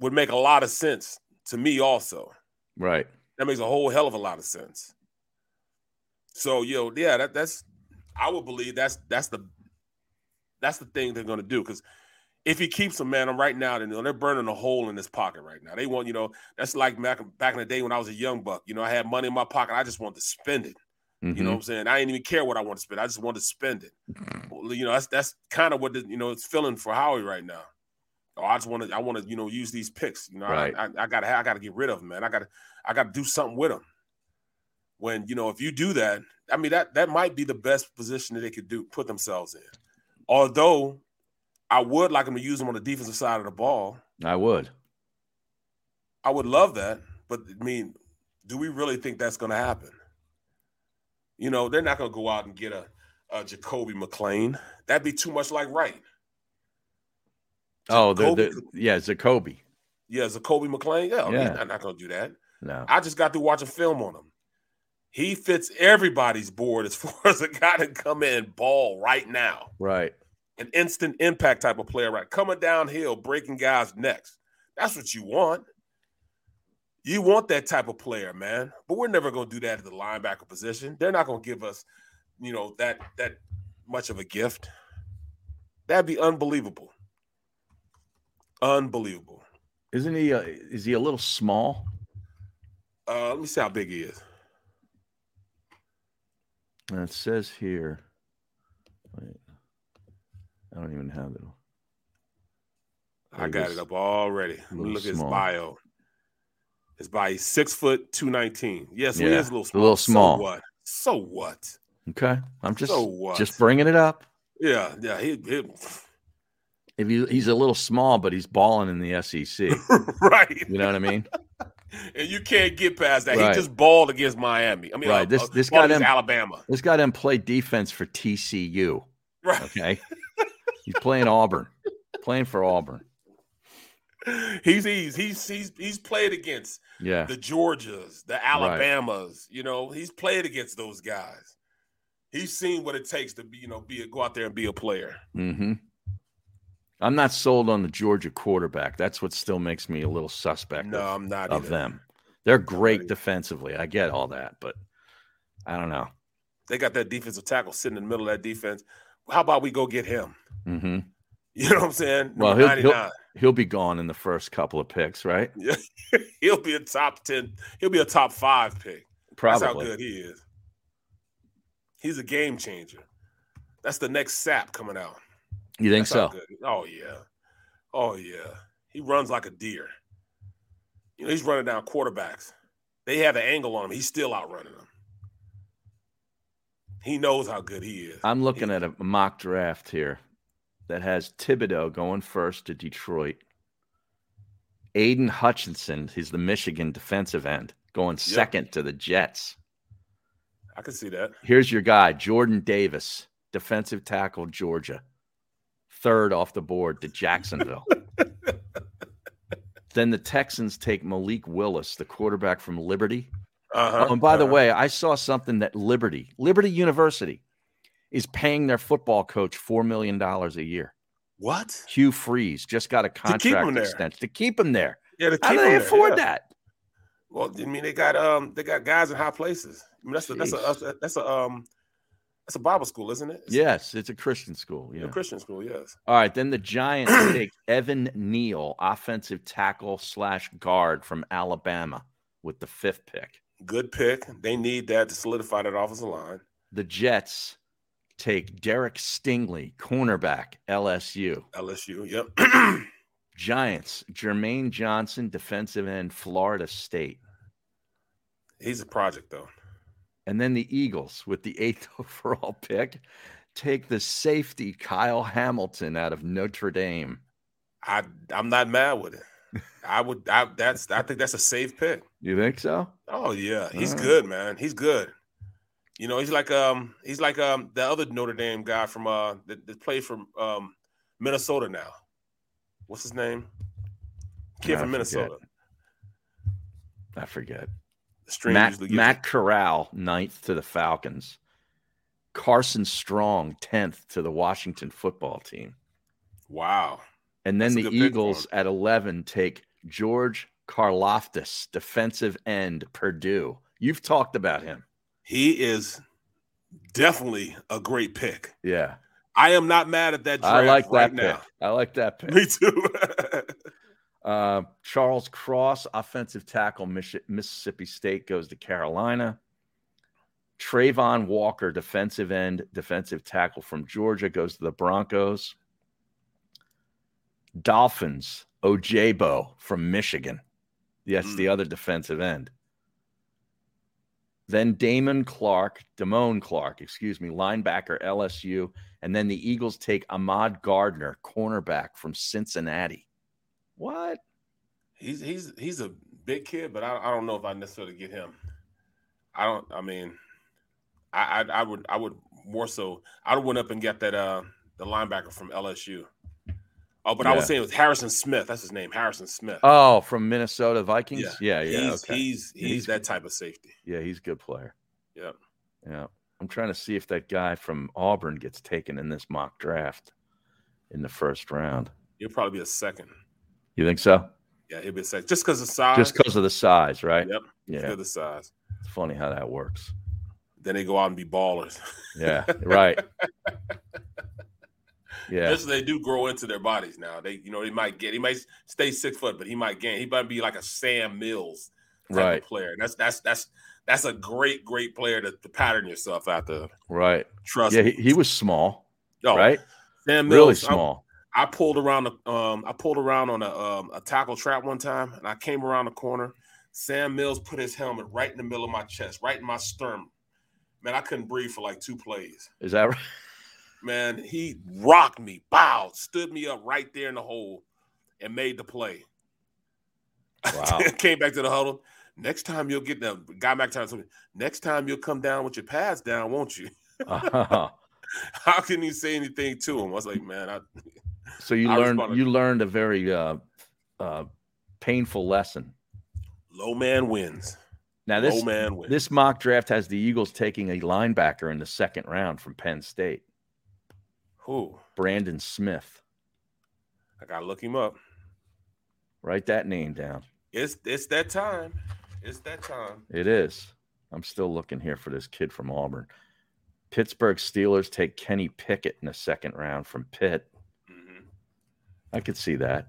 S2: would make a lot of sense to me. Also,
S1: Right.
S2: that makes a whole hell of a lot of sense. So you know, yeah, that that's I would believe that's that's the that's the thing they're gonna do because if he keeps them, man, I'm right now, then they're burning a hole in his pocket right now. They want, you know, that's like back, back in the day when I was a young buck. You know, I had money in my pocket. I just wanted to spend it. You
S1: Mm-hmm.
S2: know what I'm saying? I didn't even care what I want to spend. I just wanted to spend it. Well, you know, that's that's kind of what the, you know it's feeling for Howie right now. Oh, I just want to, I want to, you know, use these picks. You know,
S1: Right.
S2: I, I, I gotta, I gotta get rid of them, man. I gotta, I gotta do something with them. When you know, if you do that, I mean, that that might be the best position that they could do put themselves in. Although, I would like them to use them on the defensive side of the ball.
S1: Mm-hmm. I would.
S2: I would love that, but I mean, do we really think that's going to happen? You know, they're not going to go out and get a, a Jacoby McLean. That'd be too much like Wright.
S1: Oh, the,
S2: Kobe
S1: the, yeah, Zacoby.
S2: Yeah, Jacoby McLean. Yeah,
S1: Yeah.
S2: I'm not, going to do that.
S1: No.
S2: I just got through watching film on him. He fits everybody's board as far as a guy to come in and ball right now.
S1: Right.
S2: An instant impact type of player, right? Coming downhill, breaking guys' necks. That's what you want. You want that type of player, man. But we're never going to do that at the linebacker position. They're not going to give us, you know, that that much of a gift. That'd be unbelievable. Unbelievable.
S1: Isn't he? Uh, is he a little small?
S2: Uh, let me see how big he is.
S1: Uh, It says here. Wait. I don't even have it.
S2: I got
S1: was
S2: it up already. Let me
S1: little
S2: look at his
S1: small.
S2: bio. His bio, he's six foot two nineteen. Yes, yeah, so he
S1: Yeah,
S2: is a little
S1: a
S2: small.
S1: little small.
S2: So what? So what?
S1: Okay, I'm just
S2: So what?
S1: just bringing it up.
S2: Yeah, yeah. He, he
S1: If you, he's a little small, but he's balling in the SEC,
S2: right?
S1: You know what I mean?
S2: and you can't get past that.
S1: Right.
S2: He just balled against Miami. I mean,
S1: right.
S2: uh,
S1: This
S2: uh,
S1: this
S2: balled
S1: got
S2: against
S1: him
S2: Alabama.
S1: This got him play defense for TCU.
S2: Right.
S1: Okay. he's playing Auburn. Playing for Auburn.
S2: He's he's he's he's he's played against
S1: Yeah.
S2: the Georgias, the Alabamas. You know, he's played against those guys. He's seen what it takes to be, you know, be a, go out there and be a player.
S1: Mm-hmm. I'm not sold on the Georgia quarterback. That's what still makes me a little suspect.
S2: No,
S1: of,
S2: I'm not
S1: of
S2: either.
S1: them. They're great defensively. I get all that, but I don't know.
S2: They got that defensive tackle sitting in the middle of that defense. How about we go get him?
S1: Mm-hmm.
S2: You know what I'm saying?
S1: Well,
S2: Number
S1: he'll, he'll
S2: 99.
S1: he'll be gone in the first couple of picks, right?
S2: he'll, be a top ten. He'll be a top five pick. That's how
S1: Probably.
S2: good he is. He's a game changer. That's the next sap coming out.
S1: You think
S2: That's how
S1: so?
S2: good- Oh yeah, oh yeah. He runs like a deer. You know he's running down quarterbacks. They have an angle on him. He's still outrunning them. He knows how good he is.
S1: I'm looking at a mock draft here that has Thibodeau going first to Detroit. Aiden Hutchinson, he's the Michigan defensive end, going second to the Jets.
S2: I can see that.
S1: Here's your guy, Jordan Davis, defensive tackle, Georgia. Third off the board to Jacksonville. then the Texans take Malik Willis, the quarterback from Liberty.
S2: Uh-huh,
S1: Oh, and by the
S2: uh-huh.
S1: way, I saw something that Liberty, Liberty University, is paying their football coach $4 million a year.
S2: What?
S1: Hugh Freeze just got a contract
S2: him there.
S1: extension to keep him there.
S2: Yeah, to
S1: How
S2: keep
S1: do
S2: him
S1: they
S2: there,
S1: afford
S2: yeah.
S1: that?
S2: Well, I mean, they got um, they got guys in high places. I mean, that's a, that's a that's a um, that's a Bible school, isn't it? It's
S1: Yes, it's a Christian school. Yeah.
S2: a Christian school, yes.
S1: All right, then the Giants take Evan Neal, offensive tackle slash guard from Alabama, with the fifth pick.
S2: Good pick. They need that to solidify that offensive line.
S1: The Jets take Derek Stingley, cornerback, LSU.
S2: LSU, yep.
S1: Giants, Jermaine Johnson, defensive end, Florida State.
S2: He's a project, though.
S1: And then the Eagles, with the eighth overall pick, take the safety Kyle Hamilton out of Notre Dame.
S2: I I'm not mad with it. I would. I that's. I think that's a safe pick.
S1: You think so?
S2: Oh yeah, he's
S1: All right.
S2: good, man. He's good. You know, he's like um, he's like um, the other Notre Dame guy from uh, that, that plays from um, Minnesota now. What's his name? Kid
S1: I
S2: from
S1: forget.
S2: Minnesota.
S1: I forget.
S2: The stream
S1: Matt,
S2: usually gives
S1: Matt Corral, ninth to the Falcons. Carson Strong, 10th to the Washington football team.
S2: Wow.
S1: And then
S2: That's a good
S1: the
S2: pick for
S1: Eagles at 11 take George Karloftis, defensive end, Purdue. You've talked about him.
S2: He is definitely a great pick.
S1: Yeah.
S2: I am not mad at that. Draft
S1: I like that
S2: right
S1: pick.
S2: now.
S1: I like that pick.
S2: Me too.
S1: Uh, Charles Cross, offensive tackle, Michi- Mississippi State goes to Carolina. Trayvon Walker, defensive end, defensive tackle from Georgia, goes to the Broncos. Dolphins, Ojabo from Michigan. Yes, the other defensive end. Then Damon Clark, Damone Clark, excuse me, linebacker LSU. And then the Eagles take Ahmad Gardner, cornerback from Cincinnati. What?
S2: He's he's he's a big kid, but I, I don't know if I necessarily get him. I don't. I mean, I, I I would I would more so I went up and got that uh the linebacker from LSU. Oh, but I
S1: Yeah.
S2: was saying it was Harrison Smith. That's his name, Harrison Smith.
S1: Oh, from Minnesota Vikings? Yeah, yeah.
S2: He's
S1: okay.
S2: he's, he's that type of safety.
S1: yeah, he's a good player.
S2: Yeah.
S1: Yeah. I'm trying to see if that guy from Auburn gets taken in this mock draft in the first round.
S2: He'll probably be a second.
S1: You think so?
S2: Yeah, he'll be a second just because of size.
S1: Just because of the size, right?
S2: Uh, Yep.
S1: Yeah.
S2: Because of the size.
S1: It's funny how that works.
S2: Then they go out and be ballers.
S1: Yeah, right. Yeah.
S2: Just they do grow into their bodies now. They, you know, they might get, he might stay six foot, but he might gain. He might be like a Sam Mills type
S1: Right.
S2: of player. That's that's that's that's a great great player to, to pattern yourself after.
S1: Right.
S2: Trust
S1: Yeah,
S2: me.
S1: he, he was small.
S2: Oh,
S1: right?
S2: Sam Mills,
S1: really
S2: I'm-
S1: small.
S2: I pulled around the um I pulled around on a um, a tackle trap one time and I came around the corner. Sam Mills put his helmet right in the middle of my chest, right in my sternum. Man, I couldn't breathe for like two plays.
S1: Is that right?
S2: Man, he rocked me, bowed, stood me up right there in the hole and made the play.
S1: Wow.
S2: Came back to the huddle. Next time you'll get the guy back to me. Next time you'll come down with your pads down, won't you?
S1: Uh-huh.
S2: How can you say anything to him? I was like, man, I
S1: So you
S2: I
S1: learned
S2: responded.
S1: you learned a very uh, uh, painful lesson.
S2: low man wins.
S1: Now this
S2: Low man wins.
S1: this mock draft has the Eagles taking a linebacker in the second round from Penn State,
S2: Who?
S1: Brandon Smith.
S2: I gotta look him up.
S1: Write that name down.
S2: It's it's that time. It's that time.
S1: It is. I'm still looking here for this kid from Auburn. Pittsburgh Steelers take Kenny Pickett in the second round from Pitt. I could see that.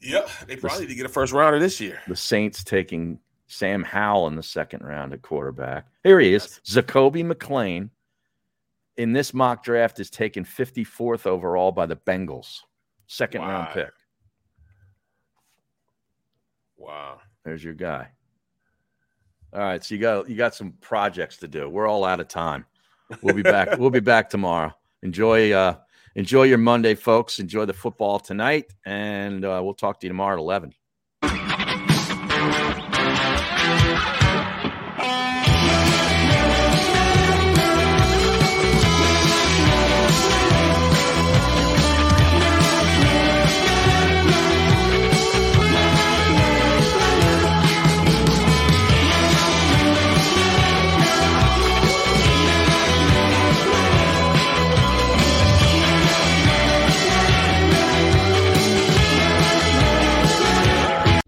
S2: Yep, they probably need to get a first rounder this year.
S1: The Saints taking Sam Howell in the second round at quarterback. Here he is, Zacoby McLean. In this mock draft, is taken 54th overall by the Bengals, second round
S2: Wow.
S1: pick.
S2: Wow.
S1: There's your guy. All right, so you got you got some projects to do. We're all out of time. We'll be back. we'll be back tomorrow. Enjoy uh enjoy your Monday, folks. Enjoy the football tonight, and uh, we'll talk to you tomorrow at eleven.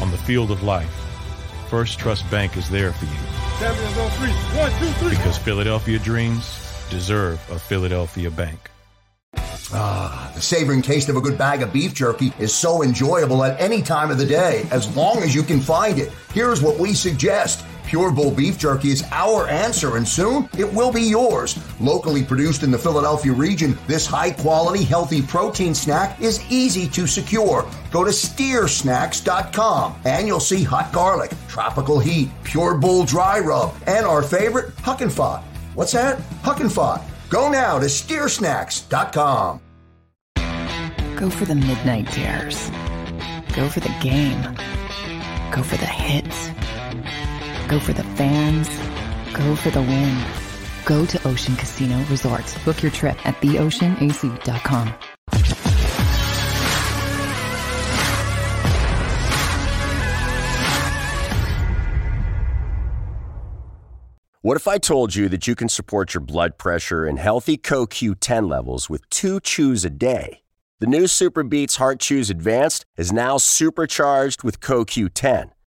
S3: on the field of life. First Trust Bank is there for you
S2: Champions on three. One, two, three.
S3: because Philadelphia dreams deserve a Philadelphia bank.
S4: Ah, the savoring taste of a good bag of beef jerky is so enjoyable at any time of the day, as long as you can find it. Here's what we suggest. Pure Bull Beef Jerky is our answer, and soon it will be yours. Locally produced in the Philadelphia region, this high quality, healthy protein snack is easy to secure. Go to steersnacks.com and you'll see hot garlic, tropical heat, Pure Bull Dry Rub, and our favorite, Huck and Fod. What's that? Huck and Fod. Go now to steersnacks.com.
S5: Go for the midnight dares. Go for the game. Go for the hits. Go for the fans. Go for the win. Go to Ocean Casino Resort. Book your trip at theoceanac.com.
S8: What if I told you that you can support your blood pressure and healthy CoQ10 levels with two chews a day? The new Super Beats Heart Chews Advanced is now supercharged with CoQ10.